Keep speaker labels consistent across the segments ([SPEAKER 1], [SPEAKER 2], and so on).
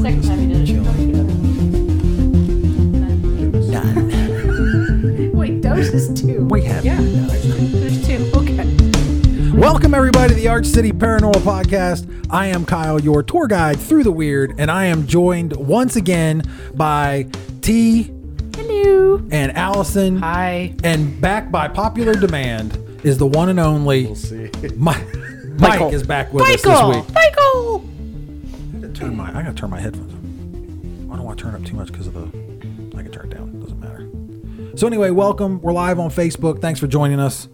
[SPEAKER 1] Second time you did it. No, you didn't.
[SPEAKER 2] None.
[SPEAKER 1] Wait, those is two.
[SPEAKER 2] We have
[SPEAKER 1] Yeah.
[SPEAKER 2] none.
[SPEAKER 1] There's two. Okay.
[SPEAKER 2] Welcome everybody to the Arch City Paranormal Podcast. I am Kyle, your tour guide through the weird, and I am joined once again by T
[SPEAKER 1] Hello.
[SPEAKER 2] and Allison.
[SPEAKER 1] Hi.
[SPEAKER 2] And back by popular demand is the one and only we'll see. Mike,
[SPEAKER 1] Michael.
[SPEAKER 2] Mike is back with us
[SPEAKER 1] Michael.
[SPEAKER 2] this week.
[SPEAKER 1] Michael.
[SPEAKER 2] Turn my, I gotta turn my headphones up. I don't want to turn up too much because of the. I can turn it down. Doesn't matter. So anyway, welcome. We're live on Facebook. Thanks for joining us.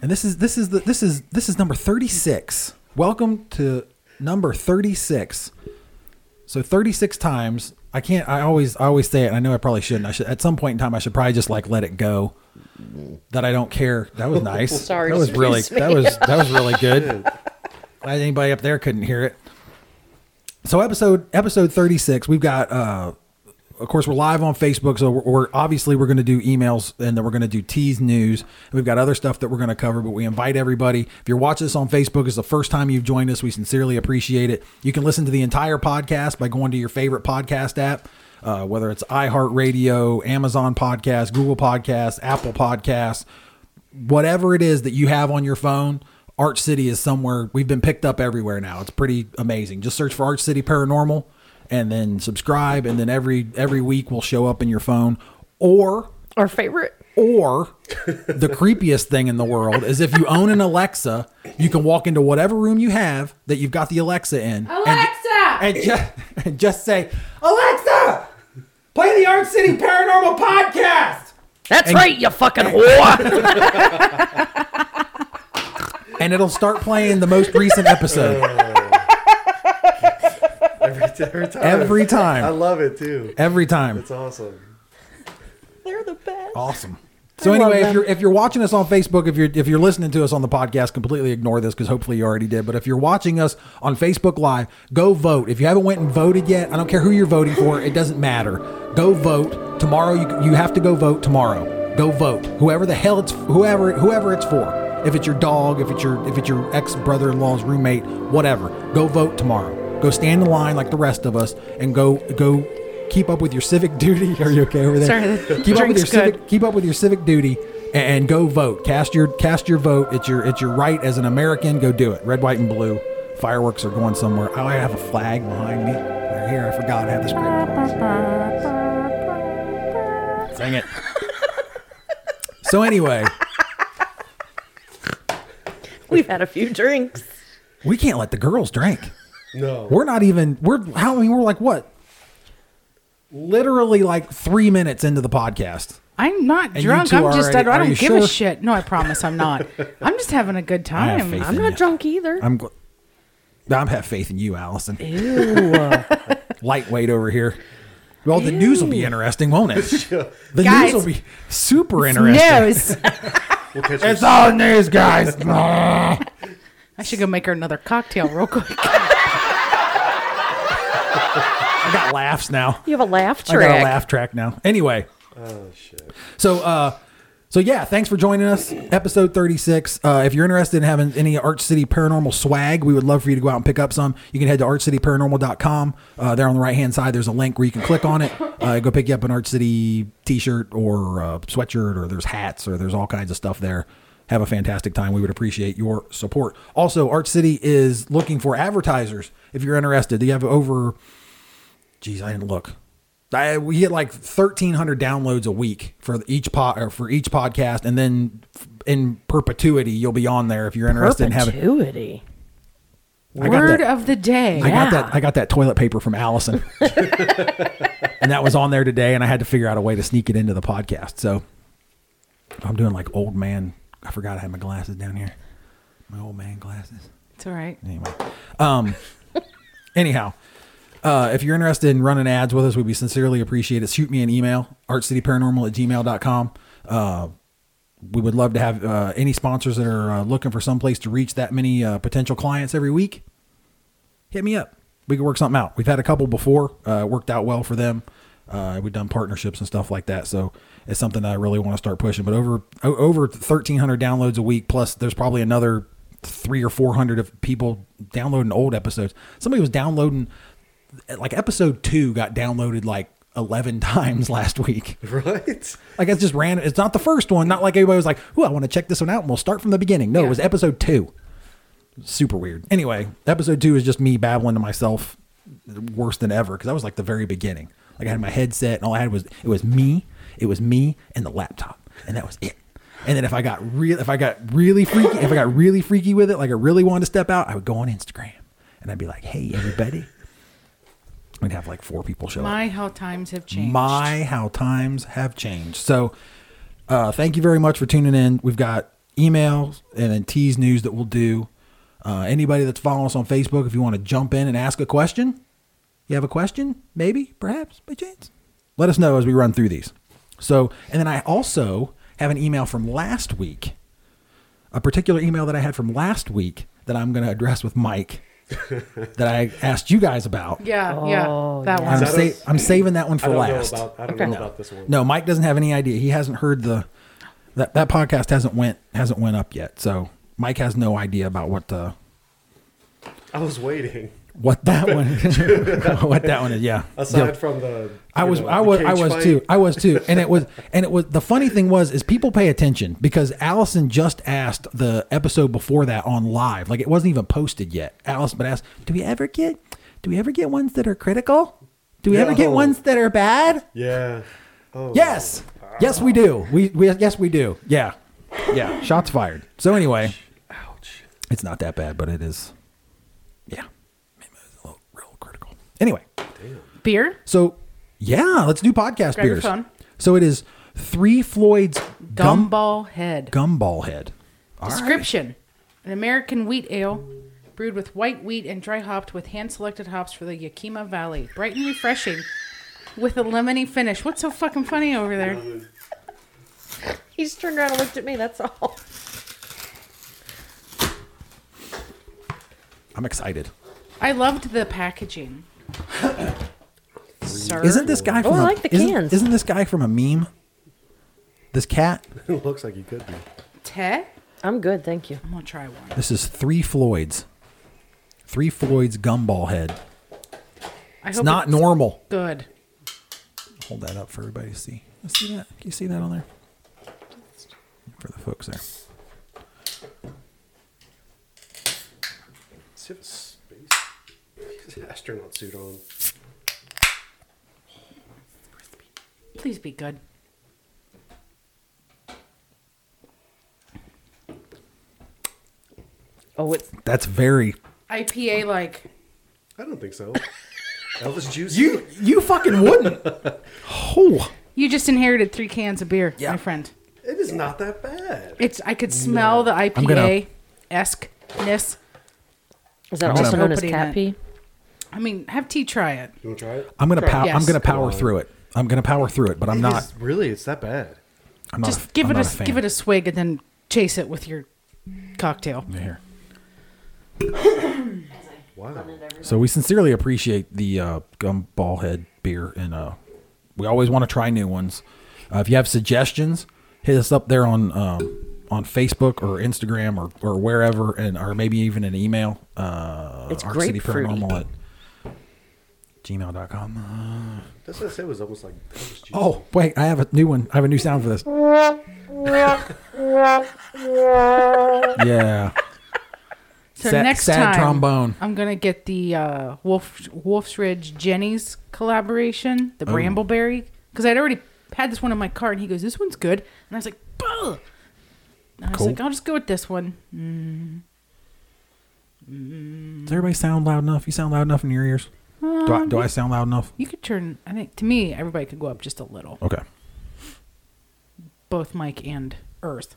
[SPEAKER 2] And this is this is the this is this is number thirty six. Welcome to number thirty six. So thirty six times. I can't. I always I always say it. And I know I probably shouldn't. I should at some point in time. I should probably just like let it go. That I don't care. That was nice.
[SPEAKER 3] Sorry,
[SPEAKER 2] That was really.
[SPEAKER 3] excuse me.
[SPEAKER 2] That was that was really good. Glad anybody up there couldn't hear it. So episode episode 36, we've got uh of course we're live on Facebook, so we're, we're obviously we're going to do emails and then we're going to do tease news. And we've got other stuff that we're going to cover, but we invite everybody. If you're watching this on Facebook, it's the first time you've joined us. We sincerely appreciate it. You can listen to the entire podcast by going to your favorite podcast app. Uh, whether it's iHeartRadio, Amazon Podcast, Google Podcast, Apple Podcasts, whatever it is that you have on your phone, Arch City is somewhere. We've been picked up everywhere now. It's pretty amazing. Just search for Arch City Paranormal and then subscribe and then every every week will show up in your phone or
[SPEAKER 1] Our favorite.
[SPEAKER 2] or the creepiest thing in the world is if you own an Alexa, you can walk into whatever room you have that you've got the Alexa in.
[SPEAKER 1] Alexa!
[SPEAKER 2] And, and, just, and just say, Alexa, play the Arch City Paranormal Podcast.
[SPEAKER 3] That's right, you fucking whore.
[SPEAKER 2] And it'll start playing the most recent episode.
[SPEAKER 4] every, every time.
[SPEAKER 2] Every time.
[SPEAKER 4] I love it too.
[SPEAKER 2] Every time.
[SPEAKER 4] It's awesome.
[SPEAKER 1] They're the best.
[SPEAKER 2] Awesome. So anyway, if you're if you're watching us on Facebook, if you're if you're listening to us on the podcast, completely ignore this because hopefully you already did. But if you're watching us on Facebook Live, go vote. If you haven't went and voted yet, I don't care who you're voting for; it doesn't matter. Go vote tomorrow. You you have to go vote tomorrow. Go vote. Whoever the hell it's whoever whoever it's for. If it's your dog, if it's your if it's your ex brother in law's roommate, whatever. Go vote tomorrow. Go stand in line like the rest of us, and go go keep up with your civic duty. Are you okay over there?
[SPEAKER 1] Sorry, the
[SPEAKER 2] keep up with
[SPEAKER 1] drink's
[SPEAKER 2] your
[SPEAKER 1] good.
[SPEAKER 2] civic keep up with your civic duty and go vote. Cast your cast your vote. It's your it's your right as an American. Go do it. Red, white, and blue. Fireworks are going somewhere. Oh, I have a flag behind me. They're here. I forgot I have this great flag. Dang it. so anyway,
[SPEAKER 3] We've had a few drinks.
[SPEAKER 2] we can't let the girls drink.
[SPEAKER 4] No.
[SPEAKER 2] We're not even we're how I mean we're like what? Literally like three minutes into the podcast.
[SPEAKER 5] I'm not
[SPEAKER 2] you
[SPEAKER 5] drunk.
[SPEAKER 2] two
[SPEAKER 5] I'm
[SPEAKER 2] are
[SPEAKER 5] just.
[SPEAKER 2] already-
[SPEAKER 5] I,
[SPEAKER 2] are
[SPEAKER 5] don't
[SPEAKER 2] you
[SPEAKER 5] give
[SPEAKER 2] sure?
[SPEAKER 5] a shit. No, I promise I'm not. I'm just having a good
[SPEAKER 2] have
[SPEAKER 5] time.
[SPEAKER 2] faith.
[SPEAKER 5] I'm-
[SPEAKER 3] I'm not
[SPEAKER 2] Yeah.
[SPEAKER 3] drunk either.
[SPEAKER 2] I'm. gl- I have faith in you, Allison. Lightweight over here. Well, the news will be interesting, won't it? The news
[SPEAKER 5] Guys.
[SPEAKER 2] will be super interesting.
[SPEAKER 5] Nose.
[SPEAKER 4] We'll catch
[SPEAKER 2] It's all news, guys. That's
[SPEAKER 5] I should go make her another cocktail real quick.
[SPEAKER 2] I got laughs now.
[SPEAKER 3] You have a laugh
[SPEAKER 2] I got a
[SPEAKER 3] track.
[SPEAKER 2] laugh track now. Anyway,
[SPEAKER 4] Oh shit.
[SPEAKER 2] So, uh, so yeah, thanks for joining us. Episode 36. Uh, if you're interested in having any Arch City Paranormal swag, we would love for you to go out and pick up some. You can head to archcityparanormal.com. Uh, there on the right hand side, there's a link where you can click on it. Uh, go pick you up an Arch City t shirt or uh, sweatshirt, or there's hats, or there's all kinds of stuff there. Have a fantastic time. We would appreciate your support. Also, Arch City is looking for advertisers if you're interested. Do you have over Jeez, I didn't look. I, we get like thirteen hundred downloads a week for each pod or for each podcast, and then f- in perpetuity, you'll be on there if you're interested in having.
[SPEAKER 3] Perpetuity.
[SPEAKER 2] I got
[SPEAKER 5] Word
[SPEAKER 2] that-
[SPEAKER 5] of the day.
[SPEAKER 2] I got
[SPEAKER 3] Yeah.
[SPEAKER 2] that. I got that toilet paper from Allison, and that was on there today. And I had to figure out a way to sneak it into the podcast. So I'm doing like old man. I forgot I had my glasses down here. My old man glasses.
[SPEAKER 5] It's all right.
[SPEAKER 2] Anyway, um, anyhow, uh, if you're interested in running ads with us, we'd be sincerely appreciated. Shoot me an email, artcityparanormal at gmail.com. Uh, we would love to have uh, any sponsors that are uh, looking for someplace to reach that many uh, potential clients every week. Hit me up. We could work something out. We've had a couple before, uh, it worked out well for them. Uh, we've done partnerships and stuff like that, so it's something that I really want to start pushing. But over o- over 1,300 downloads a week, plus there's probably another three or 400 of people downloading old episodes. Somebody was downloading like episode two got downloaded like 11 times last week.
[SPEAKER 4] Right?
[SPEAKER 2] Like it's just random. It's not the first one. Not like everybody was like, "Ooh, I want to check this one out," and we'll start from the beginning. No, it
[SPEAKER 5] Yeah.
[SPEAKER 2] was episode two. Super weird. Anyway, episode two is just me babbling to myself, worse than ever, because I was like the very beginning. Like I had my headset, and all I had was it was me, it was me, and the laptop, and that was it. And then if I got real, if I got really freaky, if I got really freaky with it, like I really wanted to step out, I would go on Instagram, and I'd be like, "Hey, everybody," I'd have like four people show up.
[SPEAKER 5] My how times have changed.
[SPEAKER 2] My how times have changed. So, uh, thank you very much for tuning in. We've got emails and then tease news that we'll do. Uh, anybody that's following us on Facebook, if you want to jump in and ask a question, you have a question, maybe, perhaps, by chance, let us know as we run through these. So, and then I also have an email from last week, a particular email that I had from last week that I'm going to address with Mike that I asked you guys about.
[SPEAKER 5] Yeah, yeah, that
[SPEAKER 2] I'm,
[SPEAKER 5] one.
[SPEAKER 4] Is that
[SPEAKER 2] sa-
[SPEAKER 4] a-
[SPEAKER 2] I'm saving that one for
[SPEAKER 4] I don't
[SPEAKER 2] last.
[SPEAKER 4] know about I don't know about this one.
[SPEAKER 2] No, Mike doesn't have any idea. He hasn't heard the that that podcast hasn't went hasn't went up yet. So Mike has no idea about what the
[SPEAKER 4] I was waiting.
[SPEAKER 2] what that one what that one is. Yeah.
[SPEAKER 4] Aside
[SPEAKER 2] Yeah.
[SPEAKER 4] from the
[SPEAKER 2] I
[SPEAKER 4] you
[SPEAKER 2] was
[SPEAKER 4] know,
[SPEAKER 2] I
[SPEAKER 4] the
[SPEAKER 2] was I
[SPEAKER 4] cage
[SPEAKER 2] was
[SPEAKER 4] fight,
[SPEAKER 2] too. I was too. And it was and it was the funny thing was is people pay attention because Allison just asked the episode before that on live. Like it wasn't even posted yet. Allison but asked, "Do we ever get do we ever get ones that are critical? Do we ever
[SPEAKER 4] No.
[SPEAKER 2] get ones that are bad?"
[SPEAKER 4] Yeah. Oh.
[SPEAKER 2] Yes. Yes, we do. We, we yes, we do. Yeah. Yeah. Shots fired. So anyway,
[SPEAKER 4] Ouch.
[SPEAKER 2] it's not that bad, but it is. Yeah. Maybe it's a little real critical. Anyway,
[SPEAKER 5] Beer?
[SPEAKER 2] so yeah, let's do podcast
[SPEAKER 5] Grab your
[SPEAKER 2] beers.
[SPEAKER 5] phone.
[SPEAKER 2] So it is three Floyd's gum,
[SPEAKER 5] Gumball head.
[SPEAKER 2] gumball head. All right.
[SPEAKER 5] Description An American wheat ale brewed with white wheat and dry hopped with hand selected hops for the Yakima Valley. Bright and refreshing with a lemony finish. What's so fucking funny over there?
[SPEAKER 3] He just turned around and looked at me. That's all.
[SPEAKER 2] I'm excited.
[SPEAKER 5] I loved the packaging. Sir.
[SPEAKER 2] Isn't this guy from
[SPEAKER 3] I
[SPEAKER 2] a-
[SPEAKER 3] like the
[SPEAKER 2] isn't-
[SPEAKER 3] cans.
[SPEAKER 2] Isn't this guy from a meme? This cat?
[SPEAKER 4] It looks like you could be.
[SPEAKER 5] Te?
[SPEAKER 3] I'm good, thank you.
[SPEAKER 5] I'm gonna try one.
[SPEAKER 2] This is three Floyd's. Three Floyd's gumball head.
[SPEAKER 5] I
[SPEAKER 2] It's not normal.
[SPEAKER 5] good.
[SPEAKER 2] hold that up for everybody to see. Let's see that. Can you see that on there? For the folks there.
[SPEAKER 4] Does he have a space he's an astronaut suit on?
[SPEAKER 5] Please be good.
[SPEAKER 3] Oh, it's
[SPEAKER 2] That's very
[SPEAKER 5] IPA like
[SPEAKER 4] I don't think so. Elvis juice.
[SPEAKER 2] you. You fucking wouldn't. oh,
[SPEAKER 5] you just inherited three cans of beer,
[SPEAKER 2] Yeah.
[SPEAKER 5] my friend.
[SPEAKER 4] It is not that bad.
[SPEAKER 5] It's I could smell the
[SPEAKER 2] I'm gonna-
[SPEAKER 5] IPA esque ness.
[SPEAKER 3] is that
[SPEAKER 2] I'm
[SPEAKER 3] also
[SPEAKER 2] gonna-
[SPEAKER 3] known as
[SPEAKER 5] Opening
[SPEAKER 3] cat
[SPEAKER 5] it.
[SPEAKER 3] pee?
[SPEAKER 5] I mean, have tea try it.
[SPEAKER 4] You want to try it?
[SPEAKER 2] I'm gonna
[SPEAKER 4] Try it.
[SPEAKER 2] power. I'm
[SPEAKER 5] Yes.
[SPEAKER 2] gonna power through it. I'm gonna power through it, but I'm
[SPEAKER 4] It
[SPEAKER 2] not.
[SPEAKER 4] is- really, it's that bad.
[SPEAKER 2] I'm not.
[SPEAKER 5] Just give
[SPEAKER 2] am
[SPEAKER 5] it a, give it a swig and then chase it with your cocktail.
[SPEAKER 2] Here.
[SPEAKER 4] Wow.
[SPEAKER 2] So we sincerely appreciate the uh, gumball head beer, and uh, we always want to try new ones. Uh, if you have suggestions, hit us up there on um, on Facebook or Instagram or, or wherever, and or maybe even an email. Uh,
[SPEAKER 3] It's
[SPEAKER 2] Arc City
[SPEAKER 3] grapefruity.
[SPEAKER 2] Paranormal at gmail.com.
[SPEAKER 4] That's what I said. It was almost like Elvis juice.
[SPEAKER 2] Oh wait, I have a new one. I have a new sound for this. yeah,
[SPEAKER 5] So
[SPEAKER 2] Sad-
[SPEAKER 5] next
[SPEAKER 2] sad
[SPEAKER 5] time,
[SPEAKER 2] trombone.
[SPEAKER 5] I'm gonna get the uh, Wolf Wolf's Ridge Jenny's collaboration, the Brambleberry, because I'd already had this one in my cart, and he goes, "This one's good," and I was like, "Buh." And I was
[SPEAKER 2] Cool.
[SPEAKER 5] like, "I'll just go with this one."
[SPEAKER 2] does everybody sound loud enough? You sound loud enough in your ears. Do I, do I sound loud enough?
[SPEAKER 5] You could turn. I think to me, everybody could go up just a little,
[SPEAKER 2] Okay.
[SPEAKER 5] both Mike and Earth.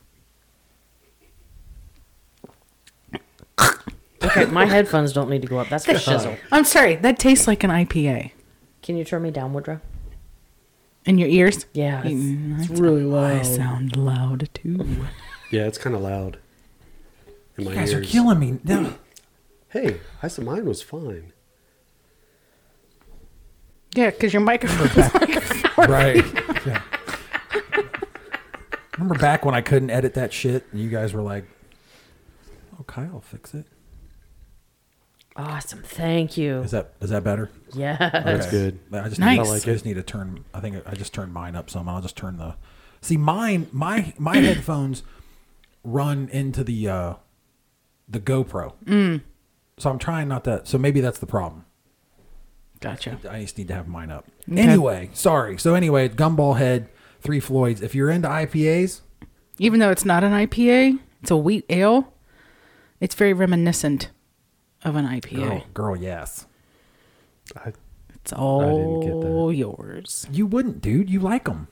[SPEAKER 3] Okay, my headphones don't need to go up. That's for shizzle.
[SPEAKER 5] I'm sorry, that tastes like an IPA
[SPEAKER 3] Can you turn me down, Woodrow?
[SPEAKER 5] in your ears.
[SPEAKER 3] Yeah, it's-
[SPEAKER 5] Mm,
[SPEAKER 3] it's
[SPEAKER 5] that's-
[SPEAKER 3] really
[SPEAKER 5] I
[SPEAKER 3] loud.
[SPEAKER 5] sound loud too.
[SPEAKER 4] Yeah, it's kind of loud. In my
[SPEAKER 2] You guys are
[SPEAKER 4] ears.
[SPEAKER 2] killing me. No.
[SPEAKER 4] Hey, I said mine was fine.
[SPEAKER 5] Yeah, because your microphone's like
[SPEAKER 2] Right. Yeah. Remember back when I couldn't edit that shit and you guys were like, oh, Kyle, fix it.
[SPEAKER 3] Awesome. Thank you.
[SPEAKER 2] Is that is that better?
[SPEAKER 3] Yeah.
[SPEAKER 2] That's
[SPEAKER 4] good.
[SPEAKER 2] I just
[SPEAKER 5] Nice.
[SPEAKER 2] Need, I,
[SPEAKER 5] like
[SPEAKER 2] I just need to turn. I think I just turned mine up some. I'll just turn the. See mine. My my headphones run into the uh the GoPro. So I'm trying not to. So maybe that's the problem.
[SPEAKER 5] Gotcha.
[SPEAKER 2] I just need to have mine up. Anyway, sorry. So anyway, Gumball Head, Three Floyds. If you're into IPAs,
[SPEAKER 5] Even though it's not an IPA, it's a wheat ale. It's very reminiscent of an IPA.
[SPEAKER 2] girl, girl, yes.
[SPEAKER 4] I,
[SPEAKER 5] It's
[SPEAKER 4] didn't get that.
[SPEAKER 5] all yours.
[SPEAKER 2] You wouldn't, dude. You like them.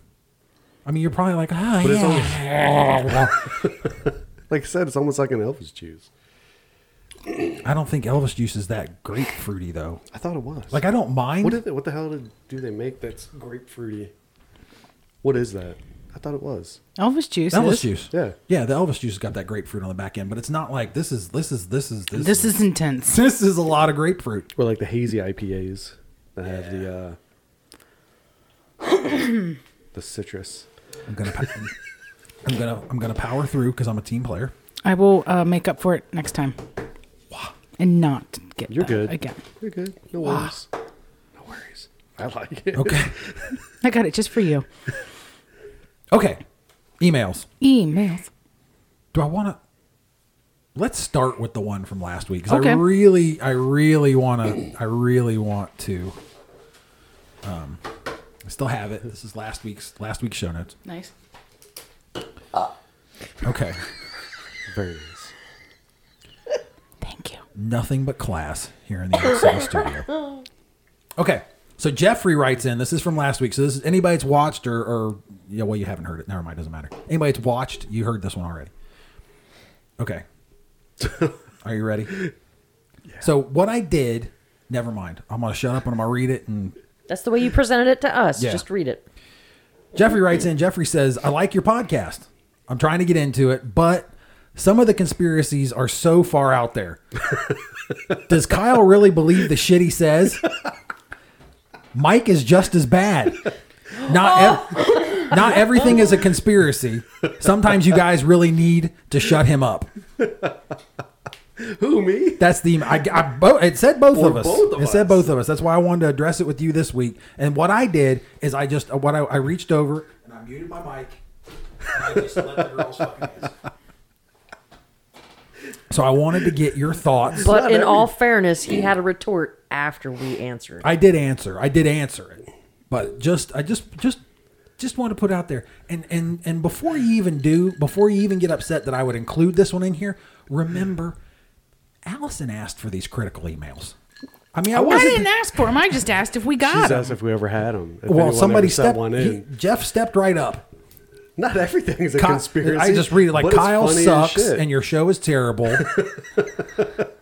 [SPEAKER 2] I mean, you're probably like, ah,
[SPEAKER 4] But it's
[SPEAKER 2] yeah.
[SPEAKER 4] Oh. like I said, it's almost like an Elvis juice.
[SPEAKER 2] I don't think Elvis juice is that grapefruity though.
[SPEAKER 4] I thought it was.
[SPEAKER 2] Like I don't mind.
[SPEAKER 4] what did they, what the hell did, do they make that's grapefruity? What is that? I thought it was.
[SPEAKER 5] Elvis juice.
[SPEAKER 2] Elvis
[SPEAKER 5] is-
[SPEAKER 2] juice.
[SPEAKER 4] Yeah.
[SPEAKER 2] Yeah, the Elvis juice has got that grapefruit on the back end, but it's not like this is this is this is this,
[SPEAKER 5] This is intense.
[SPEAKER 2] this is a lot of grapefruit.
[SPEAKER 4] Or like the hazy IPAs that have the uh, the citrus.
[SPEAKER 2] I'm gonna pa- I'm gonna I'm gonna power through because I'm a team player.
[SPEAKER 5] I will uh, make up for it next time, and not get
[SPEAKER 4] You're
[SPEAKER 5] that
[SPEAKER 4] good.
[SPEAKER 5] again.
[SPEAKER 4] You're good. No worries. No worries. I like it.
[SPEAKER 2] Okay.
[SPEAKER 5] I got it just for you.
[SPEAKER 2] okay. Emails.
[SPEAKER 5] Emails.
[SPEAKER 2] Do I want to? Let's start with the one from last week 'cause I
[SPEAKER 5] Okay.
[SPEAKER 2] really, I really want to, I really want to. Um, I still have it. This is last week's last week's show notes.
[SPEAKER 5] Nice.
[SPEAKER 2] Okay.
[SPEAKER 4] Very nice.
[SPEAKER 5] Thank you.
[SPEAKER 2] Nothing but class here in the XL studio. Okay. So Jeffrey writes in. This is from last week. So this is anybody that's watched or, or yeah, well, you haven't heard it. Never mind. Doesn't matter. Anybody that's watched, you heard this one already. Okay. Are you ready? So what I did. Never mind. I'm gonna shut up and I'm gonna read it and
[SPEAKER 3] That's the way you presented it to us.
[SPEAKER 2] Yeah.
[SPEAKER 3] Just read it.
[SPEAKER 2] Jeffrey writes in. Jeffrey says, "I like your podcast. I'm trying to get into it, but some of the conspiracies are so far out there. Does Kyle really believe the shit he says? Mike is just as bad. Not ev- not everything is a conspiracy. Sometimes you guys really need to shut him up.
[SPEAKER 4] Who me?
[SPEAKER 2] That's the I, I bo- it said both
[SPEAKER 4] Or
[SPEAKER 2] of us.
[SPEAKER 4] both of
[SPEAKER 2] it said
[SPEAKER 4] us.
[SPEAKER 2] both of us. That's why I wanted to address it with you this week. And what I did is I just what I, I reached over and I muted my mic. And I just let the girls fucking dance. So I wanted to get your thoughts.
[SPEAKER 3] But in all fairness, he had a retort after we answered.
[SPEAKER 2] I did answer. I did answer it. But just I just just just want to put out there. And and and before you even do, before you even get upset that I would include this one in here, remember Allison asked for these critical emails. I mean, I
[SPEAKER 5] I
[SPEAKER 2] wasn't
[SPEAKER 5] didn't ask for them. I just asked if we got
[SPEAKER 4] She's
[SPEAKER 5] them.
[SPEAKER 4] asked if we ever had them.
[SPEAKER 2] Ah. Well, somebody stepped.
[SPEAKER 4] one
[SPEAKER 2] he-
[SPEAKER 4] in.
[SPEAKER 2] Jeff stepped right up.
[SPEAKER 4] Not everything is a
[SPEAKER 2] Ki-
[SPEAKER 4] conspiracy.
[SPEAKER 2] I just read it like
[SPEAKER 4] but it's
[SPEAKER 2] Kyle
[SPEAKER 4] funny as
[SPEAKER 2] sucks
[SPEAKER 4] shit.
[SPEAKER 2] and your show is terrible.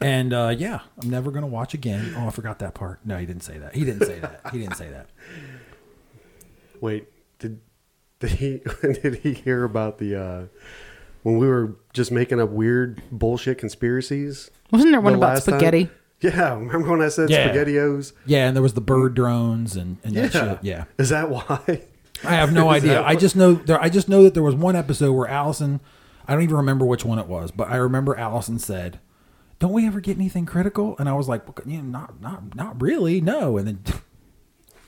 [SPEAKER 2] and uh, yeah, I'm never gonna watch again. Oh, I forgot that part. No, he didn't say that. He didn't say that. He didn't say that.
[SPEAKER 4] Wait, did did he did he hear about the uh when we were just making up weird bullshit conspiracies?
[SPEAKER 5] Wasn't there one
[SPEAKER 4] the
[SPEAKER 5] about
[SPEAKER 4] last time?
[SPEAKER 5] spaghetti?
[SPEAKER 4] Yeah, remember when I said
[SPEAKER 2] Yeah.
[SPEAKER 4] spaghettios?
[SPEAKER 2] Yeah, and there was the bird drones and, and that shit. Yeah.
[SPEAKER 4] Is that why?
[SPEAKER 2] I have no
[SPEAKER 4] Is that
[SPEAKER 2] idea. I
[SPEAKER 4] what-
[SPEAKER 2] just know there. I just know that there was one episode where Allison. I don't even remember which one it was, but I remember Allison said, "Don't we ever get anything critical?" And I was like, well, you know, "Not, not, not really, no." And then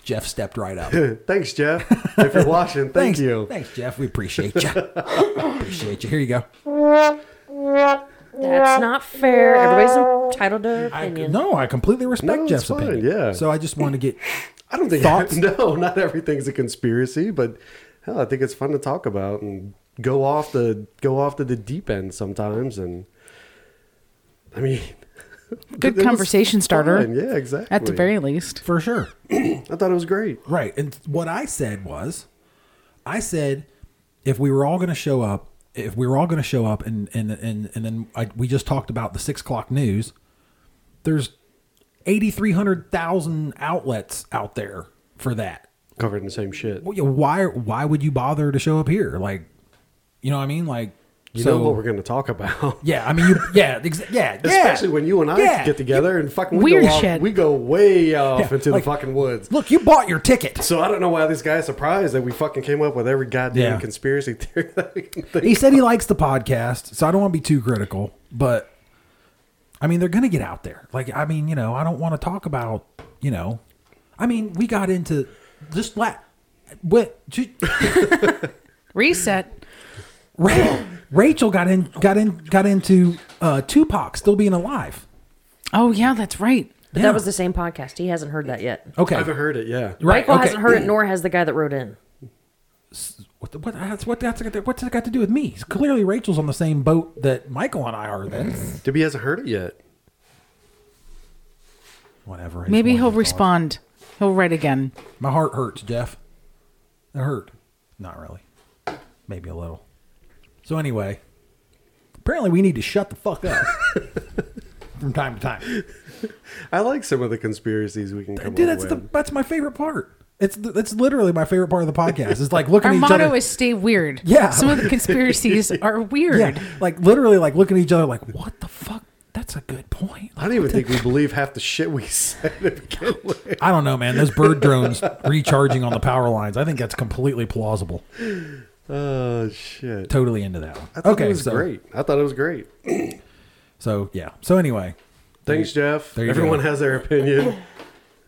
[SPEAKER 2] Jeff stepped right up.
[SPEAKER 4] Thanks, Jeff. If you're watching, thank
[SPEAKER 2] Thanks,
[SPEAKER 4] you.
[SPEAKER 2] thanks, Jeff. We appreciate you. appreciate you. Here you go.
[SPEAKER 3] That's not fair. Everybody's entitled to their
[SPEAKER 2] I,
[SPEAKER 3] opinion.
[SPEAKER 2] no, I completely respect
[SPEAKER 4] No, it's
[SPEAKER 2] Jeff's
[SPEAKER 4] fine,
[SPEAKER 2] opinion.
[SPEAKER 4] yeah.
[SPEAKER 2] So I just wanted to get.
[SPEAKER 4] I don't think
[SPEAKER 2] Thoughts?
[SPEAKER 4] no, not everything's a conspiracy, but hell, I think it's fun to talk about and go off the go off to the deep end sometimes. And I mean, it
[SPEAKER 5] Good
[SPEAKER 4] was
[SPEAKER 5] conversation starter.
[SPEAKER 4] fun. Yeah, exactly.
[SPEAKER 5] At the very least.
[SPEAKER 2] For sure.
[SPEAKER 4] I thought it was great.
[SPEAKER 2] Right. And what I said was, I said, if we were all going to show up, if we were all going to show up, and and and and then I, we just talked about the six o'clock news. There's eighty three hundred thousand outlets out there for that.
[SPEAKER 4] Covered in the same shit.
[SPEAKER 2] Well, yeah, Why why would you bother to show up here? Like, you know what I mean? Like,
[SPEAKER 4] You
[SPEAKER 2] so
[SPEAKER 4] know what we're going to talk about.
[SPEAKER 2] yeah, I mean, you, yeah, exa- yeah, yeah.
[SPEAKER 4] Especially when you and I
[SPEAKER 2] Yeah.
[SPEAKER 4] get together and fucking we
[SPEAKER 5] Weird
[SPEAKER 4] go off,
[SPEAKER 5] shit.
[SPEAKER 4] We go way off
[SPEAKER 2] Yeah,
[SPEAKER 4] into
[SPEAKER 2] like-
[SPEAKER 4] the fucking woods.
[SPEAKER 2] Look, you bought your ticket.
[SPEAKER 4] So I don't know why this guy's surprised that we fucking came up with every goddamn
[SPEAKER 2] Yeah.
[SPEAKER 4] conspiracy theory that we can think.
[SPEAKER 2] he said he likes the podcast, so I don't want to be too critical, but I mean, they're going to get out there. Like, I mean, you know, I don't want to talk about, you know, I mean, we got into just la what ju-
[SPEAKER 5] Reset.
[SPEAKER 2] Rachel, Rachel got in got in got into uh Tupac still being alive.
[SPEAKER 5] Oh yeah, that's right.
[SPEAKER 3] But
[SPEAKER 2] Yeah.
[SPEAKER 3] that was the same podcast. He hasn't heard that yet.
[SPEAKER 2] Okay.
[SPEAKER 4] I've heard it. Yeah.
[SPEAKER 2] Right.
[SPEAKER 3] Michael
[SPEAKER 2] okay.
[SPEAKER 3] hasn't heard it, nor has the guy that wrote in.
[SPEAKER 2] What, the- what, that's, what that's what's that got to do with me? Clearly, Rachel's on the same boat that Michael and I are. Then
[SPEAKER 4] Dibby hasn't heard it yet.
[SPEAKER 2] whatever. his
[SPEAKER 5] Maybe he'll
[SPEAKER 2] wonderful-
[SPEAKER 5] respond. He'll write again.
[SPEAKER 2] My heart hurts, Jeff. It hurt. Not really. Maybe a little. So anyway, apparently we need to shut the fuck up from time to time.
[SPEAKER 4] I like some of the conspiracies we can come
[SPEAKER 2] Dude,
[SPEAKER 4] up
[SPEAKER 2] that's
[SPEAKER 4] with.
[SPEAKER 2] the that's my favorite part. It's th- that's literally my favorite part of the podcast. It's like looking
[SPEAKER 5] Our
[SPEAKER 2] at each
[SPEAKER 5] motto
[SPEAKER 2] other.
[SPEAKER 5] is "Stay weird."
[SPEAKER 2] Yeah.
[SPEAKER 5] Some of the conspiracies are weird.
[SPEAKER 2] yeah, like literally like looking at each other like what the fuck. That's a good point.
[SPEAKER 4] I don't even think we believe half the shit we said to begin with.
[SPEAKER 2] I don't know, man. Those bird drones recharging on the power lines. I think that's completely plausible.
[SPEAKER 4] Oh shit!
[SPEAKER 2] Totally into that one.
[SPEAKER 4] I thought
[SPEAKER 2] okay,
[SPEAKER 4] it was
[SPEAKER 2] so
[SPEAKER 4] great. I thought it was great.
[SPEAKER 2] so yeah. So anyway,
[SPEAKER 4] Thanks, Jeff.
[SPEAKER 2] there you
[SPEAKER 4] Everyone
[SPEAKER 2] go.
[SPEAKER 4] has their opinion.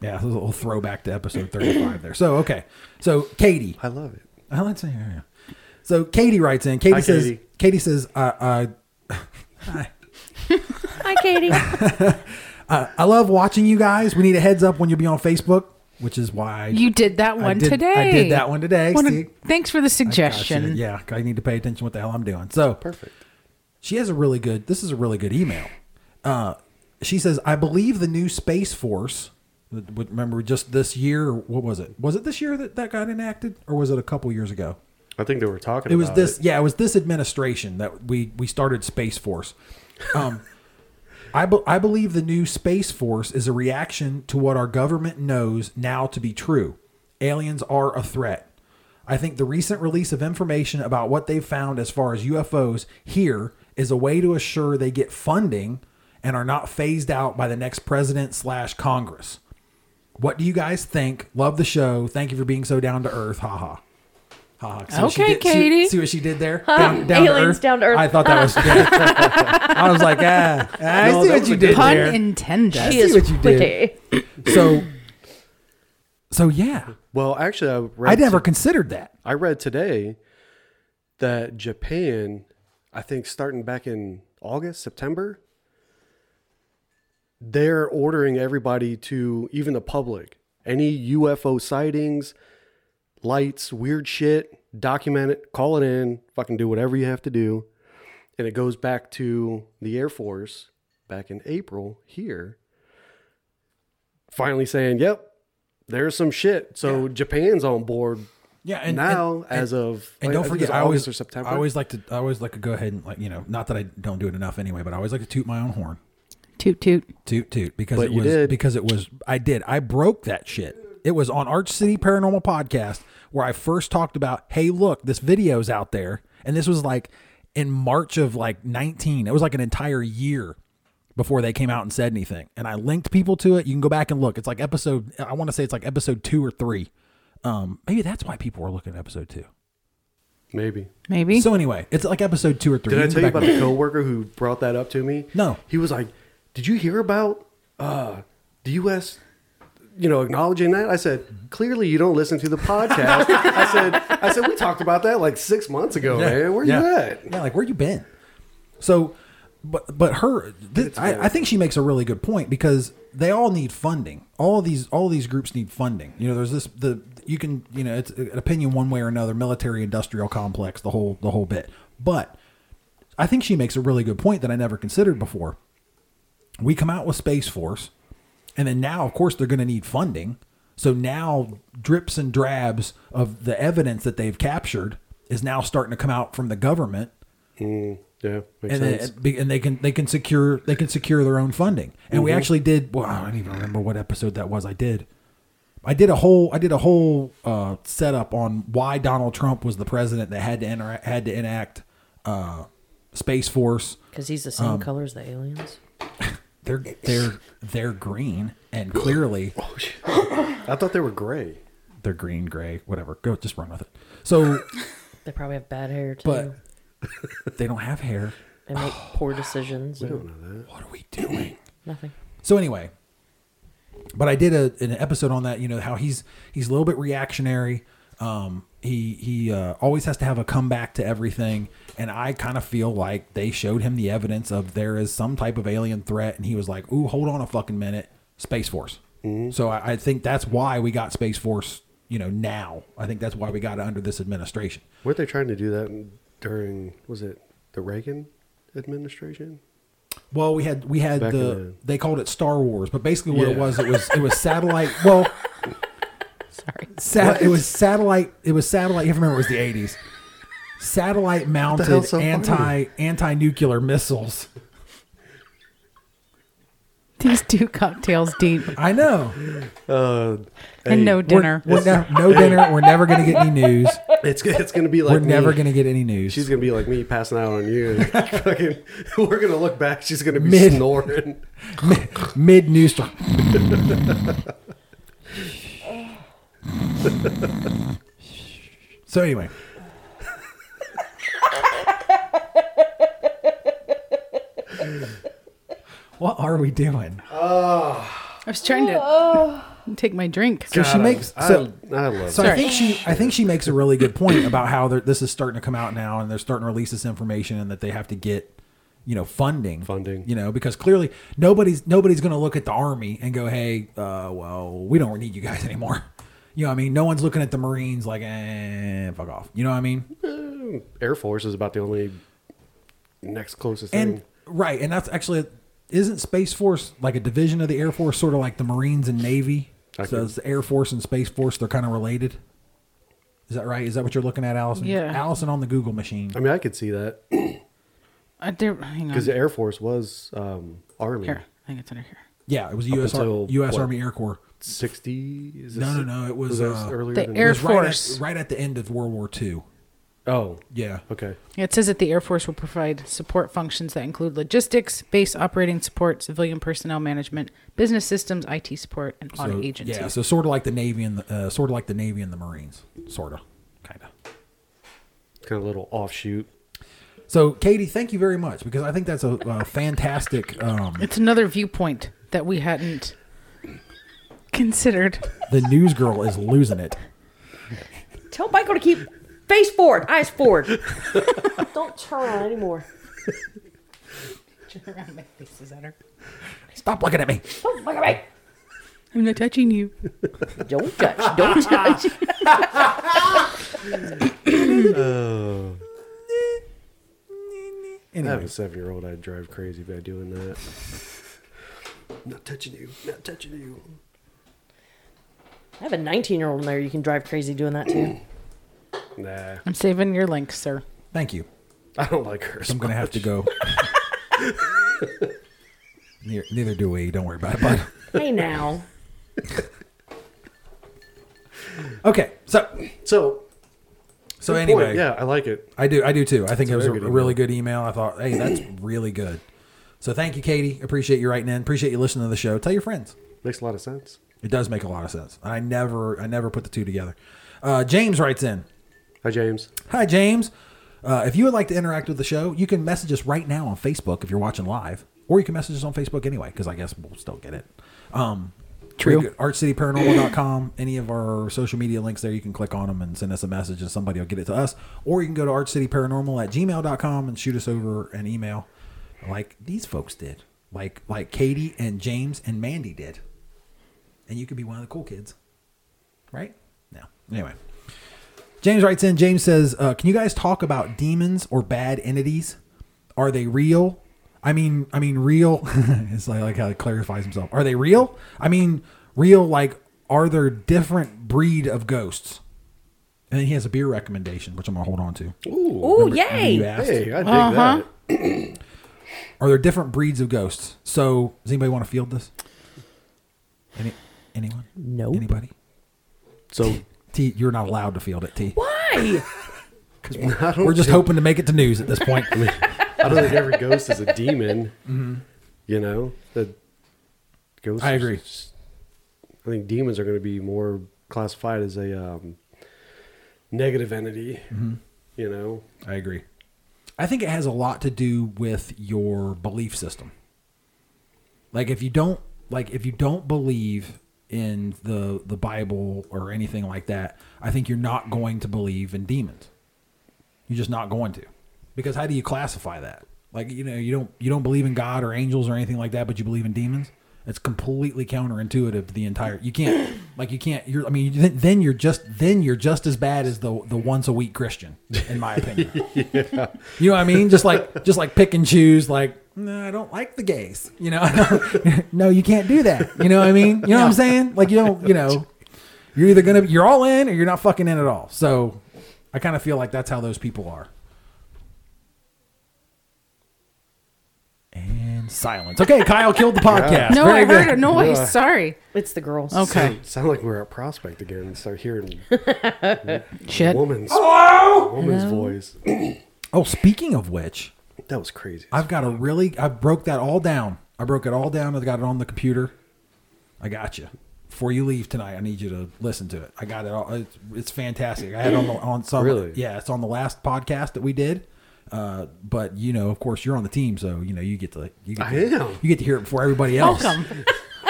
[SPEAKER 2] yeah, this is a little throwback to episode thirty-five there. So okay, so Katie,
[SPEAKER 4] I love it.
[SPEAKER 2] I like saying her, yeah. So Katie writes in. Katie
[SPEAKER 4] Hi,
[SPEAKER 2] says. Katie,
[SPEAKER 4] Katie.
[SPEAKER 2] says. uh, I, I,
[SPEAKER 3] Hi, Katie.
[SPEAKER 2] I I love watching you guys. We need a heads up when you'll be on Facebook, which is why
[SPEAKER 5] You did that
[SPEAKER 2] I
[SPEAKER 5] one
[SPEAKER 2] did-
[SPEAKER 5] today.
[SPEAKER 2] I did that one today.
[SPEAKER 5] Wanna-
[SPEAKER 2] see?
[SPEAKER 5] thanks for the
[SPEAKER 2] I
[SPEAKER 5] suggestion.
[SPEAKER 2] should- yeah, I need to pay attention what the hell I'm doing. So
[SPEAKER 4] Perfect.
[SPEAKER 2] She has a really good. This is a really good email. Uh, she says, "I believe the new space force. w- w- Remember, just this year. or What was it? Was it this year that that got enacted, or was it a couple years ago?
[SPEAKER 4] I think they were talking.
[SPEAKER 2] It was
[SPEAKER 4] about
[SPEAKER 2] this. Yeah, it was this administration that we we started space force. Um, I be, I believe the new space force is a reaction to what our government knows now to be true. Aliens are a threat. I think the recent release of information about what they've found as far as UFOs here is a way to assure they get funding and are not phased out by the next president slash Congress. What do you guys think? Love the show. Thank you for being so down to earth. Ha ha. Ha ha. See what she
[SPEAKER 5] Okay,
[SPEAKER 2] did- see- See,
[SPEAKER 5] Katie.
[SPEAKER 2] what she did there?
[SPEAKER 3] Aliens down to earth.
[SPEAKER 2] I thought that was. I was like, ah, I
[SPEAKER 4] No,
[SPEAKER 2] see
[SPEAKER 4] that
[SPEAKER 2] what
[SPEAKER 4] was
[SPEAKER 2] you
[SPEAKER 4] a good
[SPEAKER 2] did
[SPEAKER 5] Pun
[SPEAKER 2] there.
[SPEAKER 5] intended.
[SPEAKER 3] She
[SPEAKER 2] see
[SPEAKER 3] is
[SPEAKER 2] what you did.
[SPEAKER 3] witty.
[SPEAKER 2] so, so yeah,
[SPEAKER 4] Well, actually, I read.
[SPEAKER 2] I never considered that.
[SPEAKER 4] I read today that Japan, I think starting back in August, September, they're ordering everybody to, even the public, any UFO sightings, lights, weird shit, document it, call it in, fucking do whatever you have to do. And it goes back to the Air Force back in April here, finally saying, yep, there's some shit. So Japan's on board
[SPEAKER 2] Yeah,
[SPEAKER 4] now as of
[SPEAKER 2] And
[SPEAKER 4] like,
[SPEAKER 2] don't
[SPEAKER 4] think
[SPEAKER 2] forget,
[SPEAKER 4] it's
[SPEAKER 2] I always,
[SPEAKER 4] August or September.
[SPEAKER 2] I always like to, I always like to go ahead and like you know, not that I don't do it enough anyway, but I always like to toot my own horn,
[SPEAKER 5] Toot toot.
[SPEAKER 2] toot toot, because
[SPEAKER 4] But
[SPEAKER 2] it
[SPEAKER 4] you
[SPEAKER 2] was
[SPEAKER 4] did.
[SPEAKER 2] because it was I did I broke that shit. It was on Arch City Paranormal Podcast where I first talked about, hey, look, this video's out there, and this was like in March of like nineteen. It was like an entire year before they came out and said anything, and I linked people to it. You can go back and look. It's like episode, I want to say it's like episode two or three. Um, maybe that's why people were looking at episode two.
[SPEAKER 4] maybe.
[SPEAKER 5] Maybe.
[SPEAKER 2] So anyway, it's like episode two or three.
[SPEAKER 4] Did I
[SPEAKER 2] can
[SPEAKER 4] tell you
[SPEAKER 2] go back
[SPEAKER 4] about the coworker who brought that up to me?
[SPEAKER 2] No.
[SPEAKER 4] He was like, "Did you hear about uh, the U.S. you know acknowledging that?" I said,
[SPEAKER 2] Mm-hmm.
[SPEAKER 4] "Clearly, you don't listen to the podcast." I said, "I said we talked about that like six months ago, man. Where you
[SPEAKER 2] yeah.
[SPEAKER 4] at?"
[SPEAKER 2] Yeah, like where you been? So, but but her, th- I, I think she makes a really good point because they all need funding. All these all these groups need funding. You know, there's this the you can you know it's an opinion one way or another. Military industrial complex, the whole the whole bit. But I think she makes a really good point that I never considered before. We come out with Space Force, and then now, of course, they're going to need funding. So now, drips and drabs of the evidence that they've captured is now starting to come out from the government,
[SPEAKER 4] Mm, Yeah, makes
[SPEAKER 2] and
[SPEAKER 4] sense.
[SPEAKER 2] then, and they can they can secure they can secure their own funding. And
[SPEAKER 4] Mm-hmm.
[SPEAKER 2] we actually did. Well, I don't even remember what episode that was. I did. I did a whole I did a whole uh, setup on why Donald Trump was the president that had to interact had to enact uh, Space Force.
[SPEAKER 3] Because he's the same color as the aliens.
[SPEAKER 2] They're they're they're green and clearly
[SPEAKER 4] I thought they were gray.
[SPEAKER 2] they're green, gray, whatever. Go just run with it. So
[SPEAKER 3] They probably have bad hair too.
[SPEAKER 2] but they don't have hair.
[SPEAKER 3] and make poor decisions.
[SPEAKER 4] I
[SPEAKER 3] And
[SPEAKER 4] don't know that.
[SPEAKER 2] What are we doing?
[SPEAKER 3] nothing.
[SPEAKER 2] So anyway, but I did a, an episode on that. You know how he's he's a little bit reactionary. Um, he he uh, always has to have a comeback to everything, and I kind of feel like they showed him the evidence of there is some type of alien threat, and he was like, "Ooh, hold on a fucking minute, Space Force." So I, I think that's why we got Space Force. You know now, I think that's why we got it under this administration.
[SPEAKER 4] Weren't they trying to do that during was it the Reagan administration?
[SPEAKER 2] Well, we had we had
[SPEAKER 4] Back
[SPEAKER 2] the,
[SPEAKER 4] in the-
[SPEAKER 2] they called it Star Wars, but basically what it
[SPEAKER 4] Yeah.
[SPEAKER 2] was it was it was satellite. Well,
[SPEAKER 3] Sorry.
[SPEAKER 2] Sat- it was satellite. It was satellite. You have to remember, it was the eighties. Satellite mounted
[SPEAKER 4] hell's so funny?
[SPEAKER 2] anti anti nuclear missiles.
[SPEAKER 5] These two cocktails deep
[SPEAKER 2] I know.
[SPEAKER 4] Uh,
[SPEAKER 5] and no dinner.
[SPEAKER 2] We're ne- no dinner. We're never gonna get any news.
[SPEAKER 4] it's it's gonna be like
[SPEAKER 2] We're
[SPEAKER 4] me.
[SPEAKER 2] never gonna get any news.
[SPEAKER 4] She's gonna be like me passing out on you. Fucking, we're gonna look back. She's gonna be
[SPEAKER 2] Mid-
[SPEAKER 4] snoring.
[SPEAKER 2] mid news story. so anyway, what are we doing?
[SPEAKER 5] I was trying to take my drink.
[SPEAKER 2] So she makes so.
[SPEAKER 4] I, I love.
[SPEAKER 2] So
[SPEAKER 4] it.
[SPEAKER 2] I think she, I think she makes a really good point about how they're- this is starting to come out now, and they're starting to release this information, and that they have to get, you know, funding,
[SPEAKER 4] Funding.
[SPEAKER 2] you know, because clearly nobody's nobody's going to look at the army and go, hey, uh, well, we don't need you guys anymore. You know, what I mean, no one's looking at the Marines like, eh, fuck off. You know what I mean?
[SPEAKER 4] Air Force is about the only next closest
[SPEAKER 2] And
[SPEAKER 4] thing.
[SPEAKER 2] right, and that's actually isn't Space Force like a division of the Air Force, sort of like the Marines and Navy?
[SPEAKER 4] I
[SPEAKER 2] So
[SPEAKER 4] could-
[SPEAKER 2] it's the Air Force and Space Force, they're kind of related. Is that right? Is that what you're looking at, Allison?
[SPEAKER 5] Yeah.
[SPEAKER 2] Allison on the Google machine.
[SPEAKER 4] I mean, I could see that
[SPEAKER 5] I did, hang on.
[SPEAKER 4] because the Air Force was um, Army.
[SPEAKER 5] here, I think it's under here.
[SPEAKER 2] Yeah, it was U.S. Ar-
[SPEAKER 4] until
[SPEAKER 2] U.S.
[SPEAKER 4] what?
[SPEAKER 2] Army Air Corps.
[SPEAKER 4] Sixty? Is this-
[SPEAKER 2] No, no, no, it was,
[SPEAKER 4] that
[SPEAKER 2] uh,
[SPEAKER 4] earlier.
[SPEAKER 5] The
[SPEAKER 4] than-
[SPEAKER 2] It
[SPEAKER 5] Air
[SPEAKER 2] was right at-
[SPEAKER 5] Force.
[SPEAKER 2] right at, the end of World War II.
[SPEAKER 4] Oh,
[SPEAKER 2] Yeah.
[SPEAKER 4] okay.
[SPEAKER 5] Yeah, It says that the Air Force will provide support functions that include logistics, base operating support, civilian personnel management, business systems, IT support, and audit
[SPEAKER 2] So,
[SPEAKER 5] agencies.
[SPEAKER 2] yeah, so sort of like the Navy and the uh, sort of like the Navy and the Marines, sort of, kind of.
[SPEAKER 4] Kind of little offshoot.
[SPEAKER 2] So, Katie, thank you very much because I think that's a, a fantastic um,
[SPEAKER 5] It's another viewpoint that we hadn't considered.
[SPEAKER 2] The news girl is losing it.
[SPEAKER 3] Tell Michael to keep face forward, eyes forward. don't turn around anymore.
[SPEAKER 5] Turn around, make faces at her.
[SPEAKER 2] Stop looking at me.
[SPEAKER 3] Don't look at
[SPEAKER 5] I'm not touching you.
[SPEAKER 3] me. Don't judge. Don't judge.
[SPEAKER 4] I have a
[SPEAKER 2] Anyways,
[SPEAKER 4] seven-year-old. I'd drive crazy by doing that. not touching you. Not touching you.
[SPEAKER 3] I have a 19 year old in there you can drive crazy doing that too.
[SPEAKER 4] Nah,
[SPEAKER 5] I'm saving your link, sir.
[SPEAKER 2] thank you.
[SPEAKER 4] I don't like her.
[SPEAKER 2] I'm gonna have to go. neither, neither do we. Don't worry about it. Bud.
[SPEAKER 3] hey now.
[SPEAKER 2] Okay, so
[SPEAKER 4] So
[SPEAKER 2] so
[SPEAKER 4] good
[SPEAKER 2] anyway,
[SPEAKER 4] point. yeah, I like it.
[SPEAKER 2] I do I do too. I think it was a,
[SPEAKER 4] very good
[SPEAKER 2] a really good email. I thought, hey, that's really good. So thank you, Katie. Appreciate you writing in. Appreciate you listening to the show. Tell your friends.
[SPEAKER 4] Makes a lot of sense.
[SPEAKER 2] It does make a lot of sense. I never I never put the two together. Uh, James writes in.
[SPEAKER 4] Hi, James.
[SPEAKER 2] Hi, James. Uh, if you would like to interact with the show, you can message us right now on Facebook if you're watching live, or you can message us on Facebook anyway, because I guess we'll still get it. Um,
[SPEAKER 5] True.
[SPEAKER 2] ArtCityParanormal.com. Any of our social media links there, you can click on them and send us a message, and somebody will get it to us. Or you can go to ArtCityParanormal at gmail.com and shoot us over an email like these folks did, like like Katie and James and Mandy did. And you could be one of the cool kids, right? No. Anyway. James writes in. James says, uh, "Can you guys talk about demons or bad entities? Are they real? I mean, I mean, real. it's like, like how he clarifies himself. Are they real? I mean, real. Like, are there different breed of ghosts?" And then he has a beer recommendation, which I'm gonna hold on to.
[SPEAKER 4] Ooh.
[SPEAKER 3] Ooh,
[SPEAKER 2] You
[SPEAKER 3] yay.
[SPEAKER 2] asked,
[SPEAKER 4] Hey, I dig
[SPEAKER 5] Uh-huh.
[SPEAKER 4] that.
[SPEAKER 2] are there different breeds of ghosts? So, does anybody want to field this? Any, anyone?
[SPEAKER 3] Nope.
[SPEAKER 2] Anybody?
[SPEAKER 4] So
[SPEAKER 2] T, you're not allowed to field it. T,
[SPEAKER 3] Why?
[SPEAKER 4] I don't
[SPEAKER 2] we're just
[SPEAKER 4] think-
[SPEAKER 2] hoping to make it to news at this point.
[SPEAKER 4] I don't think every ghost is a demon. You know, the ghosts.
[SPEAKER 2] Mm-hmm. I agree.
[SPEAKER 4] I think demons are going to be more classified as
[SPEAKER 2] Mm-hmm.
[SPEAKER 4] a um, negative entity. You know,
[SPEAKER 2] I agree. I think it has a lot to do with your belief system. Like if you don't like if you don't believe in the the Bible or anything like that, I think you're not going to believe in demons. You're just not going to. Because how do you classify that? Like, you know, you don't you don't believe in God or angels or anything like that, but you believe in demons? It's completely counterintuitive to the entire you can't like you can't you're I mean you- then you're just then you're just as bad as the the once a week Christian, in my opinion. You know what I mean? Just like just like pick and choose. Like no, I don't like the gays. You know, no, you can't do that. You know what I mean? You know what I'm saying? Like you don't. You know, you're either gonna you're all in or you're not fucking in at all. So I kind of feel like that's how those people are. And silence. Okay, Kyle killed the podcast.
[SPEAKER 5] No,
[SPEAKER 2] Very
[SPEAKER 5] I heard
[SPEAKER 2] good.
[SPEAKER 5] a noise. Sorry.
[SPEAKER 3] It's the girls.
[SPEAKER 5] Okay.
[SPEAKER 4] Sound like we're at Prospect again and start hearing
[SPEAKER 5] Shit.
[SPEAKER 4] woman's, woman's voice.
[SPEAKER 2] Oh, speaking of which,
[SPEAKER 4] That was crazy.
[SPEAKER 2] I've got a really. I broke that all down. I broke it all down. I got it on the computer. I got you. Before you leave tonight, I need you to listen to it. I got it all. It's, it's fantastic. I had it on the on some.
[SPEAKER 4] Really?
[SPEAKER 2] Yeah, it's on the last podcast that we did. Uh, but you know, of course, you're on the team, so you know you get to you get
[SPEAKER 4] I
[SPEAKER 2] to,
[SPEAKER 4] am.
[SPEAKER 2] you get to hear it before everybody else.
[SPEAKER 5] Welcome.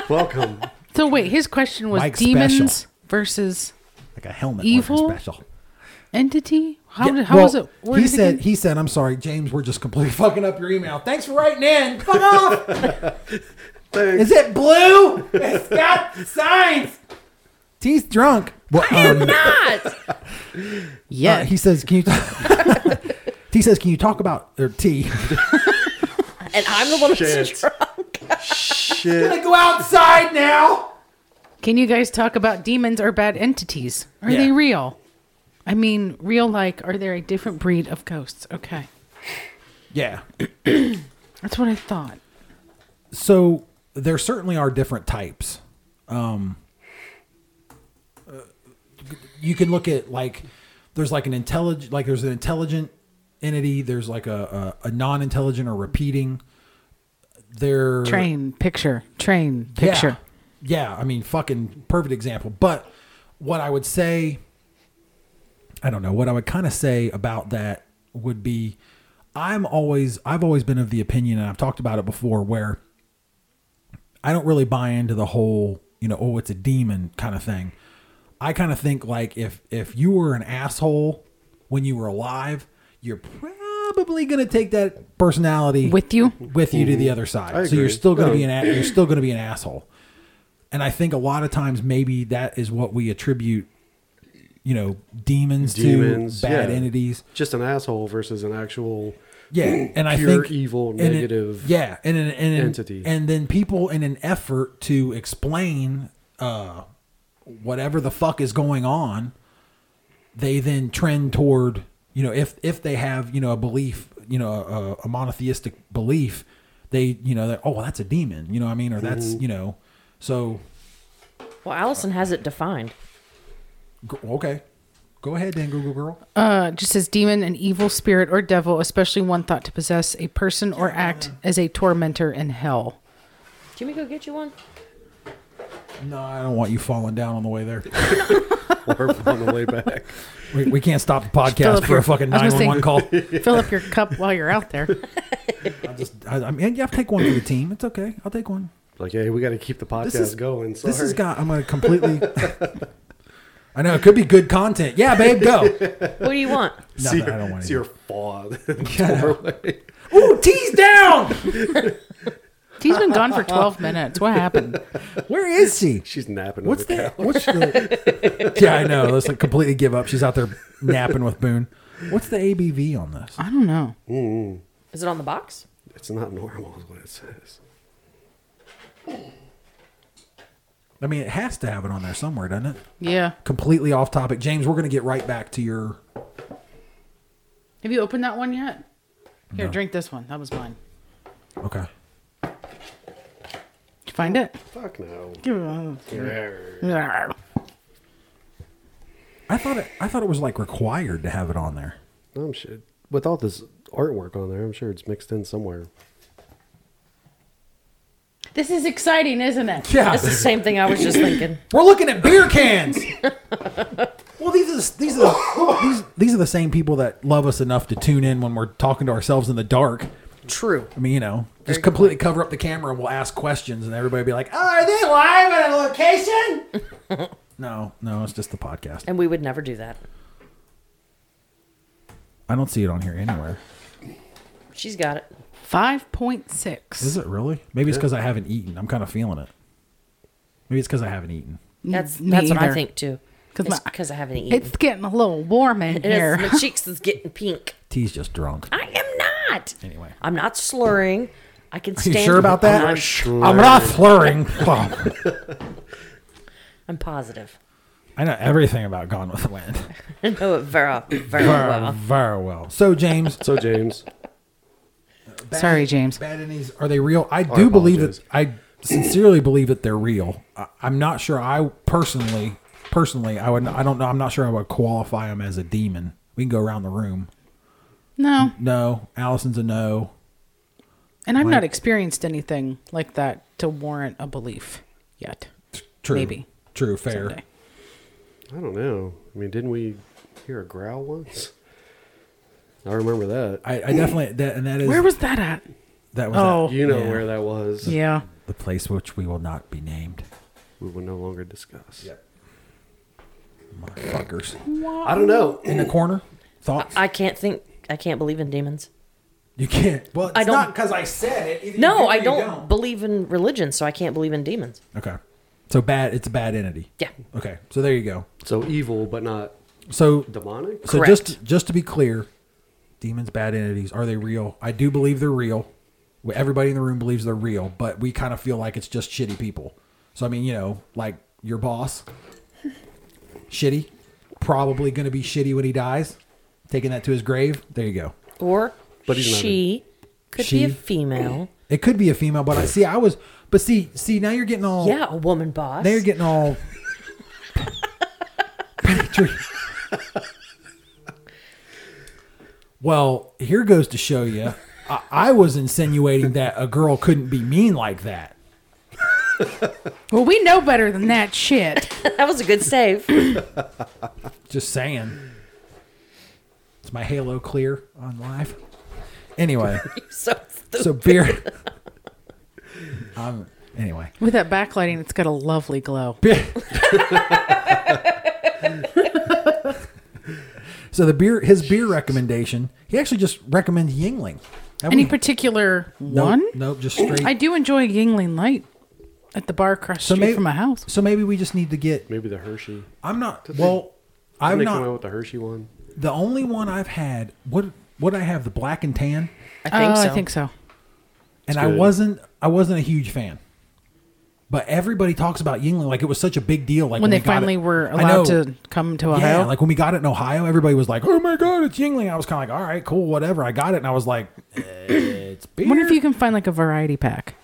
[SPEAKER 4] Welcome.
[SPEAKER 5] So wait, his question was
[SPEAKER 2] Mike's
[SPEAKER 5] demons
[SPEAKER 2] special.
[SPEAKER 5] versus
[SPEAKER 2] Like a helmet
[SPEAKER 5] Evil?
[SPEAKER 2] working special.
[SPEAKER 5] entity. How
[SPEAKER 2] Yeah,
[SPEAKER 5] did, how
[SPEAKER 2] well,
[SPEAKER 5] was it? where
[SPEAKER 2] He
[SPEAKER 5] did it
[SPEAKER 2] said.
[SPEAKER 5] get-
[SPEAKER 2] He uh, said, "I'm sorry, James. We're just completely fucking up your email. Thanks for writing in. Fuck off. Is it blue? It's got signs. T's drunk. Well, um,
[SPEAKER 5] yeah.
[SPEAKER 2] uh, he says, "Can you?" T says, "Can you talk about or T?"
[SPEAKER 3] And I'm the one
[SPEAKER 4] Shit.
[SPEAKER 3] who's
[SPEAKER 4] Shit.
[SPEAKER 2] go outside now.
[SPEAKER 5] Can you guys talk about demons or bad entities? Are
[SPEAKER 2] Yeah.
[SPEAKER 5] they real? I mean, real like, are there a different breed of ghosts? Okay.
[SPEAKER 2] Yeah.
[SPEAKER 5] That's what I thought.
[SPEAKER 2] So there certainly are different types. Um, uh, you can look at like there's like an intelligent like there's an intelligent entity. There's like a a, a non-intelligent or repeating. There
[SPEAKER 5] Train picture. Train picture.
[SPEAKER 2] Yeah. yeah, I mean, fucking perfect example. But what I would say, I don't know, what I would kind of say about that would be I'm always, I've always been of the opinion, and I've talked about it before, where I don't really buy into the whole, you know, oh, it's a demon kind of thing. I kind of think like if if you were an asshole when you were alive, you're probably gonna take that personality
[SPEAKER 5] With you?
[SPEAKER 2] with you to the other side. So you're
[SPEAKER 4] agree.
[SPEAKER 2] still gonna
[SPEAKER 4] No.
[SPEAKER 2] be an a- you're still gonna be an asshole. And I think a lot of times maybe that is what we attribute, you know, demons,
[SPEAKER 4] Demons,
[SPEAKER 2] to bad
[SPEAKER 4] yeah.
[SPEAKER 2] entities.
[SPEAKER 4] Just an asshole versus an actual.
[SPEAKER 2] Yeah, and I
[SPEAKER 4] Pure
[SPEAKER 2] think
[SPEAKER 4] evil,
[SPEAKER 2] and it-
[SPEAKER 4] negative
[SPEAKER 2] yeah, and an, and an-
[SPEAKER 4] entity.
[SPEAKER 2] and then people in an effort to explain uh, whatever the fuck is going on, they then trend toward you know if if they have you know a belief you know a, a monotheistic belief, they you know they're, oh well, that's a demon you know what I mean or that's
[SPEAKER 4] Mm-hmm.
[SPEAKER 2] you know so
[SPEAKER 3] Well, Allison has it defined.
[SPEAKER 2] go- okay, go ahead then Google girl.
[SPEAKER 5] Uh, just says demon, an evil spirit or devil, especially one thought to possess a person or act as a tormentor in hell.
[SPEAKER 3] Jimmy, go get you one.
[SPEAKER 2] No, I don't want you falling down on the way there.
[SPEAKER 4] Or on the way back.
[SPEAKER 2] We, we can't stop the podcast
[SPEAKER 5] up
[SPEAKER 2] for
[SPEAKER 5] your-
[SPEAKER 2] a fucking
[SPEAKER 5] I was gonna say-
[SPEAKER 2] 911 call.
[SPEAKER 5] Fill up your cup while you're out there.
[SPEAKER 2] Just, I, I mean, yeah, I'll take one for the team. It's okay. I'll take one.
[SPEAKER 4] Like, hey, we got to keep the podcast
[SPEAKER 2] This is
[SPEAKER 4] going. Sorry.
[SPEAKER 2] This has got. I'm gonna completely. I know it could be good content. Yeah, babe, go.
[SPEAKER 3] What do you want?
[SPEAKER 4] See
[SPEAKER 2] Nothing. I don't want to.
[SPEAKER 4] see your faw.
[SPEAKER 2] Ooh, tease down.
[SPEAKER 5] He's been gone for 12 minutes. What happened?
[SPEAKER 2] Where is she?
[SPEAKER 4] She's napping.
[SPEAKER 2] What's
[SPEAKER 4] on the
[SPEAKER 2] that? What's the? Yeah, I know. Let's like completely give up. She's out there napping with Boone. What's the ABV on this?
[SPEAKER 5] I don't know.
[SPEAKER 3] Is it on the box?
[SPEAKER 4] couch. It's not normal. Is what it says.
[SPEAKER 2] I mean, it has to have it on there somewhere, doesn't it?
[SPEAKER 5] Yeah.
[SPEAKER 2] Completely off topic, James. We're gonna get right back to your.
[SPEAKER 5] Have you opened that one yet? Here, drink this one. That was mine.
[SPEAKER 2] Okay.
[SPEAKER 5] Did you find it?
[SPEAKER 4] Fuck no.
[SPEAKER 2] I thought it. I thought it was like required to have it on there.
[SPEAKER 4] I'm shit. With all this artwork on there, I'm sure it's mixed in somewhere.
[SPEAKER 5] This is exciting, isn't it?
[SPEAKER 2] Yeah.
[SPEAKER 3] That's the same thing I was just thinking.
[SPEAKER 2] We're looking at beer cans. well, these are the, these are the, these these are the same people that love us enough to tune in when we're talking to ourselves in the dark.
[SPEAKER 5] True.
[SPEAKER 2] I mean, you know, just completely cover up the camera and we'll ask questions and everybody will be like, "Oh, are they live at a location?" no, no, it's just the podcast.
[SPEAKER 3] And we would never do that.
[SPEAKER 2] I don't see it on here anywhere.
[SPEAKER 3] She's got it.
[SPEAKER 5] Five point six.
[SPEAKER 2] Is it really? Maybe it's because I haven't eaten. I'm kind of feeling it. Maybe it's because I haven't eaten.
[SPEAKER 3] That's
[SPEAKER 5] Me
[SPEAKER 3] that's what I
[SPEAKER 5] either.
[SPEAKER 3] think too.
[SPEAKER 5] 'Cause
[SPEAKER 3] It's
[SPEAKER 5] my-
[SPEAKER 3] because I haven't eaten.
[SPEAKER 5] It's getting a little warm in
[SPEAKER 3] It is.
[SPEAKER 5] here.
[SPEAKER 3] My cheeks is getting pink.
[SPEAKER 2] T's just drunk.
[SPEAKER 3] I am not.
[SPEAKER 2] Anyway.
[SPEAKER 3] I'm not slurring. I can
[SPEAKER 2] you
[SPEAKER 3] stand.
[SPEAKER 2] sure about that?
[SPEAKER 3] I'm,
[SPEAKER 2] I'm not slurring. Oh,
[SPEAKER 3] I'm positive.
[SPEAKER 2] I know everything about Gone with the Wind
[SPEAKER 3] I know it very, very
[SPEAKER 2] very,
[SPEAKER 3] well.
[SPEAKER 2] very well. So James,
[SPEAKER 4] So James,
[SPEAKER 5] Sorry, James.
[SPEAKER 2] Badenies, are they real? I do believe that. I sincerely believe that they're real. I, I'm not sure. I personally, personally, I would. I don't know. I'm not sure I would qualify them as a demon. We can go around the room.
[SPEAKER 5] No,
[SPEAKER 2] No, Allison's a no.
[SPEAKER 5] and I've not experienced anything like that to warrant a belief yet.
[SPEAKER 2] True.
[SPEAKER 5] Maybe.
[SPEAKER 2] True. Fair.
[SPEAKER 5] Someday.
[SPEAKER 4] I don't know. I mean, didn't we hear a growl once? I remember that.
[SPEAKER 2] I, I definitely that and that is
[SPEAKER 5] Where was that at?
[SPEAKER 2] that was
[SPEAKER 5] Oh,
[SPEAKER 4] you know
[SPEAKER 2] Yeah.
[SPEAKER 4] where that was.
[SPEAKER 5] yeah.
[SPEAKER 2] that- the place which we will not be named.
[SPEAKER 4] We will no longer discuss.
[SPEAKER 2] Motherfuckers
[SPEAKER 4] I don't know.
[SPEAKER 2] in the corner. Thoughts?
[SPEAKER 3] I can't think. I can't believe in demons.
[SPEAKER 2] you can't. Well, it's
[SPEAKER 3] I don't-
[SPEAKER 2] not because I said it. Either you do
[SPEAKER 3] No,
[SPEAKER 2] or
[SPEAKER 3] I
[SPEAKER 2] you
[SPEAKER 3] don't, believe in religion, so I can't believe in demons.
[SPEAKER 2] Okay. So bad. It's a bad entity.
[SPEAKER 3] Yeah.
[SPEAKER 2] Okay. So there you go.
[SPEAKER 4] So evil, but not
[SPEAKER 2] So
[SPEAKER 4] demonic.
[SPEAKER 2] so
[SPEAKER 3] Correct.
[SPEAKER 2] just just to be clear, demons, bad entities, are they real? I do believe they're real. Well, Everybody in the room believes they're real, but we kind of feel like it's just shitty people. So I mean, you know, like your boss, shitty, probably going to be shitty when he dies, taking that to his grave. There you go.
[SPEAKER 3] Or
[SPEAKER 4] But he's not
[SPEAKER 3] she could be a
[SPEAKER 2] She?
[SPEAKER 3] female.
[SPEAKER 2] It could be a female, but I see. I was, but see, see now you're getting all
[SPEAKER 3] Yeah, a woman boss.
[SPEAKER 2] Now you're getting all. Patrick. well, here goes to show you. I, I was insinuating that a girl couldn't be mean like that.
[SPEAKER 5] Well, we know better than that shit.
[SPEAKER 3] that was a good save.
[SPEAKER 2] Just saying. Is my halo clear on live? Anyway,
[SPEAKER 3] so
[SPEAKER 2] so beer. um, anyway,
[SPEAKER 5] With that backlighting, it's got a lovely glow.
[SPEAKER 2] so the beer, his beer recommendation, he actually just recommends Yingling. Have
[SPEAKER 5] Any
[SPEAKER 2] we-
[SPEAKER 5] particular
[SPEAKER 2] Nope,
[SPEAKER 5] one?
[SPEAKER 2] Nope, just straight.
[SPEAKER 5] I do enjoy a Yingling Light at the bar across the
[SPEAKER 2] So
[SPEAKER 5] street
[SPEAKER 2] may-
[SPEAKER 5] from my house.
[SPEAKER 2] So maybe we just need to get.
[SPEAKER 4] Maybe the Hershey.
[SPEAKER 2] I'm not.
[SPEAKER 4] Did they-
[SPEAKER 2] Well,
[SPEAKER 4] Didn't
[SPEAKER 2] I'm
[SPEAKER 4] they come out
[SPEAKER 2] not.
[SPEAKER 4] with the Hershey one?
[SPEAKER 2] The only one I've had. What what I have the black and tan,
[SPEAKER 3] I think
[SPEAKER 5] Oh,
[SPEAKER 3] so.
[SPEAKER 5] I think so.
[SPEAKER 2] and I
[SPEAKER 4] good.
[SPEAKER 2] wasn't I wasn't a huge fan. But everybody talks about Yingling like it was such a big deal. Like
[SPEAKER 5] When, they
[SPEAKER 2] we got
[SPEAKER 5] finally
[SPEAKER 2] it.
[SPEAKER 5] were
[SPEAKER 2] I
[SPEAKER 5] allowed
[SPEAKER 2] know.
[SPEAKER 5] to come to
[SPEAKER 2] Yeah,
[SPEAKER 5] Ohio.
[SPEAKER 2] like when we got it in Ohio, everybody was like, "Oh my god, it's Yingling!" I was kind of like, "All right, cool, whatever." I got it, and I was like, eh, "It's beer."
[SPEAKER 5] I wonder if you can find like a variety pack.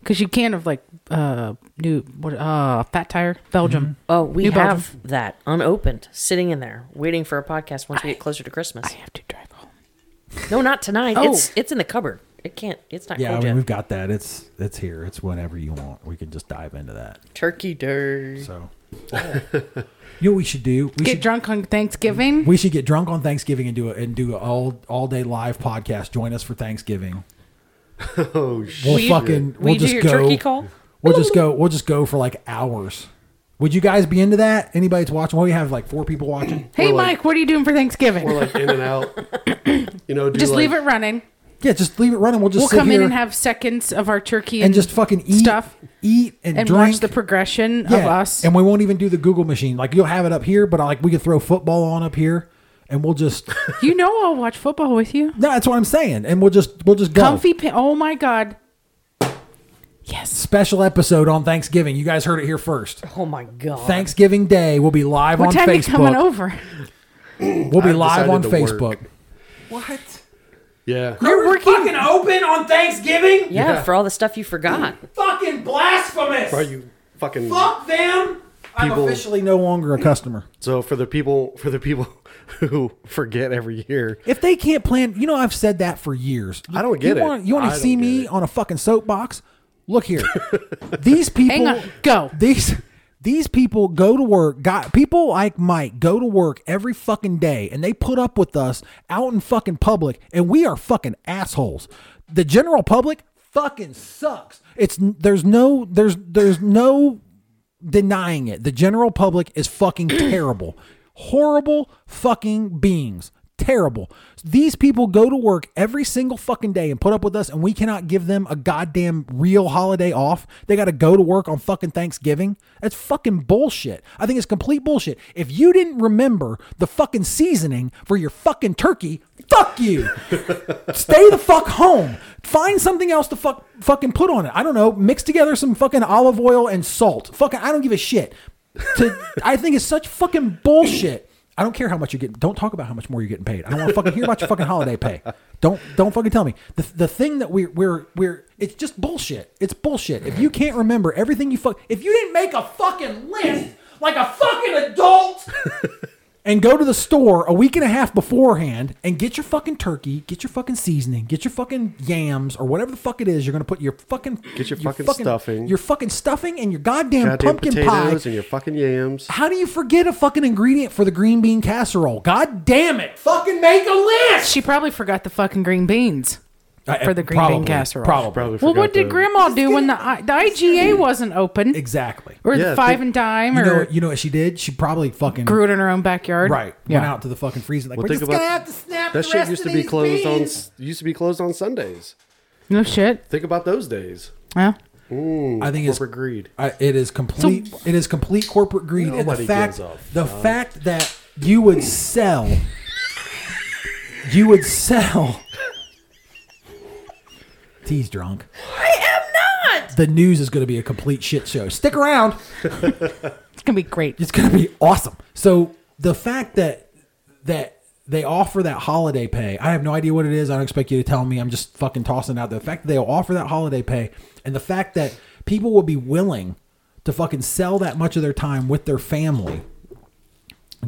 [SPEAKER 5] Because you can of like uh new what uh fat tire
[SPEAKER 2] Mm-hmm.
[SPEAKER 5] Belgium.
[SPEAKER 3] Oh, we
[SPEAKER 5] New Belgium.
[SPEAKER 3] have that unopened, sitting in there, waiting for a podcast once we get closer to Christmas.
[SPEAKER 5] I have to drive home.
[SPEAKER 3] no, not tonight.
[SPEAKER 5] Oh.
[SPEAKER 3] It's it's in the cupboard. It can't. It's not
[SPEAKER 2] yeah, I
[SPEAKER 3] cold
[SPEAKER 2] mean,
[SPEAKER 3] yet.
[SPEAKER 2] we've got that. It's it's here. It's whenever you want. We can just dive into that.
[SPEAKER 3] Turkey day.
[SPEAKER 2] So, you know, what we should do. We
[SPEAKER 5] Get
[SPEAKER 2] should
[SPEAKER 5] drunk on Thanksgiving.
[SPEAKER 2] We should get drunk on Thanksgiving and do a, and do a all all day live podcast. Join us for Thanksgiving.
[SPEAKER 4] Oh shit!
[SPEAKER 2] We'll
[SPEAKER 3] you-
[SPEAKER 2] fucking
[SPEAKER 3] will
[SPEAKER 2] we'll
[SPEAKER 3] you do
[SPEAKER 2] just
[SPEAKER 3] your
[SPEAKER 2] go.
[SPEAKER 3] turkey call?
[SPEAKER 2] We'll just go. We'll just go for like hours. Would you guys be into that? Anybody's watching? Well, we have like four people watching.
[SPEAKER 5] hey
[SPEAKER 4] Or, like-
[SPEAKER 5] Mike, what are you doing for Thanksgiving?
[SPEAKER 4] Or like in and out. You know, do
[SPEAKER 5] just
[SPEAKER 4] like,
[SPEAKER 5] leave it running.
[SPEAKER 2] Yeah, just leave it running. We'll just
[SPEAKER 5] We'll
[SPEAKER 2] sit
[SPEAKER 5] come in
[SPEAKER 2] here
[SPEAKER 5] and have seconds of our turkey and,
[SPEAKER 2] and just fucking eat
[SPEAKER 5] stuff
[SPEAKER 2] eat and,
[SPEAKER 5] and
[SPEAKER 2] drink
[SPEAKER 5] watch the progression of
[SPEAKER 2] Yeah,
[SPEAKER 5] us.
[SPEAKER 2] and we won't even do the Google machine. Like you'll have it up here, but uh, like we could throw football on up here, and we'll just
[SPEAKER 5] you know I'll watch football with you.
[SPEAKER 2] no, that's what I'm saying. And we'll just we'll just go.
[SPEAKER 5] Comfy pa- oh my god. Yes.
[SPEAKER 2] Special episode on Thanksgiving. You guys heard it here first.
[SPEAKER 3] Oh my god.
[SPEAKER 2] Thanksgiving Day. We'll be live
[SPEAKER 5] What
[SPEAKER 2] on
[SPEAKER 5] time are you
[SPEAKER 2] Facebook.
[SPEAKER 5] coming over?
[SPEAKER 2] We'll be
[SPEAKER 4] I've
[SPEAKER 2] live on
[SPEAKER 4] decided to
[SPEAKER 2] Facebook.
[SPEAKER 4] work.
[SPEAKER 2] What?
[SPEAKER 4] Yeah.
[SPEAKER 5] You're working
[SPEAKER 1] Fucking open on Thanksgiving?
[SPEAKER 3] Yeah, for all the stuff you forgot.
[SPEAKER 1] Fucking blasphemous!
[SPEAKER 4] Are you fucking?
[SPEAKER 1] Fuck them!
[SPEAKER 2] I'm
[SPEAKER 4] People-
[SPEAKER 2] officially no longer a customer.
[SPEAKER 4] So for the people, for the people who forget every year,
[SPEAKER 2] If they can't plan, you know, I've said that for years.
[SPEAKER 4] I don't get
[SPEAKER 2] you
[SPEAKER 4] it.
[SPEAKER 2] Want, you
[SPEAKER 4] I
[SPEAKER 2] want to
[SPEAKER 4] don't
[SPEAKER 2] see
[SPEAKER 4] get
[SPEAKER 2] me
[SPEAKER 4] it.
[SPEAKER 2] on a fucking soapbox? Look here. these people.
[SPEAKER 5] Hang on. Go.
[SPEAKER 2] These These people go to work. Got people like Mike go to work every fucking day, and they put up with us out in fucking public, and we are fucking assholes. The general public fucking sucks. It's there's no there's there's no denying it. The general public is fucking terrible. Horrible fucking beings. Terrible. These people go to work every single fucking day and put up with us, and we cannot give them a goddamn real holiday off. They got to go to work on fucking Thanksgiving. That's fucking bullshit. I think it's complete bullshit. If you didn't remember the fucking seasoning for your fucking turkey, fuck you. Stay the fuck home. Find something else to fuck fucking put on it. I don't know. Mix together some fucking olive oil and salt. Fucking I don't give a shit. To I think it's such fucking bullshit. I don't care how much you're getting. Don't talk about how much more you're getting paid. I don't want to fucking hear about your fucking holiday pay. Don't don't fucking tell me the the thing that we're we're we're it's just bullshit. It's bullshit. If you can't remember everything you fuck, if you didn't make a fucking list like a fucking adult, and go to the store a week and a half beforehand and get your fucking turkey, get your fucking seasoning, get your fucking yams or whatever the fuck it is you're gonna put your fucking
[SPEAKER 4] Get your fucking stuffing.
[SPEAKER 2] your fucking stuffing and your goddamn,
[SPEAKER 4] Goddamn
[SPEAKER 2] pumpkin pie.
[SPEAKER 4] potatoes and your fucking yams.
[SPEAKER 2] How do you forget a fucking ingredient for the green bean casserole? God damn it!
[SPEAKER 1] Fucking make a list.
[SPEAKER 5] She probably forgot the fucking green beans. For the green bean
[SPEAKER 2] Uh, Probably,
[SPEAKER 5] casserole.
[SPEAKER 2] probably
[SPEAKER 4] Probably
[SPEAKER 5] Well,
[SPEAKER 4] forgot
[SPEAKER 5] what did
[SPEAKER 4] the-
[SPEAKER 5] Grandma do when the I- the IGA wasn't open,
[SPEAKER 2] exactly.
[SPEAKER 5] or
[SPEAKER 4] Yeah,
[SPEAKER 5] the five
[SPEAKER 4] think-
[SPEAKER 5] and dime,
[SPEAKER 2] You know,
[SPEAKER 5] or
[SPEAKER 2] what- you know what she did? She probably fucking
[SPEAKER 5] grew it in her own backyard?
[SPEAKER 2] right went
[SPEAKER 5] Yeah.
[SPEAKER 2] out to the fucking freezer like
[SPEAKER 4] Well,
[SPEAKER 2] we're
[SPEAKER 4] think
[SPEAKER 2] just
[SPEAKER 4] about-
[SPEAKER 2] gonna have to snap
[SPEAKER 4] That
[SPEAKER 2] the
[SPEAKER 4] shit
[SPEAKER 2] rest
[SPEAKER 4] used
[SPEAKER 2] of
[SPEAKER 4] to be
[SPEAKER 2] these
[SPEAKER 4] closed on
[SPEAKER 2] beans.
[SPEAKER 4] s- used to be closed on Sundays.
[SPEAKER 5] No shit.
[SPEAKER 4] Think about those days.
[SPEAKER 2] I
[SPEAKER 5] Yeah.
[SPEAKER 2] think it's
[SPEAKER 4] Corporate greed.
[SPEAKER 2] I, it is complete. it is complete corporate greed. And the
[SPEAKER 4] Nobody
[SPEAKER 2] fact,
[SPEAKER 4] gives a
[SPEAKER 2] the fact that you would sell, you would sell. T's drunk. I am not. The news is going to be a complete shit show. Stick around.
[SPEAKER 5] It's gonna be great.
[SPEAKER 2] It's going to be awesome. So the fact that that they offer that holiday pay, I have no idea what it is. I don't expect you to tell me. I'm just fucking tossing it out. there. The fact that they'll offer that holiday pay, and the fact that people will be willing to fucking sell that much of their time with their family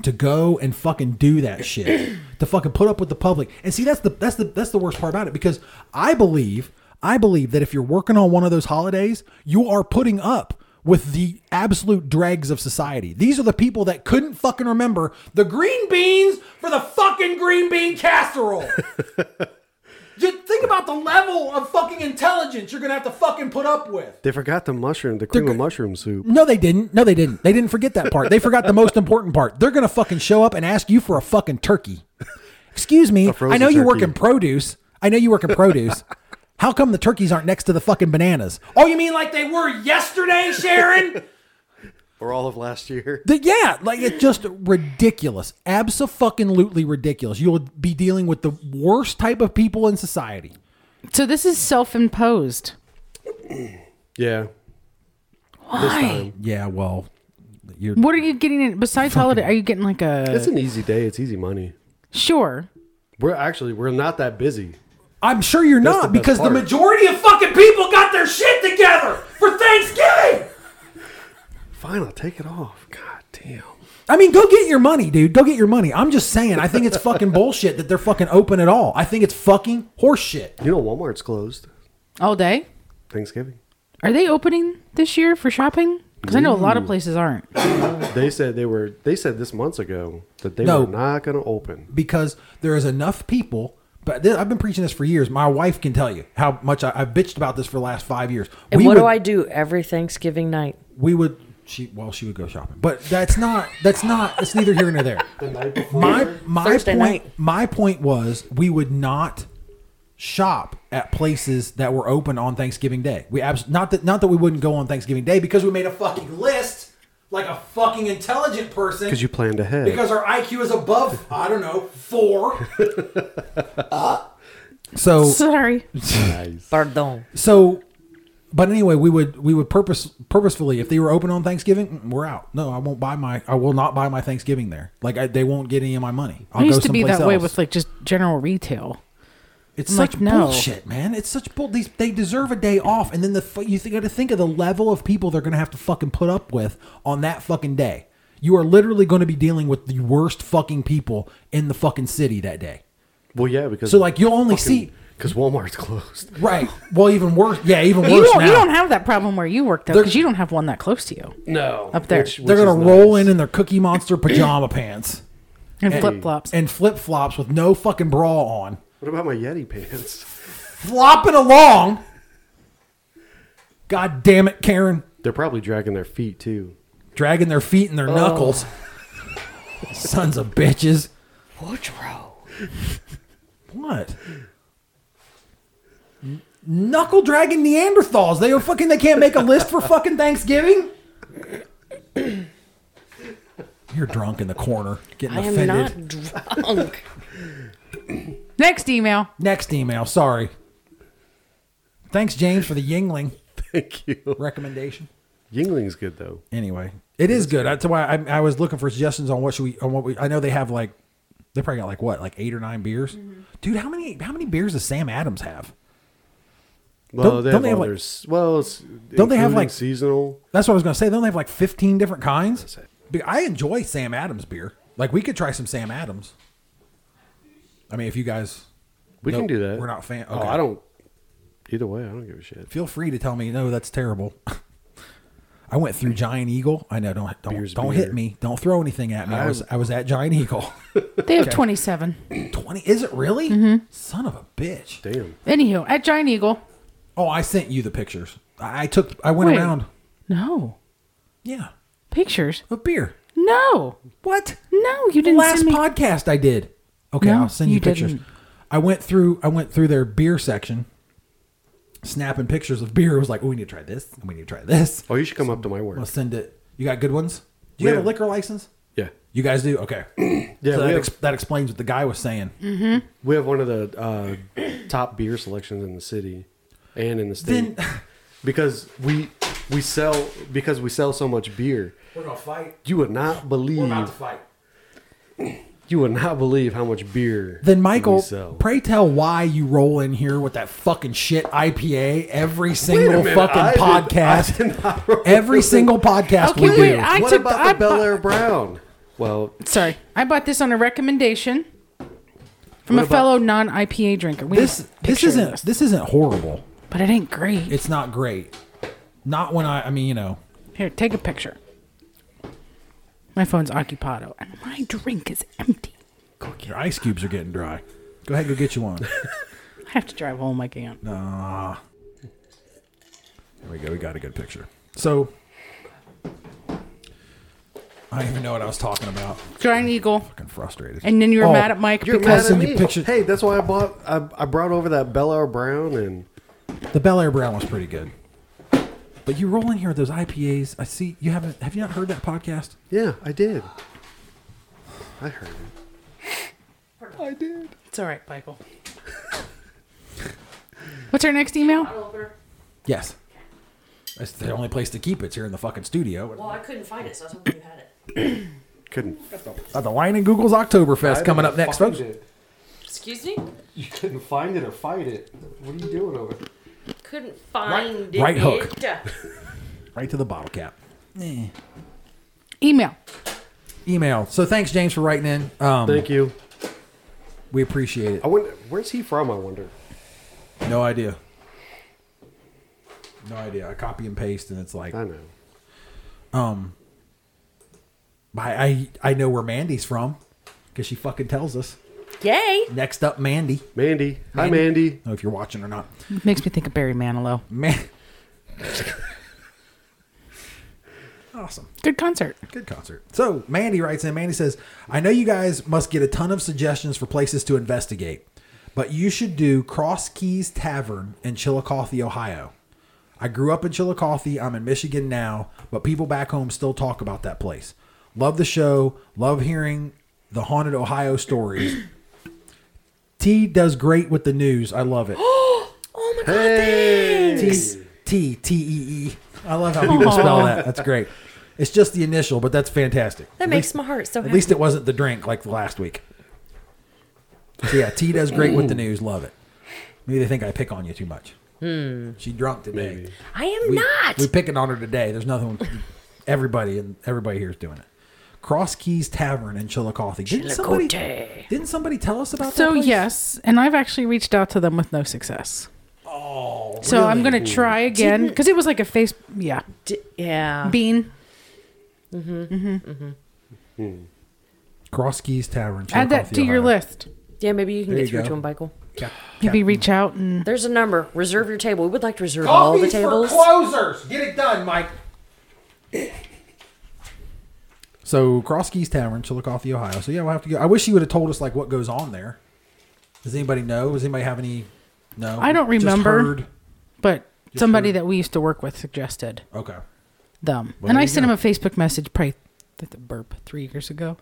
[SPEAKER 2] to go and fucking do that shit to fucking put up with the public and see that's the that's the that's the worst part about it because i believe i believe that if you're working on one of those holidays you are putting up with the absolute dregs of society these are the people that couldn't fucking remember the green beans for the fucking green bean casserole just think about the level of fucking intelligence you're gonna have to fucking put up with
[SPEAKER 4] They forgot the mushroom, the cream of mushroom soup.
[SPEAKER 2] no, they didn't. No, they didn't. They didn't forget that part. They forgot the most important part. They're gonna fucking show up and ask you for a fucking turkey. Excuse me.
[SPEAKER 4] frozen
[SPEAKER 2] I know you work
[SPEAKER 4] turkey.
[SPEAKER 2] in produce. I know you work in produce. How come the turkeys aren't next to the fucking bananas?
[SPEAKER 1] Oh, you mean like they were yesterday, Sharon?
[SPEAKER 4] Or all of last year.
[SPEAKER 2] The- yeah, like it's just ridiculous. Absolutely ridiculous. You'll be dealing with the worst type of people in society.
[SPEAKER 5] So this is self-imposed.
[SPEAKER 4] Yeah.
[SPEAKER 5] Why?
[SPEAKER 2] Yeah, well, you're
[SPEAKER 5] What are you getting in besides holiday? Are you getting like
[SPEAKER 4] It's
[SPEAKER 5] a
[SPEAKER 4] an easy day. It's easy money.
[SPEAKER 5] sure?
[SPEAKER 4] We're actually we're not that busy.
[SPEAKER 2] I'm sure you're
[SPEAKER 4] That's the
[SPEAKER 2] not
[SPEAKER 4] best
[SPEAKER 2] because
[SPEAKER 4] part.
[SPEAKER 2] the majority
[SPEAKER 1] Majority of fucking people got their shit together for Thanksgiving.
[SPEAKER 4] Fine, I'll take it off. God damn.
[SPEAKER 2] I mean, go get your money, dude. Go get your money. I'm just saying. I think it's fucking bullshit that they're fucking open at all. I think it's fucking horseshit.
[SPEAKER 4] You know Walmart's closed
[SPEAKER 5] All day?
[SPEAKER 4] Thanksgiving.
[SPEAKER 5] Are they opening this year for shopping? Because I know a lot of places aren't.
[SPEAKER 4] They said they were they said this months ago that they
[SPEAKER 2] No.
[SPEAKER 4] were not gonna open.
[SPEAKER 2] because there is enough people. But th- I've been preaching this for years. My wife can tell you how much I, I bitched about this for the last five years.
[SPEAKER 3] And
[SPEAKER 2] we
[SPEAKER 3] what
[SPEAKER 2] would,
[SPEAKER 3] do I do every Thanksgiving night?
[SPEAKER 2] We would. She well, she would go shopping, but that's not. That's not. It's neither here nor there. my my
[SPEAKER 3] Thursday
[SPEAKER 2] point.
[SPEAKER 3] night.
[SPEAKER 2] My point was we would not shop at places that were open on Thanksgiving Day. We abs- not that not that we wouldn't go on Thanksgiving Day because we made a fucking list like a fucking intelligent person.
[SPEAKER 4] Because you planned ahead.
[SPEAKER 2] because our IQ is above I don't know four. so
[SPEAKER 5] Sorry.
[SPEAKER 3] Pardon.
[SPEAKER 2] so, but anyway, we would we would purpose purposefully if they were open on Thanksgiving, mm, we're out. No, I won't buy my I will not buy my Thanksgiving there. Like I, they won't get any of my money. I'll
[SPEAKER 5] I used
[SPEAKER 2] go
[SPEAKER 5] to be
[SPEAKER 2] someplace
[SPEAKER 5] that way
[SPEAKER 2] else.
[SPEAKER 5] with like just general retail.
[SPEAKER 2] It's
[SPEAKER 5] I'm
[SPEAKER 2] such
[SPEAKER 5] like, no.
[SPEAKER 2] bullshit, man. It's such bull. These they deserve a day off, and then the fu- you got to think of the level of people they're going to have to fucking put up with on that fucking day. You are literally going to be dealing with the worst fucking people in the fucking city that day.
[SPEAKER 4] well yeah, because
[SPEAKER 2] So like you'll only see
[SPEAKER 4] because Walmart's closed.
[SPEAKER 2] Right. Well, even worse. Yeah, even worse
[SPEAKER 5] You don't,
[SPEAKER 2] now.
[SPEAKER 5] you don't have that problem where you work though, because you don't have one that close to you.
[SPEAKER 4] No,
[SPEAKER 5] Up there.
[SPEAKER 2] They're gonna roll in in their Cookie Monster pajama pants
[SPEAKER 5] And flip flops.
[SPEAKER 2] and flip flops with no fucking bra on,
[SPEAKER 4] What about my Yeti pants?
[SPEAKER 2] flopping along. God damn it, Karen!
[SPEAKER 4] They're probably dragging their feet too.
[SPEAKER 2] Dragging their feet and their
[SPEAKER 3] Oh.
[SPEAKER 2] knuckles. Sons of bitches.
[SPEAKER 3] Woodrow.
[SPEAKER 2] What? Knuckle dragging Neanderthals. They fucking they can't make a list for fucking Thanksgiving. You're drunk in the corner, getting
[SPEAKER 3] I am
[SPEAKER 2] offended.
[SPEAKER 3] not drunk.
[SPEAKER 5] Next email.
[SPEAKER 2] Next email, sorry. Thanks, James, for the Yingling
[SPEAKER 4] Thank you.
[SPEAKER 2] recommendation.
[SPEAKER 4] Yingling's good though.
[SPEAKER 2] Anyway, it is good. That's why I, I was looking for suggestions on what should we on what we. I know they have like they probably got like what like eight or nine beers. Dude, how many how many beers does Sam Adams have?
[SPEAKER 4] Well,
[SPEAKER 2] Don't-
[SPEAKER 4] they
[SPEAKER 2] don't
[SPEAKER 4] have
[SPEAKER 2] they have, like-
[SPEAKER 4] others. well, it's
[SPEAKER 2] Don't they have,
[SPEAKER 4] including
[SPEAKER 2] like-
[SPEAKER 4] seasonal?
[SPEAKER 2] That's what I was gonna say. Don't they have like fifteen different kinds? Be- I enjoy Sam Adams beer. Like we could try some Sam Adams. I mean, if you guys
[SPEAKER 4] We
[SPEAKER 2] Nope,
[SPEAKER 4] can do that.
[SPEAKER 2] we're not fan-
[SPEAKER 4] Oh,
[SPEAKER 2] okay.
[SPEAKER 4] I don't. Either way, I don't give a shit.
[SPEAKER 2] feel free to tell me no, that's terrible. I went through Giant Eagle. I know don't don't
[SPEAKER 4] Beer's
[SPEAKER 2] don't
[SPEAKER 4] beer.
[SPEAKER 2] hit me. Don't throw anything at me. I was I was at Giant Eagle.
[SPEAKER 5] They have 27.
[SPEAKER 2] Twenty? Is it really? Son of a bitch.
[SPEAKER 4] Damn.
[SPEAKER 5] Anywho, at Giant Eagle.
[SPEAKER 2] Oh, I sent you the pictures. I I took. I went
[SPEAKER 5] Wait.
[SPEAKER 2] around.
[SPEAKER 5] No.
[SPEAKER 2] Yeah,
[SPEAKER 5] Pictures?
[SPEAKER 2] a beer.
[SPEAKER 5] No.
[SPEAKER 2] What?
[SPEAKER 5] No, you
[SPEAKER 2] The
[SPEAKER 5] didn't
[SPEAKER 2] last
[SPEAKER 5] send me.
[SPEAKER 2] podcast I did. Okay,
[SPEAKER 5] No,
[SPEAKER 2] I'll send you,
[SPEAKER 5] you
[SPEAKER 2] pictures.
[SPEAKER 5] didn't.
[SPEAKER 2] I went through. I went through their beer section, snapping pictures of beer. It was like, oh, we need to try this. and We need to try this.
[SPEAKER 4] Oh, you should come up to my work.
[SPEAKER 2] I'll send it. You got good ones. Do you
[SPEAKER 4] Yeah.
[SPEAKER 2] have a liquor license?
[SPEAKER 4] Yeah.
[SPEAKER 2] You guys do. Okay.
[SPEAKER 4] Yeah,
[SPEAKER 2] So
[SPEAKER 4] we
[SPEAKER 2] that,
[SPEAKER 4] have- Mm.
[SPEAKER 2] ex- that explains what the guy was saying.
[SPEAKER 4] We have one of the uh, top beer selections in the city and in the state
[SPEAKER 2] Then
[SPEAKER 4] because we we sell because we sell so much beer.
[SPEAKER 2] we're gonna fight.
[SPEAKER 4] You would not believe
[SPEAKER 2] fight.
[SPEAKER 4] you would not believe how much beer.
[SPEAKER 2] Then
[SPEAKER 4] we
[SPEAKER 2] Michael,
[SPEAKER 4] sell.
[SPEAKER 2] pray tell why you roll in here with that fucking shit IPA every single
[SPEAKER 4] minute,
[SPEAKER 2] fucking
[SPEAKER 4] I did- I
[SPEAKER 2] podcast.
[SPEAKER 4] did not roll
[SPEAKER 2] every single podcast
[SPEAKER 5] Okay,
[SPEAKER 2] we do.
[SPEAKER 5] wait, I
[SPEAKER 4] what
[SPEAKER 5] took
[SPEAKER 4] about
[SPEAKER 5] the-
[SPEAKER 4] the,
[SPEAKER 5] I
[SPEAKER 4] Bel
[SPEAKER 5] bu-
[SPEAKER 4] Air Brown? Well,
[SPEAKER 5] Sorry. I bought this on a recommendation from
[SPEAKER 4] What
[SPEAKER 5] a
[SPEAKER 4] about-
[SPEAKER 5] fellow non IPA drinker. We
[SPEAKER 2] this
[SPEAKER 5] have a
[SPEAKER 2] this
[SPEAKER 5] picture of
[SPEAKER 2] isn't this. isn't horrible.
[SPEAKER 5] but it ain't great.
[SPEAKER 2] It's not great. Not when I I mean, you know.
[SPEAKER 5] Here, take a picture. My phone's occupado, and my drink is empty.
[SPEAKER 2] Your ice cubes are getting dry. Go ahead, go get you one.
[SPEAKER 5] I have to drive home. I can't.
[SPEAKER 2] There we go. We got a good picture. So I don't even know what I was talking about.
[SPEAKER 5] Giant Eagle.
[SPEAKER 2] Fucking frustrated.
[SPEAKER 5] And then you were
[SPEAKER 2] Oh,
[SPEAKER 5] mad at Mike
[SPEAKER 4] you're
[SPEAKER 5] because
[SPEAKER 4] mad at
[SPEAKER 2] you
[SPEAKER 4] me.
[SPEAKER 2] pictured-
[SPEAKER 4] Hey, that's why I bought I, I brought over that Bel Air Brown and
[SPEAKER 2] The Bel Air Brown was pretty good. But you roll in here with those IPAs. I see you haven't. Have you not heard that podcast?
[SPEAKER 4] yeah, I did. I heard it. I did.
[SPEAKER 5] it's all right, Michael. What's our next email?
[SPEAKER 2] Yes. That's the only place to keep it. It's here in the fucking studio.
[SPEAKER 3] Well, I couldn't find it, so I was hoping you had it.
[SPEAKER 4] Couldn't.
[SPEAKER 2] Uh, the Wine and Google's Oktoberfest coming up next, folks.
[SPEAKER 3] Excuse me?
[SPEAKER 4] You couldn't find it or fight it. What are you doing over there?
[SPEAKER 3] Couldn't find it.
[SPEAKER 2] right hook. Right to the bottle cap.
[SPEAKER 5] Email.
[SPEAKER 2] Email. So thanks, James, for writing in. Um,
[SPEAKER 4] Thank you.
[SPEAKER 2] we appreciate
[SPEAKER 4] I wonder where's he from. I wonder.
[SPEAKER 2] it. No idea. No idea. I copy and paste, and it's like
[SPEAKER 4] I
[SPEAKER 2] I
[SPEAKER 4] know.
[SPEAKER 2] I, I know where Mandy's from because she fucking tells us.
[SPEAKER 3] Yay!
[SPEAKER 2] Next up, Mandy.
[SPEAKER 4] Mandy. Hi, Mandy.
[SPEAKER 2] I don't know if you're watching or not.
[SPEAKER 5] Makes me think of Barry Manilow.
[SPEAKER 2] Man. awesome.
[SPEAKER 5] Good concert.
[SPEAKER 2] Good concert. So Mandy writes in. Mandy says, "I know you guys must get a ton of suggestions for places to investigate, but you should do Cross Keys Tavern in Chillicothe, Ohio. I grew up in Chillicothe. I'm in Michigan now, but people back home still talk about that place. Love the show. Love hearing the haunted Ohio stories. T does great with the news. I love it.
[SPEAKER 3] Oh my god,
[SPEAKER 4] Hey.
[SPEAKER 2] T T T E E. I love how people spell that. That's great. It's just the initial, but that's fantastic.
[SPEAKER 3] that
[SPEAKER 2] At
[SPEAKER 3] makes
[SPEAKER 2] least-
[SPEAKER 3] my heart so
[SPEAKER 2] At
[SPEAKER 3] happy.
[SPEAKER 2] least it wasn't the drink like the last week. So yeah, T does great with the news. Love it. Maybe they think I pick on you too much.
[SPEAKER 5] Hmm.
[SPEAKER 2] She drunk today.
[SPEAKER 4] Maybe.
[SPEAKER 3] I am
[SPEAKER 2] We,
[SPEAKER 3] not.
[SPEAKER 2] We picking on her today. There's nothing. Everybody and everybody here is doing it. Cross Keys Tavern in Chillicothe. Didn't somebody,
[SPEAKER 3] Chillicothe.
[SPEAKER 2] didn't somebody tell us about that?
[SPEAKER 5] So
[SPEAKER 2] place?
[SPEAKER 5] yes, and I've actually reached out to them with no success. Oh, so I'm
[SPEAKER 2] really?
[SPEAKER 5] gonna try again because it was like a face. Yeah,
[SPEAKER 3] D- yeah.
[SPEAKER 5] bean.
[SPEAKER 2] Cross Keys Tavern.
[SPEAKER 5] Add that
[SPEAKER 2] Chillicothe,
[SPEAKER 5] to your
[SPEAKER 2] Ohio.
[SPEAKER 5] list.
[SPEAKER 3] yeah, maybe you can
[SPEAKER 2] There
[SPEAKER 3] get
[SPEAKER 2] you
[SPEAKER 3] through
[SPEAKER 2] go.
[SPEAKER 3] to him, Michael.
[SPEAKER 2] Cap-
[SPEAKER 5] Maybe
[SPEAKER 2] cap-
[SPEAKER 5] reach out and
[SPEAKER 3] There's a number. Reserve your table. We would like to reserve all the
[SPEAKER 2] Coffees
[SPEAKER 3] tables.
[SPEAKER 2] closers. Get it done, Mike. So Cross Keys Tavern, Chillicothe, Ohio. So yeah, we'll have to go. I wish you would have told us like what goes on there. Does anybody know? Does anybody have any? No,
[SPEAKER 5] I don't
[SPEAKER 2] Just
[SPEAKER 5] remember.
[SPEAKER 2] heard?
[SPEAKER 5] but somebody
[SPEAKER 2] heard.
[SPEAKER 5] that we used to work with suggested
[SPEAKER 2] Okay.
[SPEAKER 5] them,
[SPEAKER 2] Well,
[SPEAKER 5] and
[SPEAKER 2] there
[SPEAKER 5] I
[SPEAKER 2] you
[SPEAKER 5] sent
[SPEAKER 2] go.
[SPEAKER 5] him a Facebook message probably th- th- burp three years ago.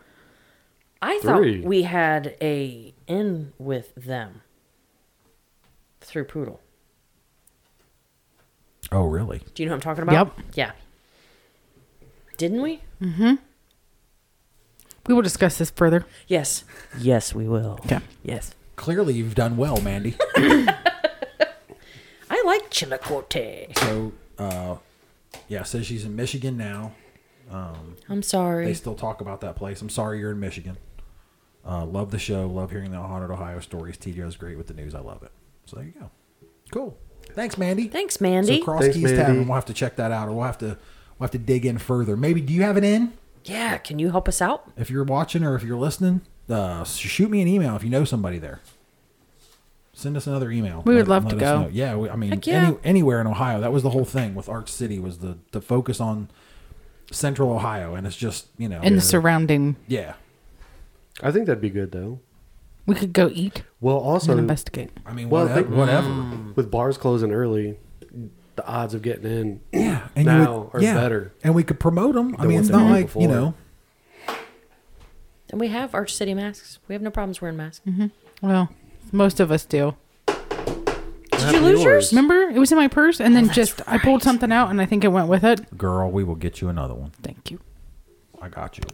[SPEAKER 3] I
[SPEAKER 4] Three.
[SPEAKER 3] thought we had a in with them through Poodle.
[SPEAKER 2] Oh really?
[SPEAKER 3] Do you know what I'm talking
[SPEAKER 5] Yep.
[SPEAKER 3] about? Yeah. Didn't we?
[SPEAKER 5] We will discuss this further.
[SPEAKER 3] Yes. Yes, we will.
[SPEAKER 5] Okay.
[SPEAKER 3] Yes.
[SPEAKER 2] Clearly, you've done well, Mandy.
[SPEAKER 3] I like Chillicothe.
[SPEAKER 2] so, uh, yeah, says she's in Michigan now.
[SPEAKER 3] I'm
[SPEAKER 2] They
[SPEAKER 3] sorry.
[SPEAKER 2] still talk about that place. I'm sorry you're in Michigan. Uh, love the show. Love hearing the haunted Ohio stories. TDO's great with the news. I love it. So there you go. Cool. Thanks, Mandy.
[SPEAKER 3] Thanks, Mandy.
[SPEAKER 2] So Cross
[SPEAKER 4] Thanks,
[SPEAKER 2] Keys
[SPEAKER 4] Mandy.
[SPEAKER 2] Tavern. We'll have to check that out, or we'll have to we'll have to dig in further. Maybe do you have an in?
[SPEAKER 3] yeah, can you help us out?
[SPEAKER 2] If you're watching or if you're listening, uh, shoot me an email if you know somebody there. Send us another email.
[SPEAKER 5] We would love to
[SPEAKER 2] us
[SPEAKER 5] go.
[SPEAKER 2] know. Yeah, we, I mean,
[SPEAKER 3] Heck yeah.
[SPEAKER 2] any, anywhere in Ohio. That was the whole thing with Arch City was the the focus on Central Ohio, and it's just you know
[SPEAKER 5] And the surrounding,
[SPEAKER 2] yeah.
[SPEAKER 4] I think that'd be good though.
[SPEAKER 5] we could go eat
[SPEAKER 4] Well,
[SPEAKER 5] and
[SPEAKER 4] also
[SPEAKER 5] investigate.
[SPEAKER 2] I mean,
[SPEAKER 4] Well,
[SPEAKER 2] whatever.
[SPEAKER 4] think-
[SPEAKER 2] whatever.
[SPEAKER 4] with bars closing early, the odds of getting in
[SPEAKER 2] Yeah, and you
[SPEAKER 4] now
[SPEAKER 2] would-
[SPEAKER 4] are
[SPEAKER 2] yeah.
[SPEAKER 4] better.
[SPEAKER 2] and we could promote them. I
[SPEAKER 4] Than
[SPEAKER 2] mean,
[SPEAKER 4] what
[SPEAKER 2] it's
[SPEAKER 4] they
[SPEAKER 2] not
[SPEAKER 4] did
[SPEAKER 2] like you
[SPEAKER 4] before.
[SPEAKER 2] know.
[SPEAKER 3] And we have Arch City masks. We have no problems wearing masks.
[SPEAKER 5] Well, most of us do.
[SPEAKER 3] Did you lose yours?
[SPEAKER 5] Remember, it was in my purse,
[SPEAKER 2] Oh,
[SPEAKER 5] and then just I pulled something out, and I think it went with it.
[SPEAKER 2] Girl, we will get you another one.
[SPEAKER 5] Thank you.
[SPEAKER 2] I got you.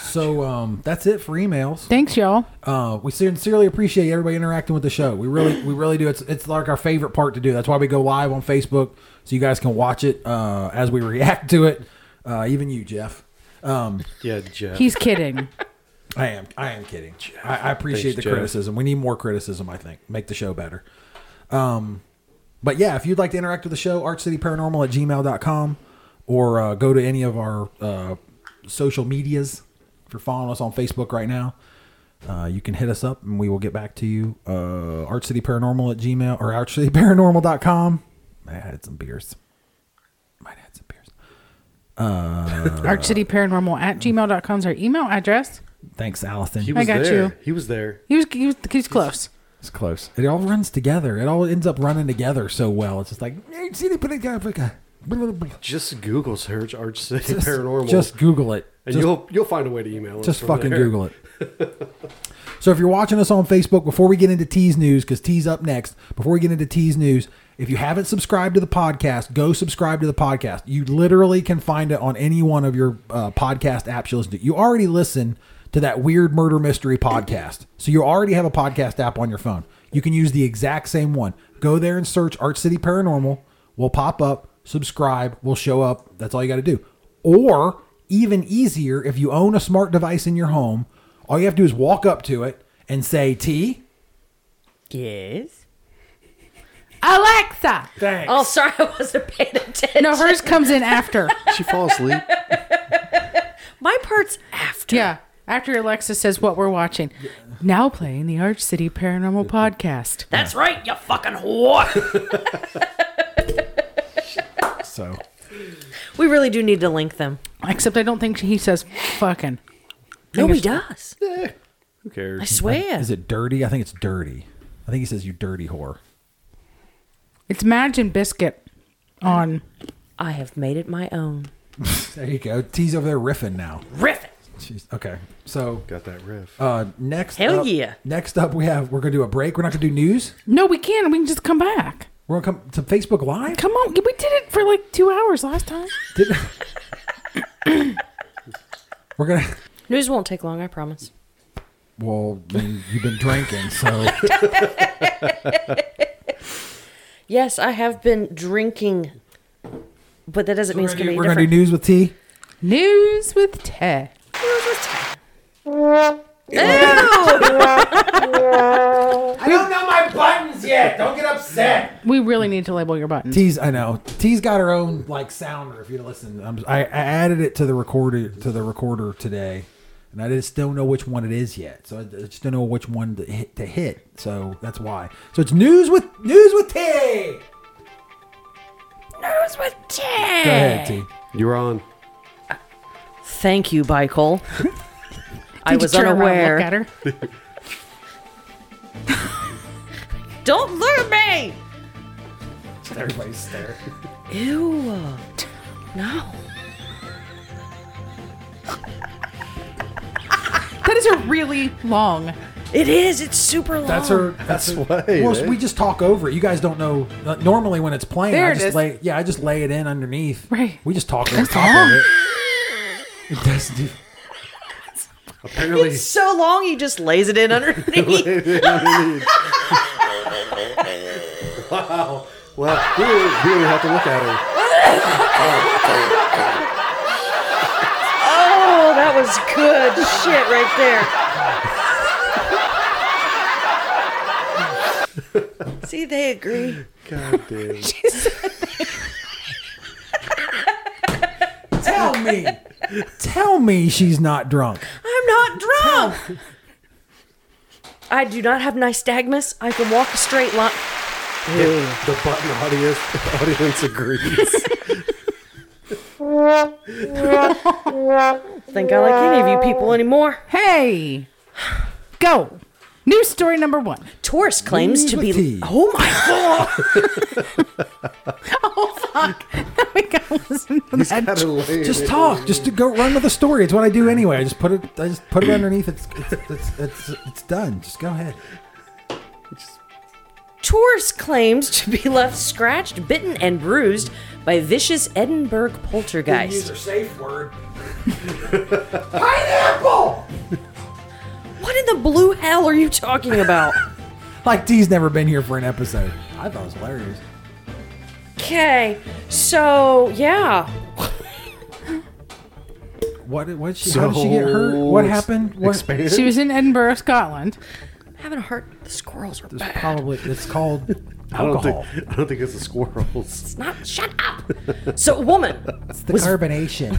[SPEAKER 2] So um, that's it for emails.
[SPEAKER 5] Thanks, y'all.
[SPEAKER 2] Uh, we sincerely appreciate everybody interacting with the show. We really, we really do. It's it's like our favorite part to do. That's why we go live on Facebook so you guys can watch it uh, as we react to it. Uh, even you, Jeff. Um,
[SPEAKER 4] Yeah, Jeff.
[SPEAKER 5] He's kidding.
[SPEAKER 2] I am. I am kidding. I, I appreciate
[SPEAKER 4] Thanks,
[SPEAKER 2] the
[SPEAKER 4] Jeff.
[SPEAKER 2] criticism. We need more criticism. I think make the show better. Um, but yeah, if you'd like to interact with the show, artcityparanormal at gmail.com or uh, go to any of our uh, social medias. If you're following us on Facebook right now, uh, you can hit us up and we will get back to you. Uh, artcityparanormal at gmail or artcityparanormal.com. I had some beers. Might have had some beers.
[SPEAKER 5] ArchCityParanormal at gmail.com is our email address.
[SPEAKER 2] Thanks, Allison.
[SPEAKER 4] He was
[SPEAKER 5] got
[SPEAKER 4] there.
[SPEAKER 5] you.
[SPEAKER 4] He was there.
[SPEAKER 5] He was, he was, he was close.
[SPEAKER 2] It's close. It all runs together. It all ends up running together so well. It's just like "Hey, see they put it down, like a- blah, blah, blah."
[SPEAKER 4] Just Google search Arch City
[SPEAKER 2] Just-
[SPEAKER 4] Paranormal.
[SPEAKER 2] Just Google it.
[SPEAKER 4] and
[SPEAKER 2] Just-
[SPEAKER 4] you'll you'll find a way to email us.
[SPEAKER 2] just
[SPEAKER 4] from
[SPEAKER 2] fucking
[SPEAKER 4] there.
[SPEAKER 2] Google it. so if you're watching us on Facebook, before we get into Tease News, because Tease up next, before we get into Tease News, if you haven't subscribed to the podcast, go subscribe to the podcast. You literally can find it on any one of your uh, podcast apps you listen to. You already listen to that weird murder mystery podcast. So you already have a podcast app on your phone. You can use the exact same one. Go there and search Art City Paranormal. We'll pop up, subscribe, we'll show up. That's all you got to do. Or even easier, if you own a smart device in your home, all you have to do is walk up to it and say, T.
[SPEAKER 3] Yes.
[SPEAKER 5] Alexa!
[SPEAKER 2] Thanks.
[SPEAKER 3] Oh, sorry, I wasn't paying attention.
[SPEAKER 5] No, hers comes in after.
[SPEAKER 4] She falls asleep.
[SPEAKER 3] My part's after.
[SPEAKER 5] Yeah. After Alexa says what we're watching. Now playing the Arch City Paranormal podcast.
[SPEAKER 3] That's right, you fucking whore.
[SPEAKER 2] So,
[SPEAKER 3] we really do need to link them.
[SPEAKER 5] Except I don't think he says fucking.
[SPEAKER 3] No, he does.
[SPEAKER 4] Who
[SPEAKER 3] I
[SPEAKER 4] cares?
[SPEAKER 3] swear.
[SPEAKER 2] is it dirty? I think it's dirty. I think he says, You dirty whore.
[SPEAKER 5] It's Madge and Biscuit on.
[SPEAKER 3] I have made it my own.
[SPEAKER 2] There you go. T's over there riffing now.
[SPEAKER 3] Riff it.
[SPEAKER 2] Jeez. Okay. So,
[SPEAKER 4] Got that riff.
[SPEAKER 2] uh, next
[SPEAKER 3] Hell
[SPEAKER 2] up,
[SPEAKER 3] yeah.
[SPEAKER 2] Next up, we have, we're going to do a break. We're not going to do news.
[SPEAKER 5] No, we can. We can just come back.
[SPEAKER 2] We're going to come to Facebook Live.
[SPEAKER 5] Come on. We did it for like two hours last time.
[SPEAKER 2] Did- we're going to.
[SPEAKER 3] News won't take long, I promise.
[SPEAKER 2] Well, I mean, you've been drinking, so
[SPEAKER 3] Yes, I have been drinking, but that doesn't mean it's
[SPEAKER 2] we're
[SPEAKER 3] going to be
[SPEAKER 2] gonna do
[SPEAKER 3] different.
[SPEAKER 2] news with T.
[SPEAKER 5] News with Ted.
[SPEAKER 1] I don't know my buttons yet. Don't get upset.
[SPEAKER 5] We really need to label your buttons.
[SPEAKER 2] T's, I know. T's got her own like sounder. If you listen, I'm, I, I added it to the recorder to the recorder today, and I just don't know which one it is yet. So I just don't know which one to hit. To hit. So that's why. So it's news with news with T. News with T. Go ahead, T.
[SPEAKER 4] You're on.
[SPEAKER 3] Thank you, Michael. I
[SPEAKER 5] Did you
[SPEAKER 3] was
[SPEAKER 5] turn around and
[SPEAKER 3] unaware.
[SPEAKER 5] Look at her.
[SPEAKER 3] Don't lure me!
[SPEAKER 2] Everybody's staring.
[SPEAKER 3] Ew. No.
[SPEAKER 5] That is a really long.
[SPEAKER 3] It is. It's super long.
[SPEAKER 2] That's
[SPEAKER 5] Oh.
[SPEAKER 2] her. That's, her-
[SPEAKER 4] why,
[SPEAKER 2] Well,
[SPEAKER 4] eh?
[SPEAKER 2] we just talk over it. You guys don't know. uh, Normally, when it's playing,
[SPEAKER 5] There
[SPEAKER 2] I
[SPEAKER 5] it
[SPEAKER 2] just
[SPEAKER 5] is.
[SPEAKER 2] lay. Yeah, I just lay it in underneath.
[SPEAKER 5] Right.
[SPEAKER 2] We just talk over top of it. It does do.
[SPEAKER 4] Apparently,
[SPEAKER 3] It's so long, he just lays it in underneath.
[SPEAKER 4] well, we really, we really have to look at her.
[SPEAKER 3] oh, that was good shit right there. See, they agree.
[SPEAKER 4] God damn.
[SPEAKER 2] Tell me. Tell me she's not drunk.
[SPEAKER 3] I'm not drunk. I do not have nystagmus. I can walk a straight line.
[SPEAKER 4] the button audience, audience agrees.
[SPEAKER 3] Think I like any of you people anymore.
[SPEAKER 5] Hey, go. News story number one.
[SPEAKER 3] Taurus claims to be.
[SPEAKER 2] Liberty.
[SPEAKER 3] Oh my god!
[SPEAKER 5] we gotta listen to that.
[SPEAKER 4] Gotta lay it
[SPEAKER 2] Just
[SPEAKER 4] in.
[SPEAKER 2] talk. Just to go run with the story. It's what I do anyway. I just put it. I just put it underneath. It's it's it's it's, it's done. Just go ahead.
[SPEAKER 3] Taurus claims to be left scratched, bitten, and bruised by vicious Edinburgh poltergeist.
[SPEAKER 1] her safe word.
[SPEAKER 2] Pineapple.
[SPEAKER 3] What in the blue hell are you talking about?
[SPEAKER 2] Like D's never been here for an episode. I thought it was hilarious.
[SPEAKER 3] Okay, so yeah,
[SPEAKER 2] What? What? She, how did she get hurt? What happened? What?
[SPEAKER 4] Expand.
[SPEAKER 5] She was in Edinburgh, Scotland.
[SPEAKER 3] I'm having a heart. The squirrels are
[SPEAKER 2] It's
[SPEAKER 3] back.
[SPEAKER 2] probably. It's called
[SPEAKER 4] I don't
[SPEAKER 2] alcohol.
[SPEAKER 4] think. I don't think it's the squirrels.
[SPEAKER 3] It's not. Shut up. So, a woman.
[SPEAKER 2] It's the carbonation.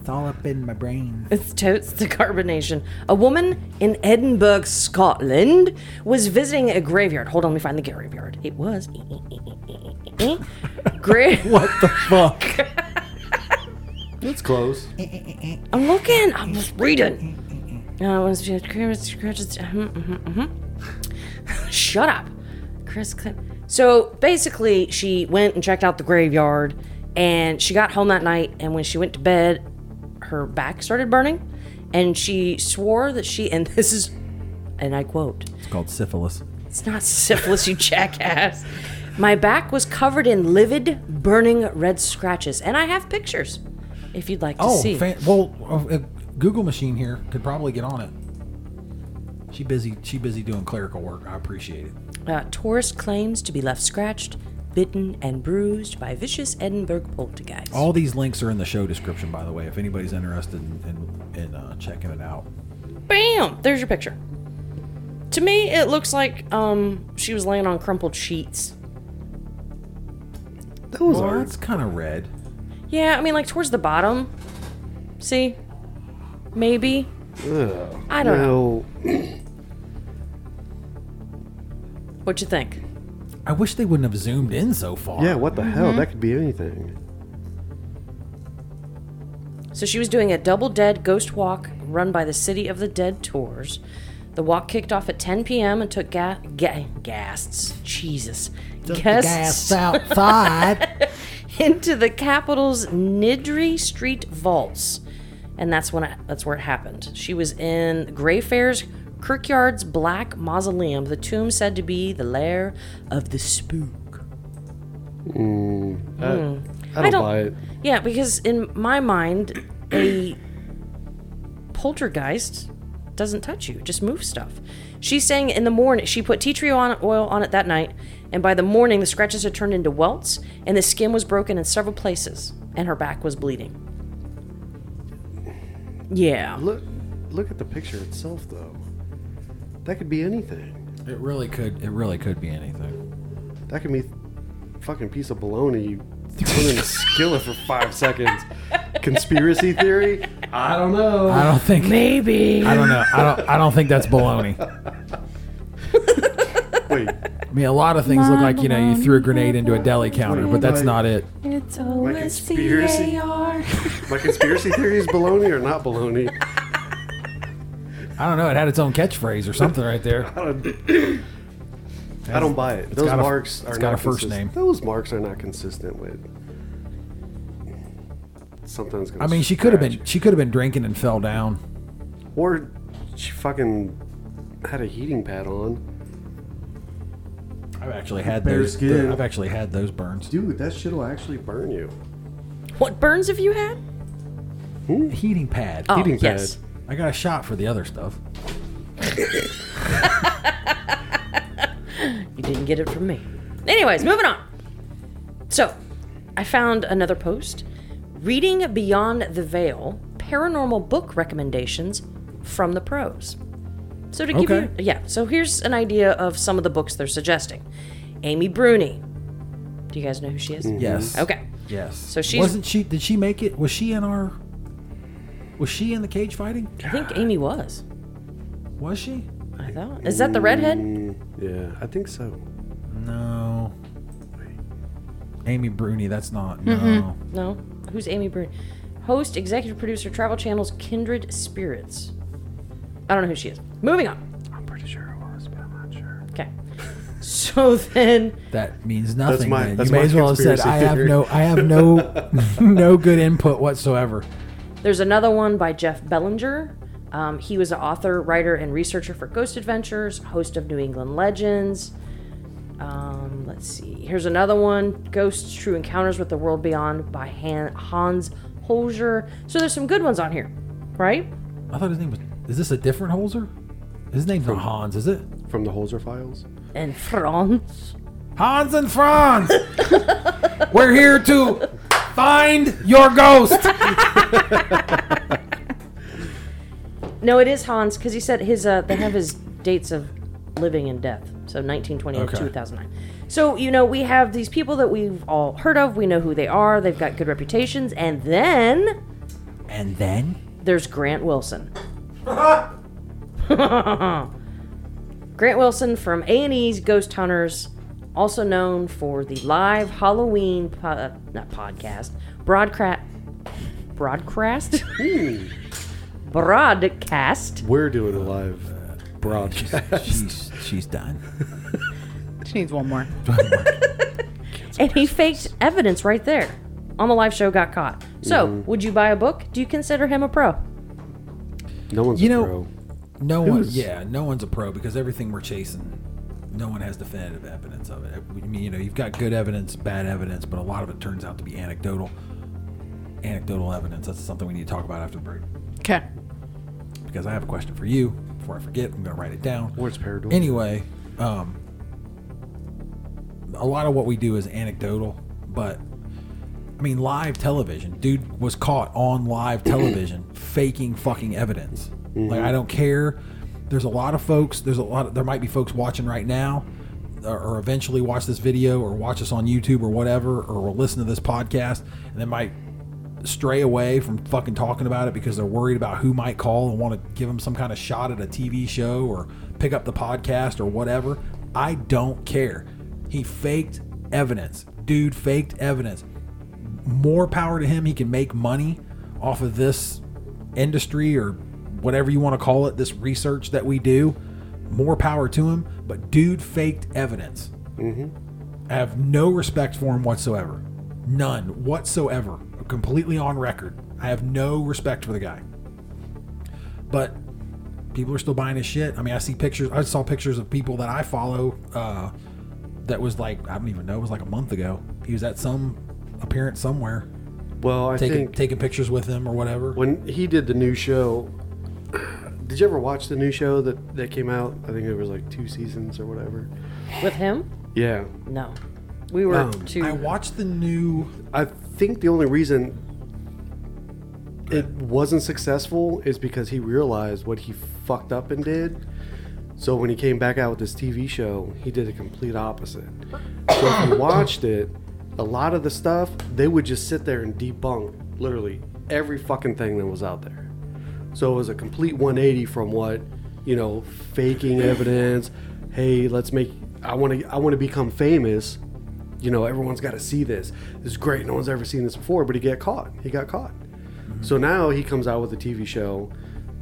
[SPEAKER 2] it's all up in my brain.
[SPEAKER 3] It's totes the carbonation. A woman in Edinburgh, Scotland, was visiting a graveyard. Hold on, let me find the graveyard. It was. eh, Gra-
[SPEAKER 2] What the fuck?
[SPEAKER 4] It's close.
[SPEAKER 3] I'm looking. I'm just reading. Uh, was uh-huh, Shut uh-huh. up, Chris. Clin- So basically, she went and checked out the graveyard, and she got home that night. And when she went to bed, her back started burning, and she swore that she and this is, and I quote,
[SPEAKER 2] It's called syphilis.
[SPEAKER 3] "It's not syphilis, you jackass." My back was covered in livid, burning red scratches, and I have pictures, if you'd like to
[SPEAKER 2] Oh,
[SPEAKER 3] see.
[SPEAKER 2] fan, well, a, a Google machine here could probably get on it. She busy. She busy doing clerical work. I appreciate it.
[SPEAKER 3] Uh, Taurus claims to be left scratched, bitten, and bruised by vicious Edinburgh poltergeist.
[SPEAKER 2] All these links are in the show description, by the way. If anybody's interested in in, in uh, checking it out,
[SPEAKER 3] Bam! There's your picture. To me, it looks like um she was laying on crumpled sheets.
[SPEAKER 4] Those
[SPEAKER 2] well,
[SPEAKER 4] are
[SPEAKER 2] that's kind of red.
[SPEAKER 3] Yeah, I mean, like towards the bottom. See? Maybe. I don't know.
[SPEAKER 4] no.
[SPEAKER 3] What you think?
[SPEAKER 2] I wish they wouldn't have zoomed in so far.
[SPEAKER 4] Yeah, what the
[SPEAKER 2] mm-hmm.
[SPEAKER 4] hell? That could be anything.
[SPEAKER 3] So she was doing a double dead ghost walk run by the City of the Dead tours. The walk kicked off at 10 p.m. and took ga- ga- guests. Jesus. Guests.
[SPEAKER 2] outside.
[SPEAKER 3] into the capital's Nidri Street vaults, and that's when I, that's where it happened. She was in Greyfair's Kirkyard's Black Mausoleum, the tomb said to be the lair of the spook.
[SPEAKER 4] I don't,
[SPEAKER 3] don't-
[SPEAKER 4] buy it.
[SPEAKER 3] Yeah, because in my mind, a poltergeist doesn't touch you; it just moves stuff. She's saying in the morning she put tea tree on, oil on it that night, and by the morning the scratches had turned into welts, and the skin was broken in several places, and her back was bleeding. Yeah.
[SPEAKER 4] Look, look at the picture itself, though. That could be anything.
[SPEAKER 2] It really could. It really could be anything.
[SPEAKER 4] That could be fucking piece of bologna you thrown in a skillet for five seconds. Conspiracy theory? I don't know.
[SPEAKER 2] I don't think.
[SPEAKER 3] Maybe.
[SPEAKER 2] I don't know. I don't. I don't think that's baloney.
[SPEAKER 4] Wait,
[SPEAKER 2] I mean, a lot of things look like you know you threw a grenade into a deli counter, but that's not it.
[SPEAKER 5] It's
[SPEAKER 4] my conspiracy,
[SPEAKER 5] OCAR.
[SPEAKER 4] my conspiracy theory is bologna or not bologna?
[SPEAKER 2] I don't know. It had its own catchphrase or something right there.
[SPEAKER 4] I don't buy it. Those
[SPEAKER 2] got a-
[SPEAKER 4] marks are
[SPEAKER 2] it's
[SPEAKER 4] not
[SPEAKER 2] got a first
[SPEAKER 4] consist-
[SPEAKER 2] name.
[SPEAKER 4] Those marks are not consistent with. Something's gonna.
[SPEAKER 2] I mean, she could have been. She could have been drinking and fell down.
[SPEAKER 4] Or she fucking had a heating pad on.
[SPEAKER 2] I've actually had
[SPEAKER 4] Bare
[SPEAKER 2] those.
[SPEAKER 4] skin.
[SPEAKER 2] I've actually had those burns.
[SPEAKER 4] Dude, that shit'll actually burn you.
[SPEAKER 3] What burns have you had?
[SPEAKER 2] Heating pad.
[SPEAKER 3] Oh,
[SPEAKER 4] Heating
[SPEAKER 3] yes.
[SPEAKER 4] pad.
[SPEAKER 2] I got a shot for the other stuff.
[SPEAKER 3] You didn't get it from me. Anyways, moving on. So, I found another post Reading Beyond the Veil Paranormal Book Recommendations from the Pros. So, to give
[SPEAKER 2] Okay.
[SPEAKER 3] you, yeah, so here's an idea of some of the books they're suggesting Amy Bruni. Do you guys know who she is?
[SPEAKER 2] Yes.
[SPEAKER 3] Mm-hmm. Okay.
[SPEAKER 2] Yes. So
[SPEAKER 3] she's-
[SPEAKER 2] wasn't she? Did she make it? Was she in our? Was she in the cage fighting?
[SPEAKER 3] I think Amy was.
[SPEAKER 2] Was she?
[SPEAKER 3] I thought. Is that the redhead?
[SPEAKER 4] Mm, Yeah, I think so.
[SPEAKER 2] No. Amy Bruni. That's not. No.
[SPEAKER 3] No. Who's Amy Bruni? Host, executive producer, Travel Channel's Kindred Spirits. I don't know who she is. Moving on.
[SPEAKER 4] I'm pretty sure it was, but I'm not sure.
[SPEAKER 3] Okay. So then.
[SPEAKER 2] That means nothing.
[SPEAKER 4] my-
[SPEAKER 2] then.
[SPEAKER 4] that's
[SPEAKER 2] you may
[SPEAKER 4] my
[SPEAKER 2] as well have said,
[SPEAKER 4] conspiracy
[SPEAKER 2] "I have
[SPEAKER 4] theory."
[SPEAKER 2] no, I have no, no good input whatsoever."
[SPEAKER 3] There's another one by Jeff Bellinger. Um, he was an author, writer, and researcher for Ghost Adventures, host of New England Legends. Um, let's see. Here's another one Ghosts, True Encounters with the World Beyond by Han- Hans Holzer. So there's some good ones on here, right?
[SPEAKER 2] I thought his name was. Is this a different Holzer? His name's not Hans, is it?
[SPEAKER 4] From the Holzer files?
[SPEAKER 3] And Franz.
[SPEAKER 2] Hans and Franz. We're here to find your ghost.
[SPEAKER 3] No, it is Hans because he said his uh, they have his dates of living and death. So 1920 and
[SPEAKER 2] Okay.
[SPEAKER 3] 2009. So you know we have these people that we've all heard of. We know who they are. They've got good reputations. And then
[SPEAKER 2] and then
[SPEAKER 3] there's Grant Wilson. Grant Wilson from A&E's Ghost Hunters, also known for the live Halloween po- uh, not podcast broadcast broadcast broadcast.
[SPEAKER 4] Hmm, We're doing a live
[SPEAKER 2] Uh,
[SPEAKER 4] broadcast.
[SPEAKER 2] she's she's done.
[SPEAKER 5] She needs one more.
[SPEAKER 3] and he faked evidence right there on the live show got caught so would you buy a book do you consider him a pro
[SPEAKER 4] No one's
[SPEAKER 2] You
[SPEAKER 4] a
[SPEAKER 2] know-
[SPEAKER 4] pro.
[SPEAKER 2] No one.
[SPEAKER 4] Who's-
[SPEAKER 2] Yeah, no one's a pro because everything we're chasing, no one has definitive evidence of it. I mean, you know, you've got good evidence, bad evidence, but a lot of it turns out to be anecdotal. Anecdotal evidence. That's something we need to talk about after the break.
[SPEAKER 5] Okay.
[SPEAKER 2] because I have a question for you. Before I forget, I'm going to write it down.
[SPEAKER 4] Where's Parador?
[SPEAKER 2] Anyway, um, a lot of what we do is anecdotal, but I mean, live television. Dude was caught on live television faking fucking evidence. Like, I don't care. There's a lot of folks, there's a lot, of, there might be folks watching right now or, or eventually watch this video or watch us on YouTube or whatever, or will listen to this podcast and they might stray away from fucking talking about it because they're worried about who might call and want to give them some kind of shot at a TV show or pick up the podcast or whatever. I don't care. He faked evidence. Dude faked evidence. More power to him. He can make money off of this industry or whatever you want to call it, this research that we do. More power to him. But dude faked evidence. I have no respect for him whatsoever. None whatsoever. Completely on record. I have no respect for the guy. But people are still buying his shit. I mean, I see pictures. I saw pictures of people that I follow. Uh, that was like I don't even know. It was like a month ago. He was at some appearance somewhere,
[SPEAKER 4] Well, I
[SPEAKER 2] taking
[SPEAKER 4] think
[SPEAKER 2] taking pictures with him or whatever.
[SPEAKER 4] when he did the new show, did you ever watch the new show that, that came out? I think it was like two seasons or whatever.
[SPEAKER 3] with him
[SPEAKER 4] Yeah.
[SPEAKER 3] no we were
[SPEAKER 4] Um,
[SPEAKER 3] too
[SPEAKER 2] I watched the new.
[SPEAKER 4] I think the only reason
[SPEAKER 2] that.
[SPEAKER 4] it wasn't successful is because he realized what he fucked up and did. So when he came back out with this TV show, he did a complete opposite. So if you watched it, a lot of the stuff they would just sit there and debunk literally every fucking thing that was out there. So it was a complete 180 from what, you know, faking evidence. Hey, let's make. I want to. I want to become famous. You know, everyone's got to see this. This is great. No one's ever seen this before. But he got caught. He got caught. So now he comes out with a TV show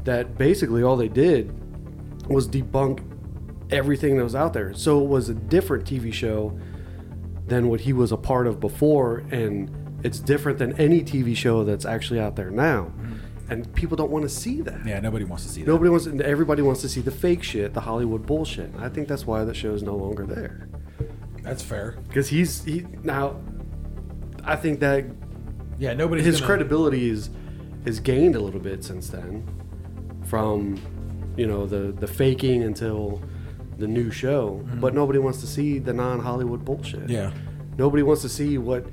[SPEAKER 4] that basically all they did was debunk everything that was out there. So it was a different TV show than what he was a part of before, and it's different than any TV show that's actually out there now. And people don't want to see that.
[SPEAKER 2] yeah, nobody wants to see that.
[SPEAKER 4] Nobody wants. and Everybody wants to see the fake shit, the Hollywood bullshit. And I think that's why that show is no longer there.
[SPEAKER 2] That's fair.
[SPEAKER 4] Because he's he now. I think that
[SPEAKER 2] Yeah, nobody.
[SPEAKER 4] his credibility is is gained a little bit since then, from you know the the faking until the new show. But nobody wants to see the non Hollywood bullshit.
[SPEAKER 2] Mm-hmm. Yeah.
[SPEAKER 4] Nobody wants to see what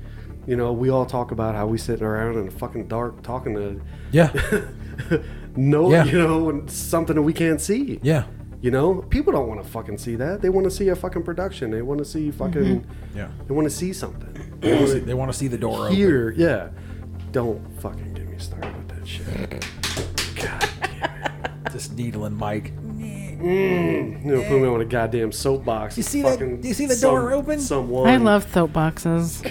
[SPEAKER 4] you know. We all talk about how we sitting around in the fucking dark talking to
[SPEAKER 2] Yeah,
[SPEAKER 4] no,
[SPEAKER 2] Yeah.
[SPEAKER 4] you know, and something that we can't see.
[SPEAKER 2] yeah,
[SPEAKER 4] You know, people don't want to fucking see that. They want to see a fucking production. They want to see fucking.
[SPEAKER 2] yeah.
[SPEAKER 4] They want to see something.
[SPEAKER 2] Mm-hmm. They wanna see- They want to see the door open.
[SPEAKER 4] Here, yeah. Don't fucking get me started with that shit. God,
[SPEAKER 2] This needling mic.
[SPEAKER 4] you know, put me on a goddamn soapbox.
[SPEAKER 2] You
[SPEAKER 4] and
[SPEAKER 2] see that-
[SPEAKER 4] fucking
[SPEAKER 2] do you see the
[SPEAKER 4] some-
[SPEAKER 2] door open?
[SPEAKER 4] Someone.
[SPEAKER 5] I love soapboxes.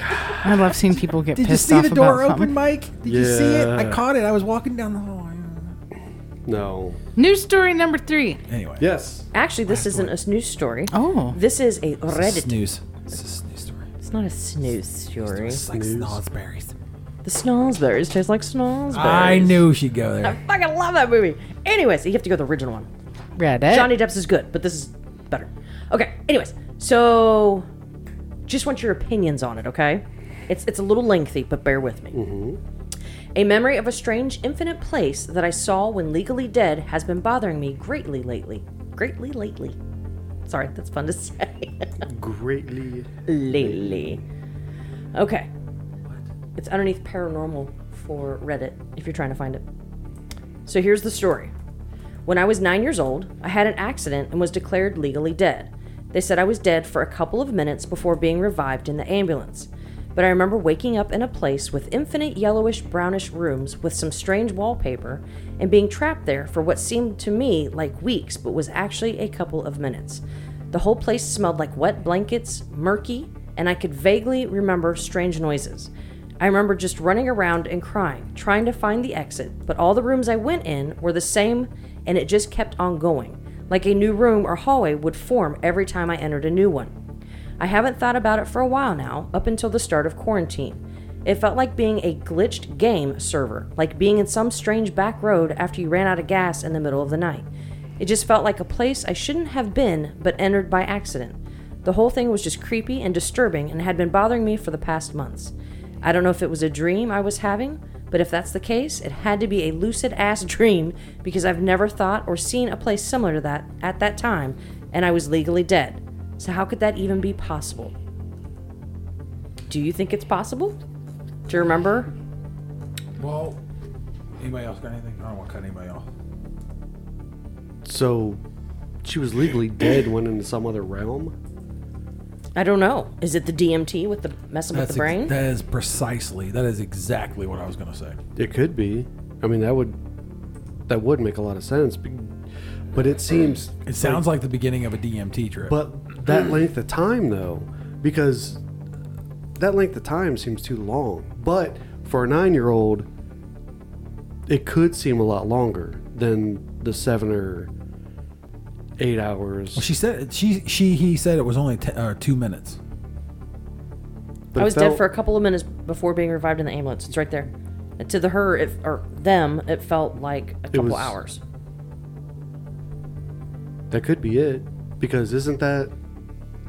[SPEAKER 5] I love seeing people get
[SPEAKER 2] Did you
[SPEAKER 5] pissed
[SPEAKER 2] see
[SPEAKER 5] off
[SPEAKER 2] the door
[SPEAKER 5] about
[SPEAKER 2] open,
[SPEAKER 5] something.
[SPEAKER 2] Mike? Did you see it? I
[SPEAKER 4] Yeah.
[SPEAKER 2] caught it. I was walking down the hall.
[SPEAKER 4] No.
[SPEAKER 5] News story number three.
[SPEAKER 2] Anyway,
[SPEAKER 4] Yes.
[SPEAKER 3] Actually, this isn't a news story.
[SPEAKER 5] Oh,
[SPEAKER 3] This is a Reddit.
[SPEAKER 2] snooze. It's a snooze story.
[SPEAKER 3] It's not a snooze story.
[SPEAKER 2] It's like snozzberries.
[SPEAKER 3] The Snallsberries taste like Snallsberries.
[SPEAKER 2] I knew she'd go there.
[SPEAKER 3] Fucking love that movie. Anyways, you have to go to the original one.
[SPEAKER 5] Reddit.
[SPEAKER 3] Johnny Depp's is good, but this is better. Okay. Anyways, so just want your opinions on it, okay? It's it's a little lengthy, but bear with me. A memory of a strange, infinite place that I saw when legally dead has been bothering me greatly lately. Greatly lately. Sorry, that's fun to say.
[SPEAKER 4] Greatly.
[SPEAKER 3] lately. Okay. It's underneath paranormal for Reddit if you're trying to find it. So here's the story. When I was nine years old, I had an accident and was declared legally dead. They said I was dead for a couple of minutes before being revived in the ambulance. But I remember waking up in a place with infinite yellowish brownish rooms with some strange wallpaper and being trapped there for what seemed to me like weeks but was actually a couple of minutes. The whole place smelled like wet blankets, murky, and I could vaguely remember strange noises. I remember just running around and crying, trying to find the exit, but all the rooms I went in were the same and it just kept on going. Like a new room or hallway would form every time I entered a new one. I haven't thought about it for a while now, up until the start of quarantine. It felt like being a glitched game server, like being in some strange back road after you ran out of gas in the middle of the night. It just felt like a place I shouldn't have been, but entered by accident. The whole thing was just creepy and disturbing and had been bothering me for the past months. I don't know if it was a dream I was having, but if that's the case, it had to be a lucid ass dream because I've never thought or seen a place similar to that at that time, and I was legally dead. So, how could that even be possible? Do you think it's possible? Do you remember?
[SPEAKER 2] Well, anybody else got anything? I don't want to cut anybody off.
[SPEAKER 4] So, she was legally dead, went into some other realm.
[SPEAKER 3] I don't know. Is it the DMT with the messing with the brain?
[SPEAKER 2] that is precisely. That is exactly what I was going to say.
[SPEAKER 4] It could be. I mean, that would that would make a lot of sense. be- But it seems.
[SPEAKER 2] It sounds like the beginning of a DMT trip.
[SPEAKER 4] But that length of time, though, because that length of time seems too long. But for a nine year old, it could seem a lot longer than the seven or eight hours.
[SPEAKER 2] she said she she he said it was only t- uh, two minutes.
[SPEAKER 4] But
[SPEAKER 3] I
[SPEAKER 4] it
[SPEAKER 3] was dead
[SPEAKER 4] felt-
[SPEAKER 3] for a couple of minutes before being revived in the ambulance. It's right there. And to the her it, or them, it felt like a couple
[SPEAKER 4] was-
[SPEAKER 3] hours.
[SPEAKER 4] That could be it, because isn't that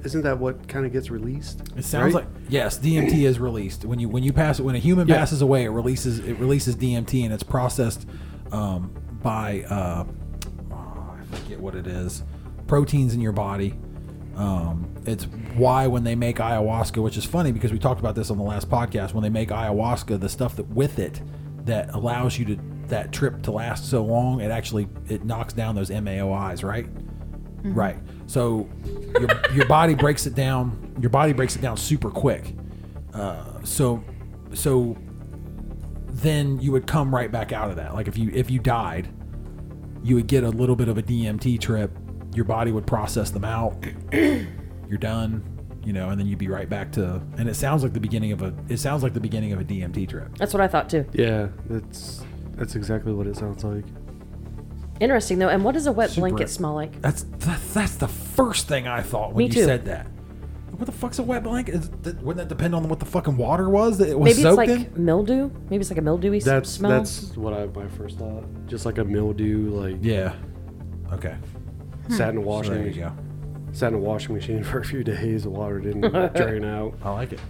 [SPEAKER 4] isn't that what kind of gets released?
[SPEAKER 2] It sounds
[SPEAKER 4] right?
[SPEAKER 2] like yes, DMT is released when you when you pass when a human
[SPEAKER 4] Yeah.
[SPEAKER 2] passes away. It releases it releases DMT and it's processed um, by uh, oh, I forget what it is proteins in your body. Um, it's why when they make ayahuasca, which is funny because we talked about this on the last podcast, when they make ayahuasca, the stuff that with it that allows you to that trip to last so long. It actually it knocks down those MAOIs, right? Right. So your, your body breaks it down. Your body breaks it down super quick. Uh, so so then you would come right back out of that. Like if you if you died, you would get a little bit of a DMT trip. Your body would process them out. You're done, you know, and then you'd be right back to. And it sounds like the beginning of a. It sounds like the beginning of a DMT trip.
[SPEAKER 3] That's what I thought too.
[SPEAKER 4] Yeah, that's that's exactly what it sounds like.
[SPEAKER 3] Interesting though. And what does a wet
[SPEAKER 2] Super-
[SPEAKER 3] blanket smell like?
[SPEAKER 2] That's that, that's the first thing I thought when
[SPEAKER 3] Me
[SPEAKER 2] you
[SPEAKER 3] too.
[SPEAKER 2] said that. What the fuck's a wet blanket? Is that, wouldn't that depend on what the fucking water was that it was
[SPEAKER 3] Maybe it's
[SPEAKER 2] soaked
[SPEAKER 3] like
[SPEAKER 2] in?
[SPEAKER 3] mildew. Maybe it's like a mildewy s-
[SPEAKER 4] That's
[SPEAKER 3] smell.
[SPEAKER 4] that's what I my first thought. Just like a mildew, like
[SPEAKER 2] Yeah. Okay.
[SPEAKER 4] sat in a
[SPEAKER 2] So
[SPEAKER 4] washing
[SPEAKER 2] there you go.
[SPEAKER 4] sat in a washing machine for a few days. The water didn't drain out.
[SPEAKER 2] I like it.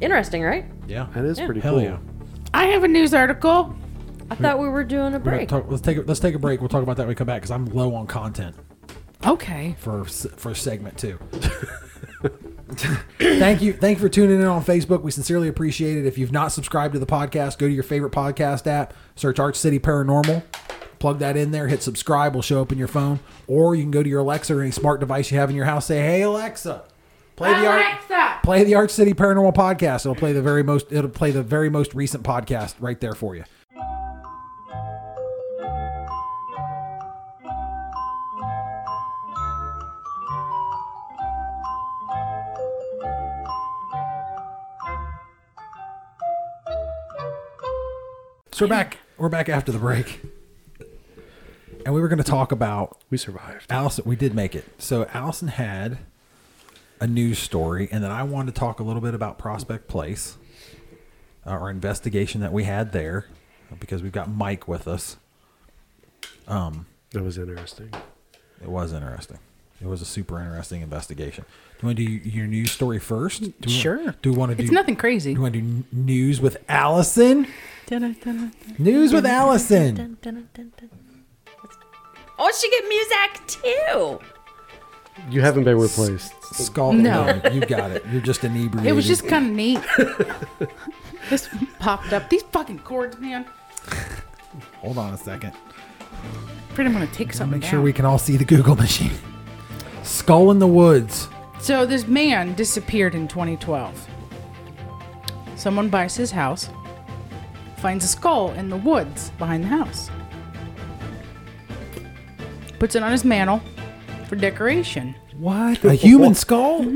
[SPEAKER 3] Interesting, right?
[SPEAKER 2] Yeah.
[SPEAKER 4] That is pretty
[SPEAKER 2] Hell
[SPEAKER 4] cool.
[SPEAKER 2] yeah.
[SPEAKER 5] I have a news article.
[SPEAKER 3] I thought we were doing a
[SPEAKER 2] We're gonna
[SPEAKER 3] break.
[SPEAKER 2] talk- let's take a, let's take a break. We'll talk about that when we come back because I'm low on content
[SPEAKER 5] Okay.
[SPEAKER 2] for s- for segment two. thank you, thank you for tuning in on Facebook. We sincerely appreciate it. If you've not subscribed to the podcast, go to your favorite podcast app, search Arch City Paranormal, plug that in there, hit subscribe. Will show up in your phone, or you can go to your Alexa or any smart device you have in your house. Say, "Hey Alexa, play the Arch."
[SPEAKER 5] Alexa.
[SPEAKER 2] Play the Arch City Paranormal Podcast. It'll play the very most. It'll play the very most recent podcast right there for you. So we're back. We're back after the break, and we were going to talk about
[SPEAKER 4] We survived.
[SPEAKER 2] Allison, we did make it. So Allison had a news story, and then I wanted to talk a little bit about Prospect Place, uh, our investigation that we had there, because we've got Mike with us.
[SPEAKER 4] That was interesting.
[SPEAKER 2] It was interesting. It was a super interesting investigation. Do you want to do your news story first? Do we-
[SPEAKER 5] Sure.
[SPEAKER 2] Do we want to do
[SPEAKER 5] It's nothing crazy.
[SPEAKER 2] Do you want to do n- news with Allison?
[SPEAKER 5] Dun-dun-dun-dun.
[SPEAKER 2] News with Allison.
[SPEAKER 3] Oh, she get music too.
[SPEAKER 4] You haven't been replaced.
[SPEAKER 2] Skull.
[SPEAKER 5] No.
[SPEAKER 2] you got it. You're just inebriated.
[SPEAKER 5] It was just kind of neat. this popped up. These fucking cords, man.
[SPEAKER 2] Hold on a second.
[SPEAKER 5] Pretty, I'm gonna take something.
[SPEAKER 2] Make sure we can all see the Google machine. Skull in the woods.
[SPEAKER 5] So this man disappeared in 2012. Someone buys his house, finds a skull in the woods behind the house, puts it on his mantle for decoration.
[SPEAKER 2] What? A human skull?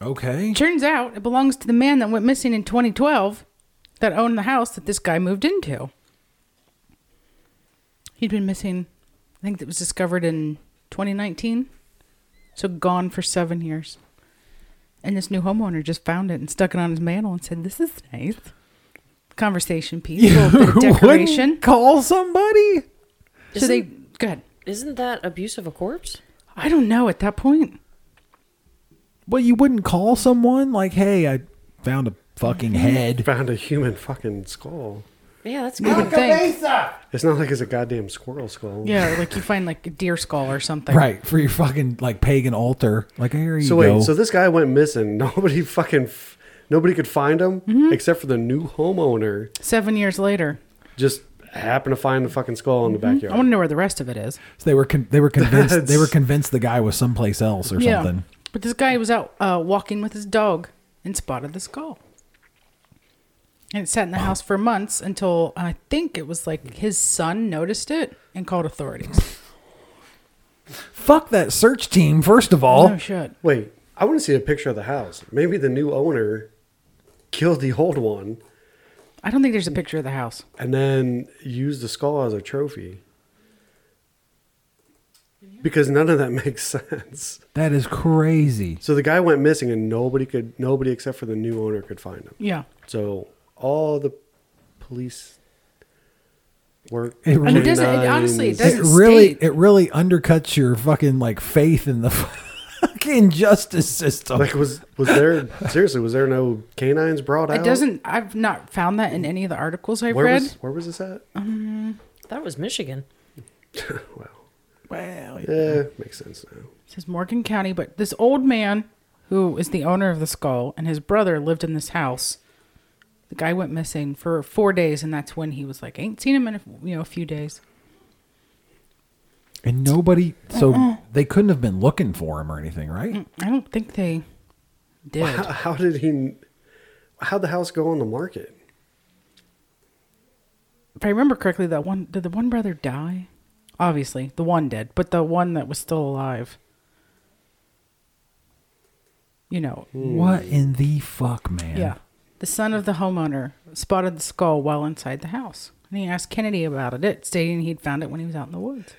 [SPEAKER 2] Okay.
[SPEAKER 5] Turns out it belongs to the man that went missing in 2012 that owned the house that this guy moved into. He'd been missing, I think it was discovered in 2019. So gone for seven years. And this new homeowner just found it and stuck it on his mantle and said, This is nice. Conversation piece, a little bit of
[SPEAKER 2] Wouldn't
[SPEAKER 5] decoration.
[SPEAKER 2] Call somebody.
[SPEAKER 5] So they, go ahead.
[SPEAKER 3] Isn't that abuse of a corpse?
[SPEAKER 5] I don't know at that point.
[SPEAKER 2] Well, you wouldn't call someone like, "Hey, I found a fucking head."
[SPEAKER 4] Found a human fucking skull.
[SPEAKER 3] Yeah, that's
[SPEAKER 5] You
[SPEAKER 3] good.
[SPEAKER 5] would think.
[SPEAKER 4] It's not like it's a goddamn squirrel skull.
[SPEAKER 5] Yeah, like you find like a deer skull or something.
[SPEAKER 2] Right for your fucking like pagan altar. Like here you
[SPEAKER 4] So wait,
[SPEAKER 2] go.
[SPEAKER 4] so this guy went missing. Nobody fucking, f- nobody could find him
[SPEAKER 5] Mm-hmm.
[SPEAKER 4] except for the new homeowner.
[SPEAKER 5] Seven years later.
[SPEAKER 4] Just happened to find the fucking skull in the
[SPEAKER 5] Mm-hmm. I want
[SPEAKER 4] backyard.
[SPEAKER 5] to know where the rest of it is.
[SPEAKER 2] they were con- they were convinced they
[SPEAKER 4] That's-
[SPEAKER 2] were convinced the guy was someplace else or something.
[SPEAKER 5] But this guy was out uh, walking with his dog and spotted the skull. And it sat in the house for months until I think it was like his son noticed it and called authorities.
[SPEAKER 2] Fuck that search team. First of all,
[SPEAKER 5] Oh shit.
[SPEAKER 4] Wait, I want to see a picture of the house. Maybe the new owner killed the old one
[SPEAKER 5] I don't think there's a picture of the house.
[SPEAKER 4] and then used the skull as a trophy. Because none of that makes sense.
[SPEAKER 2] that is crazy.
[SPEAKER 4] So the guy went missing, and nobody could, nobody except for the new owner could find him.
[SPEAKER 5] Yeah.
[SPEAKER 4] So all the police work.
[SPEAKER 2] It
[SPEAKER 5] And it
[SPEAKER 2] really,
[SPEAKER 5] doesn't it, honestly it
[SPEAKER 2] it
[SPEAKER 5] doesn't
[SPEAKER 2] really,
[SPEAKER 5] state-
[SPEAKER 2] it really undercuts your fucking like faith in the fucking justice system.
[SPEAKER 4] Like was was there seriously? Was there no canines brought out?
[SPEAKER 5] it doesn't I've not found that in any of the articles I've
[SPEAKER 4] Where
[SPEAKER 5] read.
[SPEAKER 4] was where was this at?
[SPEAKER 3] That was Michigan.
[SPEAKER 4] Wow.
[SPEAKER 2] well,
[SPEAKER 4] Yeah, makes sense now.
[SPEAKER 5] It says Morgan County, but this old man who is the owner of the skull and his brother lived in this house The guy went missing for four days, and that's when he was like, "Ain't seen him in a, you know a few days."
[SPEAKER 2] And nobody,
[SPEAKER 5] Uh-uh.
[SPEAKER 2] so they couldn't have been looking for him or anything, right?
[SPEAKER 5] I don't think they did.
[SPEAKER 4] How, how did he? How'd the house go on the market?
[SPEAKER 5] If I remember correctly, that one did the one brother die? Obviously, the one did, but the one that was still alive. You know,
[SPEAKER 2] What in the fuck, man?
[SPEAKER 5] Yeah. The son of the homeowner spotted the skull while inside the house, and he asked Kennedy about it, stating he'd found it when he was out in the woods.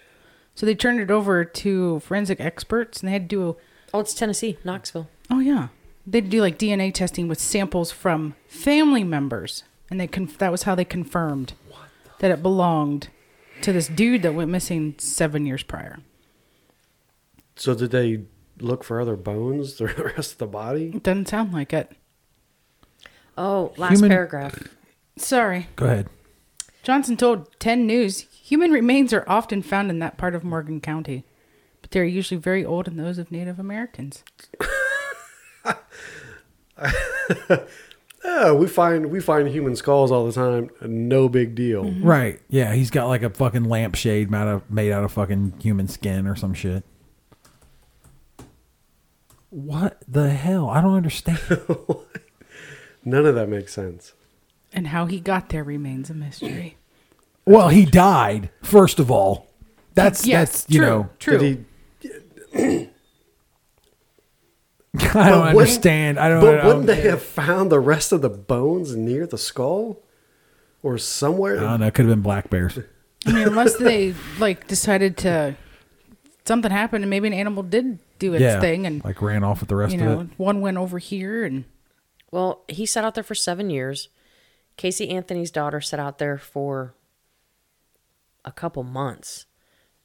[SPEAKER 5] So they turned it over to forensic experts, and they had to do a
[SPEAKER 3] Oh, it's Tennessee, Knoxville.
[SPEAKER 5] Oh yeah, they do like DNA testing with samples from family members, and they conf- that was how they confirmed that it belonged to this dude that went missing seven years prior.
[SPEAKER 4] So did they look for other bones, the rest of the body?
[SPEAKER 5] It doesn't sound like it.
[SPEAKER 3] Oh, last
[SPEAKER 2] Human-
[SPEAKER 3] paragraph.
[SPEAKER 5] Sorry,
[SPEAKER 2] Go ahead.
[SPEAKER 5] Johnson told Ten News. Human remains are often found in that part of Morgan County, but they are usually very old and those of Native Americans.
[SPEAKER 4] Yeah, we find we find human skulls all the time. No big deal.
[SPEAKER 5] Mm-hmm.
[SPEAKER 2] Right. Yeah, he's got like a fucking lampshade made out of, made out of fucking human skin or some shit. What the hell? I don't understand.
[SPEAKER 4] None of that makes sense.
[SPEAKER 5] And how he got there remains a mystery.
[SPEAKER 2] well, he died, first of all. That's,
[SPEAKER 5] Yes,
[SPEAKER 2] that's you
[SPEAKER 5] true,
[SPEAKER 2] know,
[SPEAKER 5] true.
[SPEAKER 4] Did he?
[SPEAKER 2] I don't
[SPEAKER 4] wouldn't-
[SPEAKER 2] understand. I don't
[SPEAKER 4] But
[SPEAKER 2] I
[SPEAKER 4] wouldn't
[SPEAKER 2] don't-
[SPEAKER 4] they have found the rest of the bones near the skull, or somewhere?
[SPEAKER 2] I don't know. It could have been black bears.
[SPEAKER 5] I mean, unless they like decided to something happened and maybe an animal did do its
[SPEAKER 2] yeah.
[SPEAKER 5] thing and
[SPEAKER 2] like ran off with the rest
[SPEAKER 5] you
[SPEAKER 2] of
[SPEAKER 5] know
[SPEAKER 2] it.
[SPEAKER 5] one went over here and
[SPEAKER 3] Well, he sat out there for seven years. Casey Anthony's daughter sat out there for a couple months.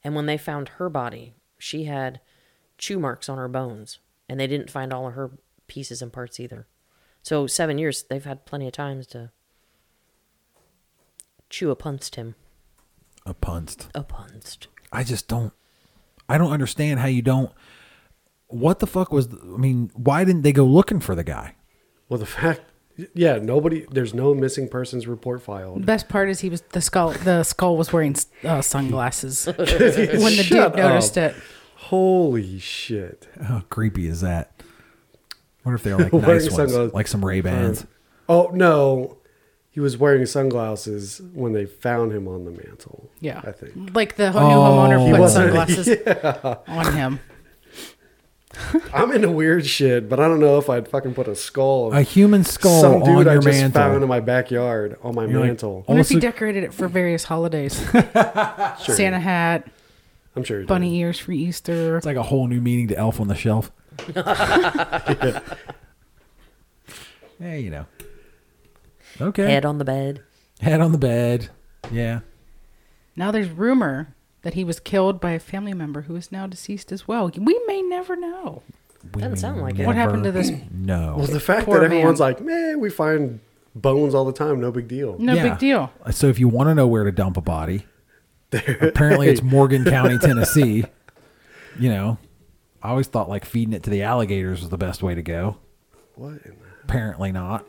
[SPEAKER 3] And when they found her body, she had chew marks on her bones. And they didn't find all of her pieces and parts either. So, seven years, they've had plenty of times to chew a punced him.
[SPEAKER 2] A punched.
[SPEAKER 3] A punced.
[SPEAKER 2] I just don't. I don't understand how you don't. What the fuck was? the- I mean, why didn't they go looking for the guy?
[SPEAKER 4] Well, the fact, yeah, nobody. There's no missing persons report filed.
[SPEAKER 5] best part is he was the skull the skull was wearing uh, sunglasses when the
[SPEAKER 4] Shut
[SPEAKER 5] dude noticed
[SPEAKER 4] up.
[SPEAKER 5] it
[SPEAKER 4] Holy shit!
[SPEAKER 2] How creepy is that? wonder if they're like
[SPEAKER 4] Wearing
[SPEAKER 2] nice ones,
[SPEAKER 4] sunglasses.
[SPEAKER 2] like some Ray Bans.
[SPEAKER 4] Oh no, he was wearing sunglasses when they found him on the mantle.
[SPEAKER 5] yeah
[SPEAKER 4] I think
[SPEAKER 5] like the ho-
[SPEAKER 2] Oh.
[SPEAKER 5] new
[SPEAKER 2] He
[SPEAKER 5] homeowner put
[SPEAKER 2] wasn't-
[SPEAKER 5] sunglasses on him
[SPEAKER 4] I'm into weird shit, but I don't know if I'd fucking put a skull.
[SPEAKER 2] A human skull
[SPEAKER 4] Some dude
[SPEAKER 2] on
[SPEAKER 4] I
[SPEAKER 2] your
[SPEAKER 4] just found in
[SPEAKER 2] mantle.
[SPEAKER 4] my backyard on my
[SPEAKER 2] You're like, oh,
[SPEAKER 4] mantle.
[SPEAKER 5] I wonder if he
[SPEAKER 2] Also-
[SPEAKER 5] decorated it for various holidays Santa hat
[SPEAKER 4] I'm sure. he
[SPEAKER 5] bunny ears for Easter
[SPEAKER 2] It's like a whole new meaning to Elf on the Shelf. yeah, you know. Okay.
[SPEAKER 3] Head on the bed.
[SPEAKER 2] Head on the bed. Yeah.
[SPEAKER 5] now there's rumor that he was killed by a family member who is now deceased as well we may never know
[SPEAKER 2] We
[SPEAKER 3] Doesn't sound like it.
[SPEAKER 5] What happened to
[SPEAKER 2] never
[SPEAKER 5] this-
[SPEAKER 2] No.
[SPEAKER 4] Well, the fact
[SPEAKER 5] Poor
[SPEAKER 4] that everyone's
[SPEAKER 5] man.
[SPEAKER 4] like, man, we find bones all the time, no big deal.
[SPEAKER 5] no
[SPEAKER 2] Yeah.
[SPEAKER 5] big deal
[SPEAKER 2] Uh, So if you want to know where to dump a body, apparently it's Morgan County, Tennessee. You know, I always thought like feeding it to the alligators was the best way to go.
[SPEAKER 4] What? In the-
[SPEAKER 2] Apparently not.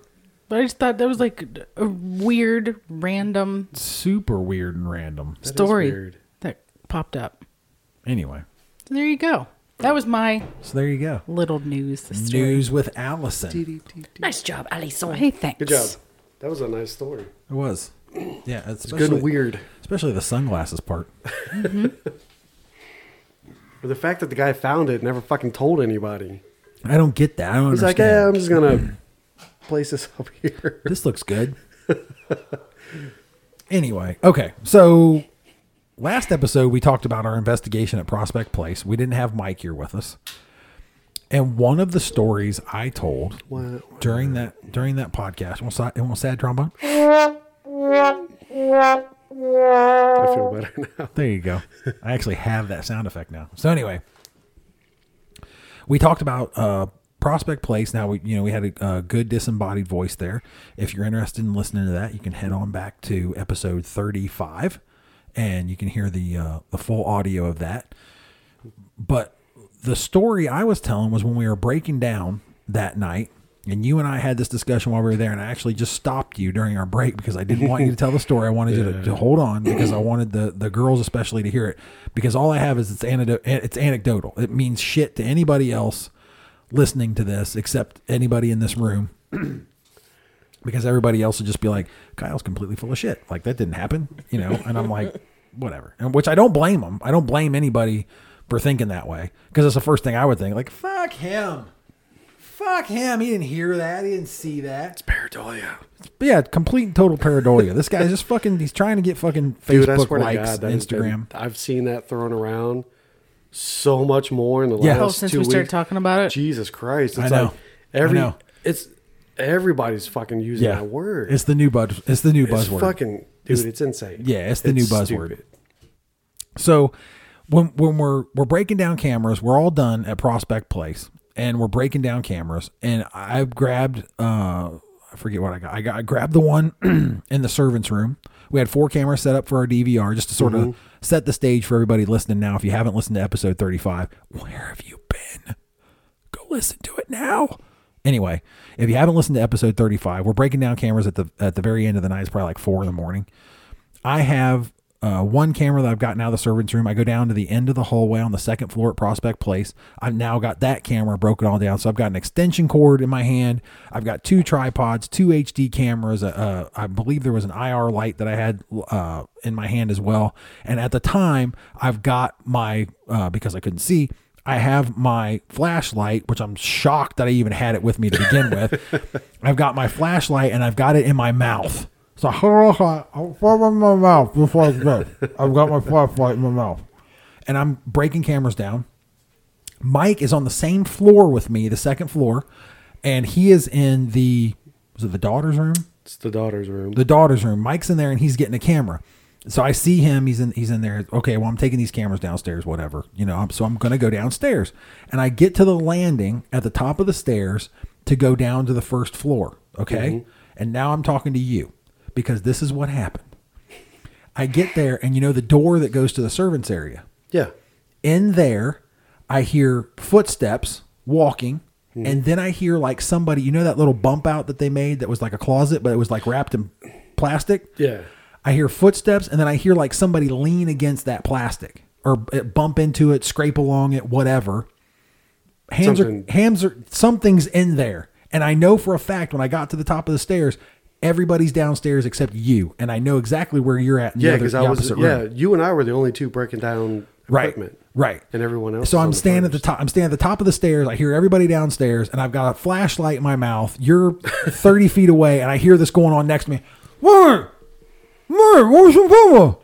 [SPEAKER 5] But I just thought that was like a weird, random
[SPEAKER 2] Super weird and random.
[SPEAKER 5] story
[SPEAKER 4] weird.
[SPEAKER 5] that popped up.
[SPEAKER 2] Anyway,
[SPEAKER 5] So there you go. That was my
[SPEAKER 2] so there you go.
[SPEAKER 5] little news. This story.
[SPEAKER 2] News with Allison.
[SPEAKER 3] Nice job, Alison.
[SPEAKER 5] Hey, thanks.
[SPEAKER 4] Good job. That was a nice story.
[SPEAKER 2] It was. Yeah, it's
[SPEAKER 4] Good
[SPEAKER 2] especially,
[SPEAKER 4] and weird.
[SPEAKER 2] especially the sunglasses part.
[SPEAKER 4] But the fact that the guy found it never fucking told anybody.
[SPEAKER 2] I don't get that. I don't
[SPEAKER 4] He's like,
[SPEAKER 2] understand.
[SPEAKER 4] yeah, I'm just gonna place this up here.
[SPEAKER 2] this looks good. anyway, okay. So last episode we talked about our investigation at Prospect Place. We didn't have Mike here with us. And one of the stories I told
[SPEAKER 4] Wow.
[SPEAKER 2] during that during that podcast, want sad, want sad trombone?
[SPEAKER 4] I feel better now.
[SPEAKER 2] There you go. I actually have that sound effect now. So anyway, we talked about uh, Prospect Place. Now we, you know, we had a, a good disembodied voice there. If you're interested in listening to that, you can head on back to episode 35, and you can hear the uh, the full audio of that. But the story I was telling was when we were breaking down that night And you and I had this discussion while we were there, and I actually just stopped you during our break because I didn't want you to tell the story. I wanted you to, to hold on because I wanted the, the girls especially to hear it because all I have is it's anecdo- it's anecdotal. It means shit to anybody else listening to this except anybody in this room because everybody else would just be like, Kyle's completely full of shit. Like that didn't happen, you know. And I'm like, whatever. And which I don't blame them. I don't blame anybody for thinking that way because it's the first thing I would think. Like, fuck him. Fuck him. He didn't hear that. He didn't see that.
[SPEAKER 4] Paranoia.
[SPEAKER 2] But yeah, complete and total pareidolia. this guy's just fucking. He's trying to get fucking Facebook
[SPEAKER 4] Dude, I swear to
[SPEAKER 2] likes,
[SPEAKER 4] God, that has been-
[SPEAKER 2] Instagram.
[SPEAKER 4] I've seen that thrown around so much more in the
[SPEAKER 2] Yeah.
[SPEAKER 4] last
[SPEAKER 2] Oh,
[SPEAKER 5] since
[SPEAKER 4] two
[SPEAKER 5] we started
[SPEAKER 4] weeks.
[SPEAKER 5] talking about it?
[SPEAKER 4] Jesus Christ! It's
[SPEAKER 2] I
[SPEAKER 4] Like
[SPEAKER 2] know. I
[SPEAKER 4] every
[SPEAKER 2] know.
[SPEAKER 4] it's everybody's fucking using
[SPEAKER 2] yeah,
[SPEAKER 4] that word.
[SPEAKER 2] It's the new buzz. It's the new
[SPEAKER 4] It's
[SPEAKER 2] buzzword.
[SPEAKER 4] fucking dude. It's, insane.
[SPEAKER 2] Yeah, it's the new buzzword.
[SPEAKER 4] stupid.
[SPEAKER 2] So when when we're we're breaking down cameras, we're all done at Prospect Place, and we're breaking down cameras. And I've grabbed uh I forget what I got. I got I grabbed the one in the servants room. We had four cameras set up for our DVR just to sort of set the stage for everybody listening now. If you haven't listened to episode 35, where have you been? go listen to it now. Anyway, if you haven't listened to episode 35, we're breaking down cameras at the at the very end of the night. It's probably like four in the morning. I have uh, one camera that I've got now the servants room. I go down to the end of the hallway on the second floor at Prospect Place. I've now got that camera broken all down. So I've got an extension cord in my hand. I've got two tripods, two HD cameras. Uh, uh, I believe there was an IR light that I had uh, in my hand as well. And at the time, I've got my uh, because I couldn't see. I have my flashlight, which I'm shocked that I even had it with me to begin with. I've got my flashlight and I've got it in my mouth. So I'm in my mouth before I go. I've got my flashlight in my mouth. And I'm breaking cameras down. Mike is on the same floor with me, the second floor, and he is in the was it the daughter's room?
[SPEAKER 4] It's the daughter's room.
[SPEAKER 2] the daughter's room. Mike's in there and he's getting a camera. So I see him. He's in. He's in there. Okay. Well, I'm taking these cameras downstairs. Whatever. You know. I'm, so I'm going to go downstairs, and I get to the landing at the top of the stairs to go down to the first floor. Okay. And now I'm talking to you because this is what happened. I get there, and you know the door that goes to the servants area
[SPEAKER 4] yeah,
[SPEAKER 2] in there i hear footsteps walking
[SPEAKER 4] Hmm.
[SPEAKER 2] and then i hear like somebody you know that little bump out that they made that was like a closet but it was like wrapped in plastic
[SPEAKER 4] Yeah.
[SPEAKER 2] i hear footsteps and then i hear like somebody lean against that plastic or uh, bump into it scrape along it whatever hands
[SPEAKER 4] Something.
[SPEAKER 2] are hands are something's in there and i know for a fact when i got to the top of the stairs everybody's downstairs except you and i know exactly where you're at in
[SPEAKER 4] yeah.
[SPEAKER 2] the, other,
[SPEAKER 4] Because
[SPEAKER 2] the
[SPEAKER 4] I was
[SPEAKER 2] opposite room
[SPEAKER 4] yeah. You and I were the only two breaking down
[SPEAKER 2] right,
[SPEAKER 4] equipment.
[SPEAKER 2] Right.
[SPEAKER 4] And everyone else
[SPEAKER 2] So
[SPEAKER 4] is on
[SPEAKER 2] I'm
[SPEAKER 4] the
[SPEAKER 2] standing at the
[SPEAKER 4] first.
[SPEAKER 2] top. I'm standing at the top of the stairs. I hear everybody downstairs, and I've got a flashlight in my mouth. You're 30 feet away, and I hear this going on next to me. Where? Where? Where's your phone?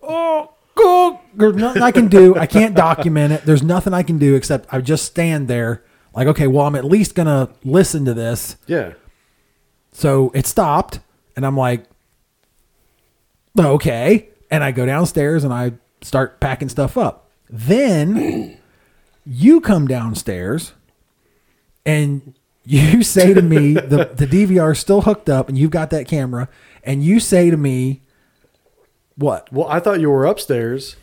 [SPEAKER 2] Oh, God. There's nothing I can do. I can't document it. There's nothing I can do except I just stand there. Like, okay, well, I'm at least gonna listen to this.
[SPEAKER 4] Yeah.
[SPEAKER 2] So it stopped, and I'm like, okay. And I go downstairs and I start packing stuff up. Then you come downstairs and you say to me, the, the DVR is still hooked up and you've got that camera, and you say to me, what?
[SPEAKER 4] Well, I thought you were upstairs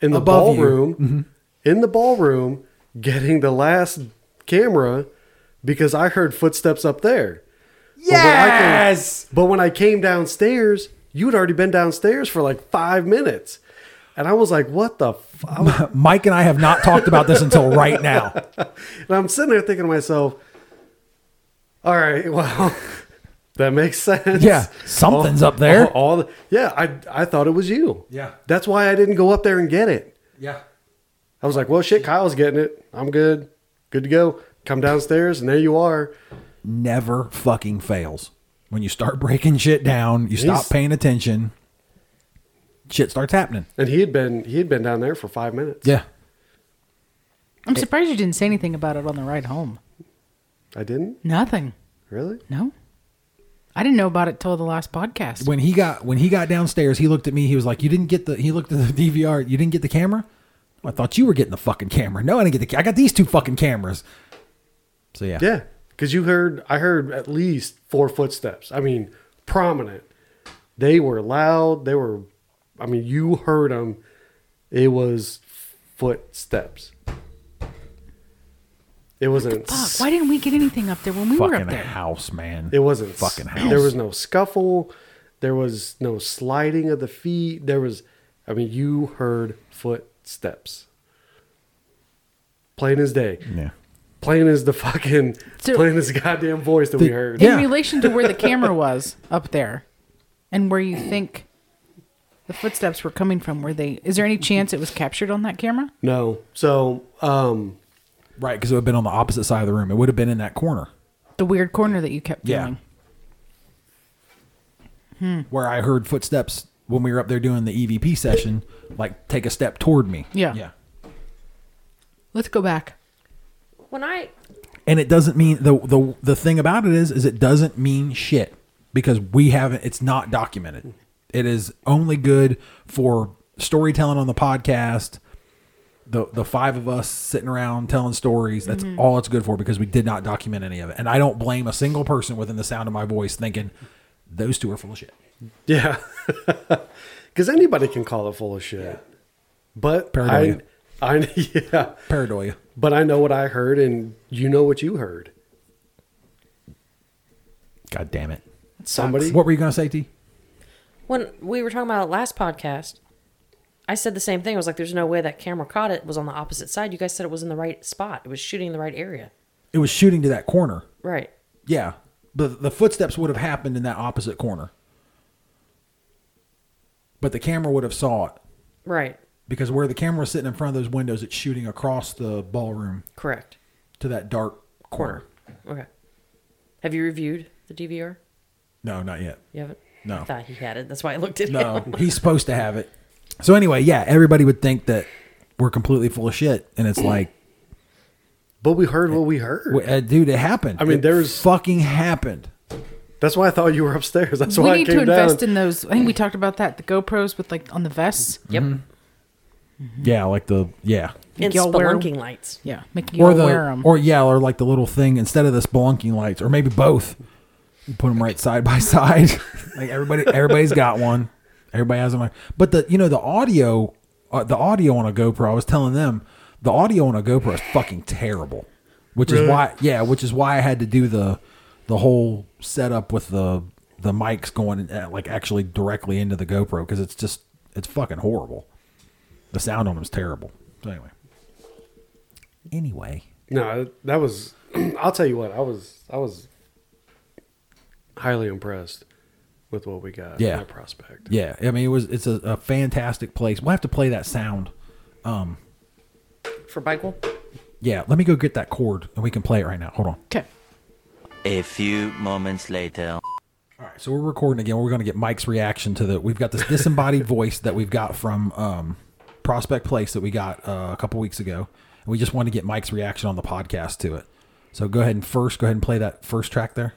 [SPEAKER 4] in the
[SPEAKER 2] Above you. Mm-hmm.
[SPEAKER 4] ballroom, in the ballroom, getting the last camera because I heard footsteps up there. But when I came-
[SPEAKER 1] Yes!
[SPEAKER 4] But when I came downstairs, you had already been downstairs for like five minutes. And I was like, what the f-? I was-
[SPEAKER 2] Mike and I have not talked about this until right now.
[SPEAKER 4] And I'm sitting there thinking to myself, all right, well, that makes sense.
[SPEAKER 2] Yeah, something's up there.
[SPEAKER 4] All, all the, yeah, I, I thought it was you.
[SPEAKER 2] Yeah.
[SPEAKER 4] That's why I didn't go up there and get it.
[SPEAKER 2] Yeah.
[SPEAKER 4] I was like, well, shit, Kyle's getting it. I'm good. Good to go. Come downstairs, and there you are.
[SPEAKER 2] never fucking fails. When you start breaking shit down, you stop
[SPEAKER 4] He's-
[SPEAKER 2] paying attention, shit starts happening.
[SPEAKER 4] And he had been he had been down there for five minutes.
[SPEAKER 2] Yeah.
[SPEAKER 5] I'm surprised you didn't say anything about it on the ride home.
[SPEAKER 4] I didn't
[SPEAKER 5] Nothing.
[SPEAKER 4] really.
[SPEAKER 5] No. I didn't know about it till the last podcast.
[SPEAKER 2] When he got when he got downstairs, he looked at me, he was like, You didn't get the he looked at the DVR, you didn't get the camera? I thought you were getting the fucking camera. No, I didn't get the ca- I got these two fucking cameras. So yeah.
[SPEAKER 4] Yeah, because you heard I heard at least four footsteps. I mean, prominent. They were loud. They were. I mean, you heard them. It was footsteps. It wasn't.
[SPEAKER 5] Fuck, why didn't we get anything up there when we were
[SPEAKER 2] Fucking
[SPEAKER 5] up there?
[SPEAKER 2] house, man.
[SPEAKER 4] It wasn't.
[SPEAKER 2] fucking house.
[SPEAKER 4] There was no scuffle. There was no sliding of the feet. There was. I mean, you heard footsteps. Plain as day.
[SPEAKER 2] yeah.
[SPEAKER 4] Plain as the fucking.
[SPEAKER 5] So-
[SPEAKER 4] plain as the goddamn voice that we heard.
[SPEAKER 5] In
[SPEAKER 2] Yeah.
[SPEAKER 5] relation to where the camera was up there, and where you think the footsteps were coming from, were they? Is there any chance it was captured on that camera?
[SPEAKER 4] No. So, um,
[SPEAKER 2] Right, because it would have been on the opposite side of the room. It would have been in that corner.
[SPEAKER 5] The weird corner that you kept
[SPEAKER 2] Yeah.
[SPEAKER 5] feeling.
[SPEAKER 2] Where I heard footsteps when we were up there doing the EVP session, like take a step toward me.
[SPEAKER 5] Yeah.
[SPEAKER 2] Yeah.
[SPEAKER 5] Let's go back.
[SPEAKER 3] When I
[SPEAKER 2] And it doesn't mean the the the thing about it is is it doesn't mean shit because we haven't it's not documented. It is only good for storytelling on the podcast. The, the five of us sitting around telling stories that's all it's good for because we did not document any of it and i don't blame a single person within the sound of my voice thinking those two are full of shit
[SPEAKER 4] yeah. Because anybody can call it full of shit. But
[SPEAKER 2] Paranoia.
[SPEAKER 4] I, I, yeah.
[SPEAKER 2] paranoia
[SPEAKER 4] But I know what I heard, and you know what you heard.
[SPEAKER 2] god damn it
[SPEAKER 4] Somebody.
[SPEAKER 2] What were you gonna say, T?
[SPEAKER 3] when we were talking about it last podcast, I said the same thing. I was like, "There's no way that camera caught it. It was on the opposite side. You guys said it was in the right spot. It was shooting in the right area.
[SPEAKER 2] It was shooting to that corner.
[SPEAKER 3] Right?
[SPEAKER 2] Yeah, but the footsteps would have happened in that opposite corner. But the camera would have saw it
[SPEAKER 3] Right?
[SPEAKER 2] because where the camera was sitting in front of those windows, it's shooting across the ballroom
[SPEAKER 3] Correct.
[SPEAKER 2] to that dark corner.
[SPEAKER 3] Okay. Have you reviewed the DVR?
[SPEAKER 2] No, not yet.
[SPEAKER 3] You haven't.
[SPEAKER 2] No.
[SPEAKER 3] I thought he had it. That's why I looked at him.
[SPEAKER 2] No, he's supposed to have it. So anyway, yeah, everybody would think that we're completely full of shit, and it's like,
[SPEAKER 4] But we heard what we heard.
[SPEAKER 2] w- uh, dude, it happened.
[SPEAKER 4] I mean,
[SPEAKER 2] It
[SPEAKER 4] there's-
[SPEAKER 2] fucking happened.
[SPEAKER 4] That's why I thought you were upstairs. That's
[SPEAKER 5] we
[SPEAKER 4] why I
[SPEAKER 5] need
[SPEAKER 4] came
[SPEAKER 5] to invest
[SPEAKER 4] down.
[SPEAKER 5] in those. I think we talked about that. The GoPros with like on the vests.
[SPEAKER 3] Yep.
[SPEAKER 2] Mm-hmm. Yeah, like the yeah.
[SPEAKER 3] And
[SPEAKER 5] Y'all wear 'em?
[SPEAKER 3] spelunking lights.
[SPEAKER 5] Yeah, make you
[SPEAKER 2] or
[SPEAKER 5] all
[SPEAKER 2] the
[SPEAKER 5] wear them.
[SPEAKER 2] or yeah, or like the little thing instead of the spelunking lights, or maybe both. You put them right side by side. like everybody, everybody's got one. Everybody has one. But the you know the audio, uh, the audio on a GoPro. I was telling them the audio on a GoPro is fucking terrible, which is why yeah, which is why I had to do the the whole setup with the the mics going uh, like actually directly into the GoPro because it's just it's fucking horrible. The sound on them is terrible. So anyway, anyway.
[SPEAKER 4] No, that was. I'll tell you what. I was. I was highly impressed with what we got.
[SPEAKER 2] Yeah.
[SPEAKER 4] That prospect.
[SPEAKER 2] Yeah, I mean it was it's a, a fantastic place. We'll have to play that sound.
[SPEAKER 3] For Michael?
[SPEAKER 2] Yeah, let me go get that chord and we can play it right now. Hold on.
[SPEAKER 5] okay.
[SPEAKER 6] A few moments later.
[SPEAKER 2] All right, so we're recording again. We're going to get Mike's reaction to the. We've got this disembodied voice that we've got from um, Prospect Place that we got uh, a couple weeks ago, and we just want to get Mike's reaction on the podcast to it. So go ahead and first go ahead and play that first track there.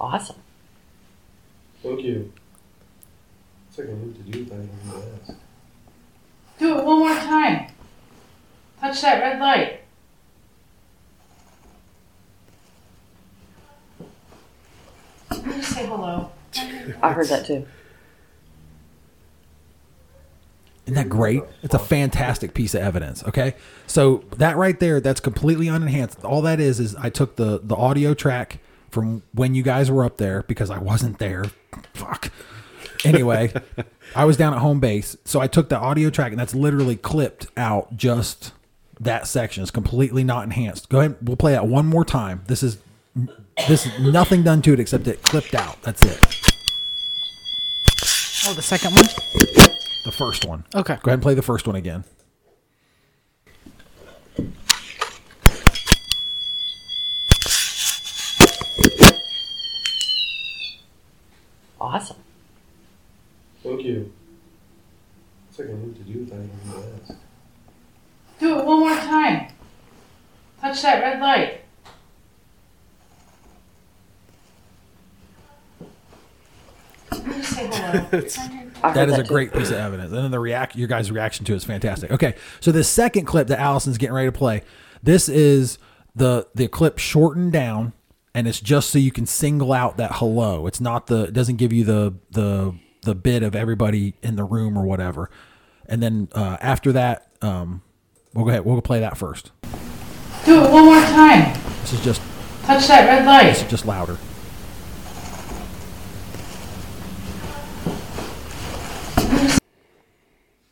[SPEAKER 3] Awesome.
[SPEAKER 7] Thank you. It's like I need to do things on my ass.
[SPEAKER 5] Do it one more time. Touch that red light. Just say hello.
[SPEAKER 3] I heard that too.
[SPEAKER 2] Isn't that great? It's a fantastic piece of evidence. Okay, so that right there, that's completely unenhanced. All that is is I took the the audio track from when you guys were up there because I wasn't there. Fuck. Anyway, I was down at home base, so I took the audio track and that's literally clipped out just that section. It's completely not enhanced. Go ahead, we'll play that one more time. This is this is nothing done to it except it clipped out. That's it.
[SPEAKER 5] Oh, the second one.
[SPEAKER 2] The first one.
[SPEAKER 5] Okay.
[SPEAKER 2] Go ahead and play the first one again.
[SPEAKER 3] Awesome.
[SPEAKER 7] Thank you. It's like I need to do things on my ass.
[SPEAKER 5] Do it one more time. Touch that red light. Just say hello.
[SPEAKER 3] I heard
[SPEAKER 2] that is a
[SPEAKER 3] too.
[SPEAKER 2] great piece of evidence. And then the react, your guys' reaction to it is fantastic. Okay, so the second clip that Allison's getting ready to play, this is the the clip shortened down and it's just so you can single out that hello. It's not the it doesn't give you the the the bit of everybody in the room or whatever. And then uh, after that, um, we'll go ahead. We'll play that first.
[SPEAKER 8] Do it one more time.
[SPEAKER 2] This is just
[SPEAKER 8] Touch that red
[SPEAKER 2] this
[SPEAKER 8] light.
[SPEAKER 2] is just louder.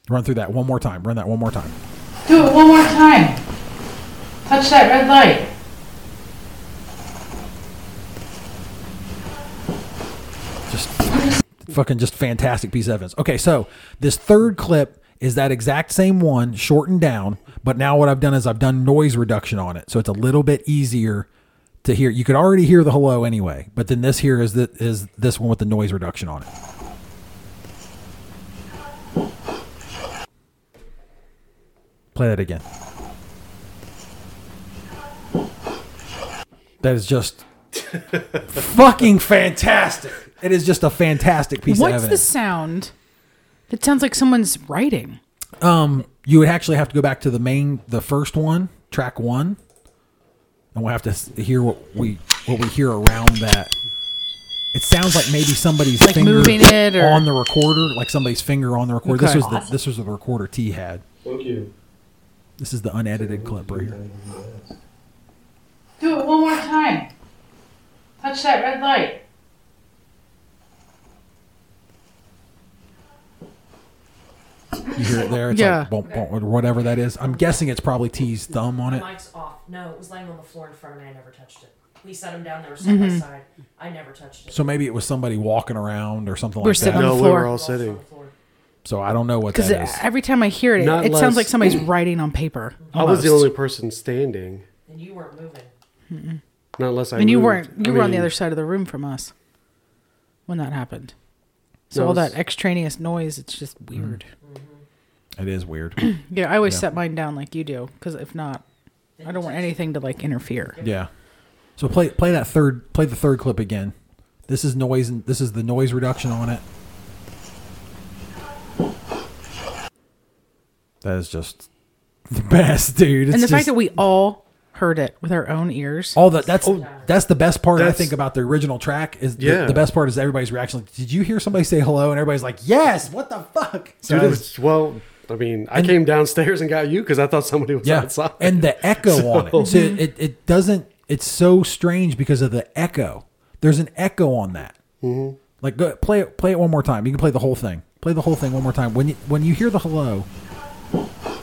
[SPEAKER 2] Run through that one more time. Run that one more time.
[SPEAKER 8] Do it one more time. Touch that red light.
[SPEAKER 2] just fucking just fantastic piece of evidence. Okay, so this third clip is that exact same one shortened down, but now what I've done is I've done noise reduction on it, so it's a little bit easier to hear. You could already hear the hello anyway, but then this here is the, is this one with the noise reduction on it. Play that again. That is just fucking fantastic. It is just a fantastic piece of
[SPEAKER 5] What's the
[SPEAKER 2] evidence.
[SPEAKER 5] sound that sounds like someone's writing?
[SPEAKER 2] you would actually have to go back to the main the first one track one and we'll have to s- hear what we what we hear around that it sounds like maybe somebody's
[SPEAKER 5] Like
[SPEAKER 2] finger
[SPEAKER 5] moving it or-
[SPEAKER 2] on the recorder like somebody's finger on the recorder this
[SPEAKER 5] Okay.
[SPEAKER 2] was the this was the recorder t had
[SPEAKER 7] Thank you.
[SPEAKER 2] this is the unedited clip right here
[SPEAKER 8] Do it one more time. Touch that red light.
[SPEAKER 2] you hear it there it's
[SPEAKER 5] Yeah.
[SPEAKER 2] like bump, bump, or whatever that is i'm guessing it's probably t's thumb on it
[SPEAKER 3] Mike's off. No, it was laying on the floor in front of me. I never touched it. We set them down. They were side by side. I never touched it.
[SPEAKER 2] so maybe it was somebody walking around or something
[SPEAKER 5] We're
[SPEAKER 2] like that
[SPEAKER 5] sitting on
[SPEAKER 4] No,
[SPEAKER 5] the
[SPEAKER 4] we
[SPEAKER 5] floor.
[SPEAKER 4] were all sitting.
[SPEAKER 2] so i don't know what
[SPEAKER 5] Because
[SPEAKER 2] that is
[SPEAKER 5] every time I hear it,
[SPEAKER 4] Not
[SPEAKER 5] it sounds
[SPEAKER 4] less-
[SPEAKER 5] like somebody's writing on paper.
[SPEAKER 4] I was the
[SPEAKER 5] almost.
[SPEAKER 4] only person standing,
[SPEAKER 3] And you weren't moving.
[SPEAKER 4] not unless I.
[SPEAKER 5] And you
[SPEAKER 4] moved.
[SPEAKER 5] weren't. You
[SPEAKER 4] I
[SPEAKER 5] were on the
[SPEAKER 4] mean,
[SPEAKER 5] other side of the room from us when that happened. So
[SPEAKER 4] No,
[SPEAKER 5] all
[SPEAKER 4] it's-
[SPEAKER 5] that extraneous noise, it's just weird.
[SPEAKER 2] it is weird
[SPEAKER 5] Yeah, I always set mine down like you do, because if not, I don't want anything to like interfere.
[SPEAKER 2] Yeah. So play play that third play the third clip again. This is noise and this is the noise reduction on it. That is just the best, dude. It's
[SPEAKER 5] and the
[SPEAKER 2] just,
[SPEAKER 5] fact that we all heard it with our own ears.
[SPEAKER 2] all that that's that's the best part I
[SPEAKER 4] Oh, That's-
[SPEAKER 2] think about the original track is the,
[SPEAKER 4] Yeah.
[SPEAKER 2] the best part is everybody's reaction. Like, Did you hear somebody say hello? And everybody's like, "Yes." What the fuck? So
[SPEAKER 4] Dude, it
[SPEAKER 2] it's-
[SPEAKER 4] was, well, I mean, I came downstairs and got you because I thought somebody was
[SPEAKER 2] yeah,
[SPEAKER 4] outside.
[SPEAKER 2] and the echo on it. So it it doesn't. It's so strange because of the echo. There's an echo on that.
[SPEAKER 4] Mm-hmm.
[SPEAKER 2] Like go play it play it one more time. You can play the whole thing. Play the whole thing one more time. When you when you hear the hello,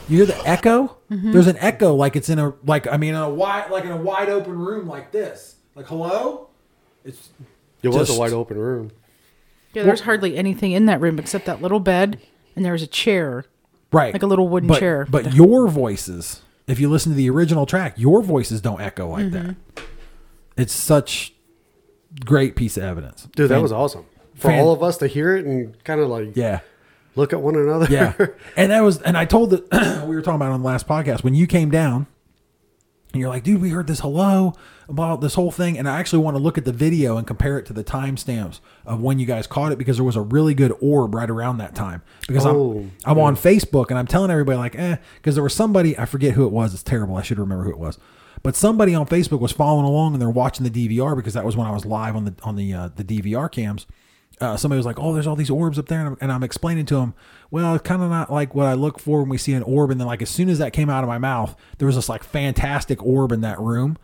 [SPEAKER 2] you hear the echo. There's an echo like it's in a like I mean in a wide like in a wide open room like this. Like hello. It's
[SPEAKER 4] it was
[SPEAKER 2] just-
[SPEAKER 4] a wide open room.
[SPEAKER 5] Yeah, there's hardly anything in that room except that little bed, and there was a chair.
[SPEAKER 2] right
[SPEAKER 5] Like a little wooden
[SPEAKER 2] But-
[SPEAKER 5] chair.
[SPEAKER 2] But your voices, if you listen to the original track, your voices don't echo like
[SPEAKER 5] Mm-hmm.
[SPEAKER 2] that. It's such great piece of evidence.
[SPEAKER 4] Dude, that was awesome for
[SPEAKER 2] Fan-
[SPEAKER 4] all of us to hear it and kind of like
[SPEAKER 2] Yeah.
[SPEAKER 4] look at one another.
[SPEAKER 2] Yeah. and that was, and I told the, we were talking about it on the last podcast when you came down and you're like, dude, we heard this hello about this whole thing. And I actually want to look at the video and compare it to the timestamps of when you guys caught it because there was a really good orb right around that time. Because
[SPEAKER 4] Oh,
[SPEAKER 2] I'm, I'm on Facebook and I'm telling everybody, like, eh, because there was somebody, I forget who it was. It's terrible. I should remember who it was. But somebody on Facebook was following along and they're watching the DVR because that was when I was live on the on the uh, the DVR cams uh, somebody was like, "Oh, there's all these orbs up there," and I'm, and I'm explaining to him, "Well, it's kind of not like what I look for when we see an orb." And then, like as soon as that came out of my mouth, there was this like fantastic orb in that room.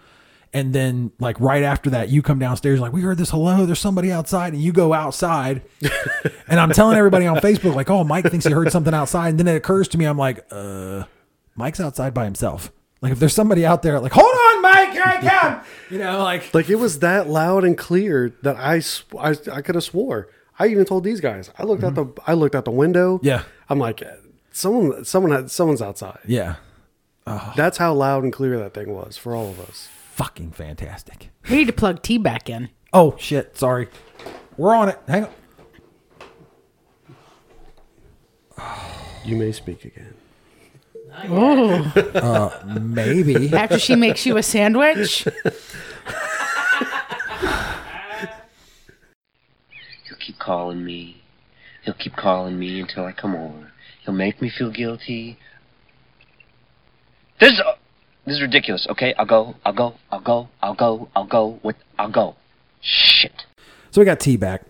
[SPEAKER 2] And then, like right after that, you come downstairs like, "We heard this hello. There's somebody outside," and you go outside. and I'm telling everybody on Facebook like, "Oh, Mike thinks he heard something outside." And then it occurs to me, I'm like, "Uh, Mike's outside by himself." Like if there's somebody out there, like, "Hold on, Mike, here I come," you know, like
[SPEAKER 4] Like it was that loud and clear that I sw- I, I could have swore. I even told these guys. I looked out the I looked out the window.
[SPEAKER 2] Yeah.
[SPEAKER 4] I'm like eh, someone someone had someone's outside.
[SPEAKER 2] yeah,
[SPEAKER 4] That's how loud and clear that thing was for all of us.
[SPEAKER 2] fucking fantastic.
[SPEAKER 5] We need to plug tea back in.
[SPEAKER 2] Oh shit, sorry. We're on it. Hang on.
[SPEAKER 4] You may speak again.
[SPEAKER 5] Oh,
[SPEAKER 2] Maybe.
[SPEAKER 5] after she makes you a sandwich.
[SPEAKER 9] He'll keep calling me. He'll keep calling me until I come over. He'll make me feel guilty. There's a, This is ridiculous. Okay, I'll go. I'll go. I'll go. I'll go. I'll go. With I'll go. Shit.
[SPEAKER 2] So we got T back.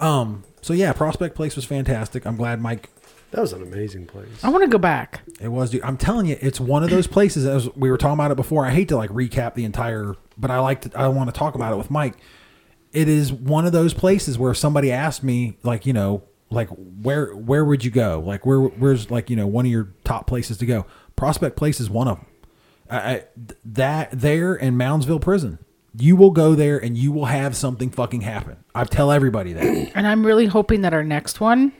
[SPEAKER 2] Um. So yeah, Prospect Place was fantastic. I'm glad Mike.
[SPEAKER 4] That was an amazing place.
[SPEAKER 5] I want to go back.
[SPEAKER 2] It was. Dude, I'm telling you, it's one of those places. As we were talking about it before, I hate to like recap the entire, but I like to. I want to talk about it with Mike. It is one of those places where if somebody asked me, like you know, like where where would you go? Like where where's like you know one of your top places to go? Prospect Place is one of them. I, I, th- that there and Moundsville Prison. You will go there and you will have something fucking happen. I tell everybody that.
[SPEAKER 5] And I'm really hoping that our next one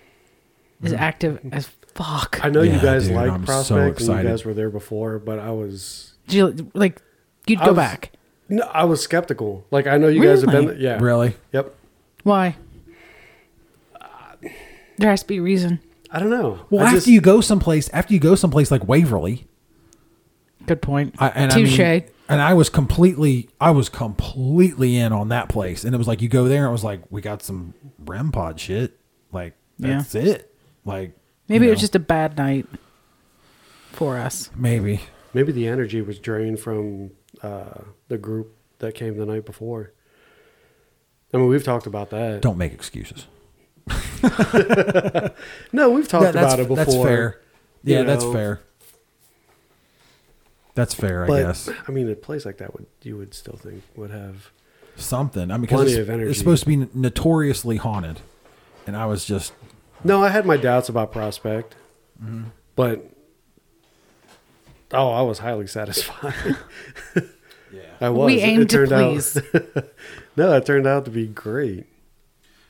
[SPEAKER 5] is
[SPEAKER 2] Mm-hmm.
[SPEAKER 5] active as fuck.
[SPEAKER 4] I know
[SPEAKER 2] Yeah,
[SPEAKER 4] you guys
[SPEAKER 2] dude,
[SPEAKER 4] like
[SPEAKER 2] I'm so
[SPEAKER 4] Prospect, and
[SPEAKER 2] excited.
[SPEAKER 4] you guys were there before, but I was
[SPEAKER 5] Do you, like, you'd
[SPEAKER 4] I
[SPEAKER 5] go
[SPEAKER 4] was-
[SPEAKER 5] back.
[SPEAKER 4] no, I was skeptical. Like I know you guys have been,
[SPEAKER 5] Really?
[SPEAKER 4] yeah,
[SPEAKER 2] Really?
[SPEAKER 4] yep.
[SPEAKER 5] Why? There has to be a reason.
[SPEAKER 4] I don't know.
[SPEAKER 2] Well,
[SPEAKER 4] I
[SPEAKER 2] after
[SPEAKER 4] just-
[SPEAKER 2] you go someplace, after you go someplace like Waverly,
[SPEAKER 5] Good point.
[SPEAKER 2] I, and I mean-
[SPEAKER 5] Touche.
[SPEAKER 2] and I was completely, I was completely in on that place, and it was like you go there, and it was like we got some REM pod shit, like
[SPEAKER 5] Yeah.
[SPEAKER 2] that's it, like
[SPEAKER 5] Maybe
[SPEAKER 2] you
[SPEAKER 5] it was
[SPEAKER 2] know,
[SPEAKER 5] just a bad night for us.
[SPEAKER 2] maybe
[SPEAKER 4] maybe the energy was drained from uh, the group that came the night before. I mean, we've talked about that.
[SPEAKER 2] don't make excuses.
[SPEAKER 4] No, we've talked
[SPEAKER 2] Yeah, that's,
[SPEAKER 4] about it before.
[SPEAKER 2] that's fair. Yeah,
[SPEAKER 4] you
[SPEAKER 2] that's
[SPEAKER 4] know.
[SPEAKER 2] fair. That's fair, I
[SPEAKER 4] But
[SPEAKER 2] guess.
[SPEAKER 4] I mean, a place like that would you would still think would have
[SPEAKER 2] Something. I mean, because
[SPEAKER 4] Plenty
[SPEAKER 2] it's,
[SPEAKER 4] of energy.
[SPEAKER 2] it's supposed to be notoriously haunted, and I was just
[SPEAKER 4] No, I had my doubts about Prospect,
[SPEAKER 2] Mm-hmm.
[SPEAKER 4] but oh, I was highly satisfied. yeah, I was.
[SPEAKER 5] we
[SPEAKER 4] It-
[SPEAKER 5] aim
[SPEAKER 4] it
[SPEAKER 5] to
[SPEAKER 4] turned out-
[SPEAKER 5] please.
[SPEAKER 4] no, it turned out to be great.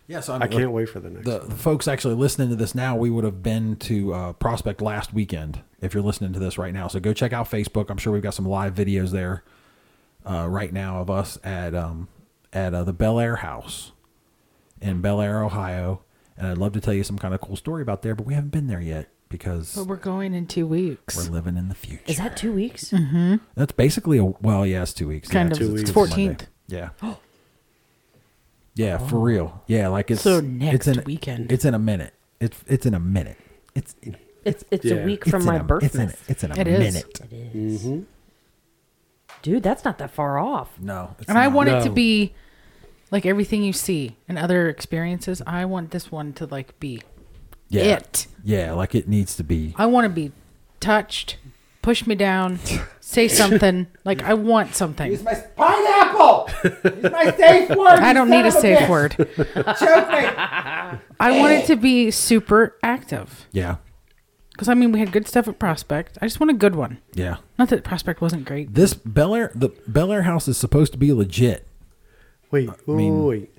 [SPEAKER 2] yeah. So mean,
[SPEAKER 4] I
[SPEAKER 2] look,
[SPEAKER 4] can't wait for the next.
[SPEAKER 2] the, the folks actually listening to this now, we would have been to uh, Prospect last weekend if you're listening to this right now. So go check out Facebook. I'm sure we've got some live videos there uh, right now of us at um, at uh, the Bel Air House in Bel Air, Ohio. And I'd love to tell you some kind of cool story about there, but we haven't been there yet because
[SPEAKER 5] But we're going in two
[SPEAKER 2] we're
[SPEAKER 5] weeks.
[SPEAKER 2] living in the future.
[SPEAKER 3] Is that two weeks?
[SPEAKER 2] That's basically a well, yeah, it's two weeks.
[SPEAKER 5] Kind
[SPEAKER 2] yeah,
[SPEAKER 5] of.
[SPEAKER 2] two
[SPEAKER 5] It's
[SPEAKER 2] weeks.
[SPEAKER 5] 14th.
[SPEAKER 2] Monday. Yeah. Yeah, for real. Yeah, like it's
[SPEAKER 5] Oh. So next
[SPEAKER 2] it's in,
[SPEAKER 5] weekend.
[SPEAKER 2] It's in a minute. It's it's in a minute. It's in-
[SPEAKER 3] It's it's
[SPEAKER 4] Yeah.
[SPEAKER 3] a week
[SPEAKER 2] it's
[SPEAKER 3] from
[SPEAKER 2] in
[SPEAKER 3] my
[SPEAKER 2] a,
[SPEAKER 3] birth
[SPEAKER 2] It's in,
[SPEAKER 3] month.
[SPEAKER 2] it's in a
[SPEAKER 5] It is.
[SPEAKER 2] minute.
[SPEAKER 3] Dude, that's not that far off.
[SPEAKER 2] No, it's
[SPEAKER 5] And I
[SPEAKER 2] not.
[SPEAKER 5] want it to
[SPEAKER 4] No.
[SPEAKER 5] be like everything you see and other experiences. I want this one to like be
[SPEAKER 2] yeah.
[SPEAKER 5] it.
[SPEAKER 2] Yeah, like it needs to be.
[SPEAKER 5] I want to be touched, push me down, say something. like I want something.
[SPEAKER 1] my pineapple. It's my safe word.
[SPEAKER 5] I
[SPEAKER 1] you
[SPEAKER 5] don't
[SPEAKER 1] son
[SPEAKER 5] need a
[SPEAKER 1] of
[SPEAKER 5] safe
[SPEAKER 1] bitch.
[SPEAKER 5] word.
[SPEAKER 1] Choke me.
[SPEAKER 5] I want it to be super active.
[SPEAKER 2] Yeah,
[SPEAKER 5] Because I mean, we had good stuff at Prospect. I just want a good one.
[SPEAKER 2] yeah.
[SPEAKER 5] Not that Prospect wasn't great.
[SPEAKER 2] This Bel Air, the Bel Air house is supposed to be legit.
[SPEAKER 4] wait, wait,
[SPEAKER 2] mean-
[SPEAKER 4] wait.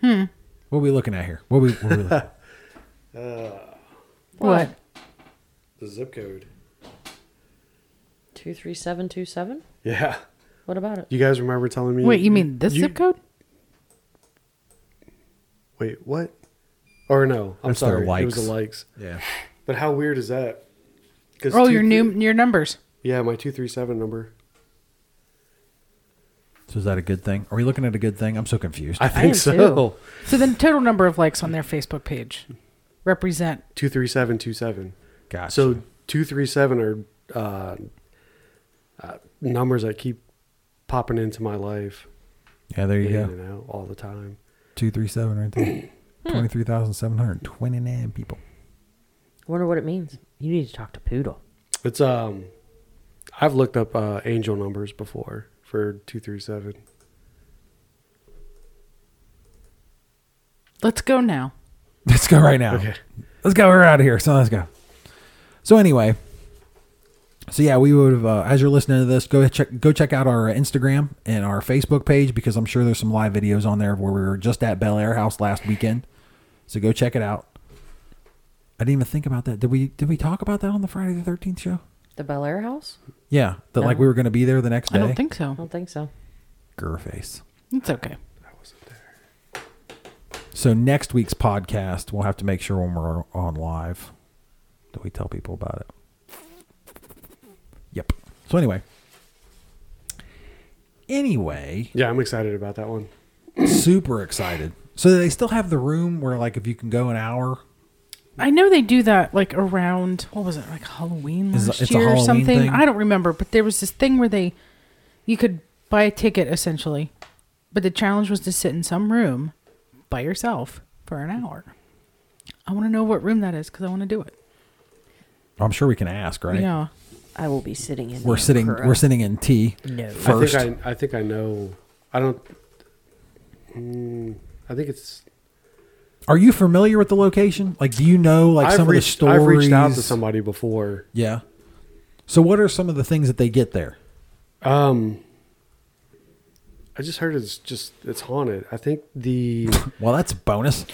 [SPEAKER 2] What are we looking at here? What are we? What are we looking at?
[SPEAKER 5] What?
[SPEAKER 4] The zip code.
[SPEAKER 3] Two three seven two seven.
[SPEAKER 4] Yeah,
[SPEAKER 3] What about it?
[SPEAKER 4] you guys remember telling me?
[SPEAKER 5] Wait, you mean this
[SPEAKER 4] You-
[SPEAKER 5] zip code?
[SPEAKER 4] Wait, what? Or no, I'm
[SPEAKER 2] That's their
[SPEAKER 4] sorry. It was
[SPEAKER 2] likes.
[SPEAKER 4] the likes.
[SPEAKER 2] Yeah,
[SPEAKER 4] But how weird is that? 'Cause
[SPEAKER 5] Oh,
[SPEAKER 4] two-
[SPEAKER 5] your new your numbers.
[SPEAKER 4] Yeah, my two three seven number.
[SPEAKER 2] so is that a good thing? Are we looking at a good thing? I'm so confused.
[SPEAKER 4] I think
[SPEAKER 5] am
[SPEAKER 4] so.
[SPEAKER 5] So the total number of likes on their Facebook page represent
[SPEAKER 4] Two three seven two seven.
[SPEAKER 2] Gotcha.
[SPEAKER 4] So two three seven are uh, uh, numbers that keep popping into my life,
[SPEAKER 2] yeah, there you
[SPEAKER 4] in
[SPEAKER 2] go.
[SPEAKER 4] and out all the time.
[SPEAKER 2] Two three seven right there. Twenty three thousand seven hundred twenty nine people.
[SPEAKER 3] Wonder what it means. You need to talk to Poodle.
[SPEAKER 4] It's um, I've looked up uh, angel numbers before for two three seven.
[SPEAKER 5] Let's go now.
[SPEAKER 2] Let's go right now.
[SPEAKER 4] Okay.
[SPEAKER 2] Let's go. We're out of here. So let's go. So anyway, so yeah, we would have. Uh, as you're listening to this, go check go check out our uh, Instagram and our Facebook page because I'm sure there's some live videos on there of where we were just at Bel Air House last weekend. So go check it out. I didn't even think about that. Did we did we talk about that on the Friday the Thirteenth show?
[SPEAKER 3] The Bel Air house?
[SPEAKER 2] Yeah, that like we were going to be there the next day.
[SPEAKER 5] I don't think
[SPEAKER 3] I
[SPEAKER 5] so.
[SPEAKER 3] don't think so.
[SPEAKER 2] Gerface.
[SPEAKER 5] It's okay.
[SPEAKER 2] So next week's podcast, we'll have to make sure when we're on live that we tell people about it. Yep. So anyway, anyway,
[SPEAKER 4] Yeah, I'm excited about that one.
[SPEAKER 2] super excited. So they still have the room where, like, if you can go an hour,
[SPEAKER 5] I know they do that like around what was it like Halloween
[SPEAKER 2] Is-
[SPEAKER 5] last
[SPEAKER 2] it's a
[SPEAKER 5] year or
[SPEAKER 2] Halloween
[SPEAKER 5] something.
[SPEAKER 2] thing?
[SPEAKER 5] I don't remember, but there was this thing where they you could buy a ticket essentially, but the challenge was to sit in some room by yourself for an hour. I want to know what room that is because I want to do it.
[SPEAKER 2] I'm sure we can ask, right?
[SPEAKER 5] Yeah,
[SPEAKER 3] I will be sitting in.
[SPEAKER 2] We're
[SPEAKER 3] the
[SPEAKER 2] sitting.
[SPEAKER 3] Emperor.
[SPEAKER 2] We're sitting in T first.
[SPEAKER 4] I think I, I think I know. I don't. Mm, I think it's.
[SPEAKER 2] Are you familiar with the location? Like, do you know like
[SPEAKER 4] I've
[SPEAKER 2] some
[SPEAKER 4] reached,
[SPEAKER 2] of the
[SPEAKER 4] I've
[SPEAKER 2] stories?
[SPEAKER 4] reached out to somebody before.
[SPEAKER 2] Yeah. So, what are some of the things that they get there?
[SPEAKER 4] Um, I just heard it's just it's haunted. I think the
[SPEAKER 2] Well, that's a bonus.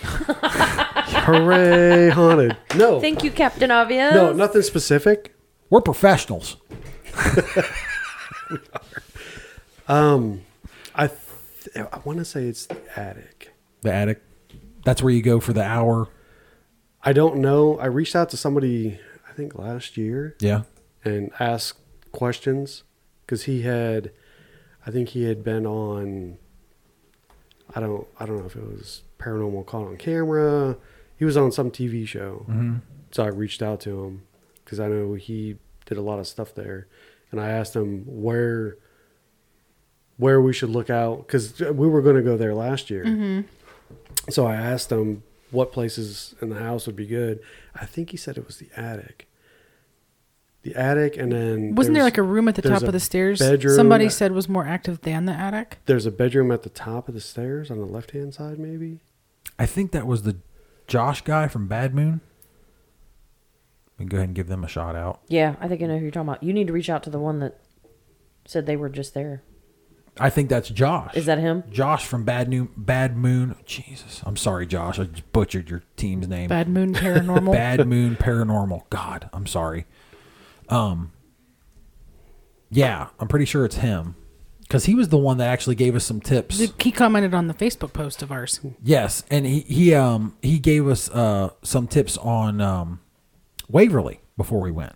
[SPEAKER 4] hooray haunted. No,
[SPEAKER 3] Thank you, Captain Obvious.
[SPEAKER 4] no, nothing specific.
[SPEAKER 2] We're professionals.
[SPEAKER 4] I th- I want to say it's the attic.
[SPEAKER 2] The attic. That's where you go for the hour.
[SPEAKER 4] I don't know. I reached out to somebody I think last year
[SPEAKER 2] Yeah.
[SPEAKER 4] and asked questions because he had, I think he had been on. I don't I don't know if it was paranormal caught on camera. He was on some TV show, so I reached out to him because I know he did a lot of stuff there, and I asked him where where we should look out because we were going to go there last year.
[SPEAKER 5] Mm-hmm.
[SPEAKER 4] So I asked him what places in the house would be good. I think he said it was the attic. The attic, and then
[SPEAKER 5] wasn't there
[SPEAKER 4] there's-
[SPEAKER 5] like a room at the
[SPEAKER 4] there's
[SPEAKER 5] top
[SPEAKER 4] a
[SPEAKER 5] of the stairs?
[SPEAKER 4] bedroom
[SPEAKER 5] Somebody
[SPEAKER 4] at-
[SPEAKER 5] said was more active than the attic.
[SPEAKER 4] There's a bedroom at the top of the stairs on the left hand side, maybe.
[SPEAKER 2] I think that was the Josh guy from Bad Moon. We can go ahead and give them a shout out.
[SPEAKER 3] Yeah, I think I know who you're talking about. You need to reach out to the one that said they were just there.
[SPEAKER 2] I think that's Josh.
[SPEAKER 3] Is that him?
[SPEAKER 2] Josh from Bad New Bad Moon? Jesus, I'm sorry, Josh. I just butchered your team's name.
[SPEAKER 5] Bad Moon Paranormal.
[SPEAKER 2] Bad Moon Paranormal. God, I'm sorry. Um, yeah, I'm pretty sure it's him because he was the one that actually gave us some tips.
[SPEAKER 5] He commented on the Facebook post of ours.
[SPEAKER 2] Yes, and he he um he gave us uh some tips on um Waverly before we went.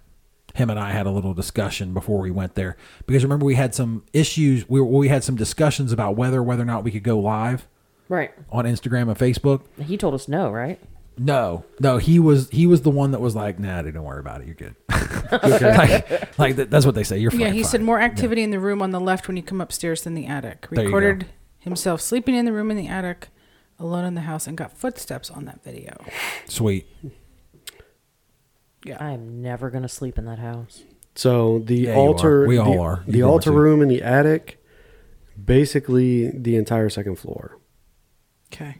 [SPEAKER 2] Him and I had a little discussion before we went there because remember we had some issues. We we had some discussions about whether whether or not we could go live
[SPEAKER 3] Right.
[SPEAKER 2] on Instagram and Facebook.
[SPEAKER 3] He told us no, right?
[SPEAKER 2] No, no, he was he was the one that was like, "Nah, dude, don't worry about it. You're good." like, like that, that's what they say. You're fine.
[SPEAKER 5] Yeah, he
[SPEAKER 2] fine.
[SPEAKER 5] said more activity in the room on the left when you come upstairs than the attic.
[SPEAKER 2] There you go.
[SPEAKER 5] Recorded himself sleeping in the room in the attic, alone in the house, and got footsteps on that video.
[SPEAKER 2] Sweet.
[SPEAKER 3] I am never gonna sleep in that house.
[SPEAKER 4] So the
[SPEAKER 2] you
[SPEAKER 4] altar,
[SPEAKER 2] are. We
[SPEAKER 4] the-
[SPEAKER 2] all are.
[SPEAKER 4] The
[SPEAKER 2] You are
[SPEAKER 4] altar
[SPEAKER 2] too.
[SPEAKER 4] room in the attic, basically the entire second floor.
[SPEAKER 5] Okay.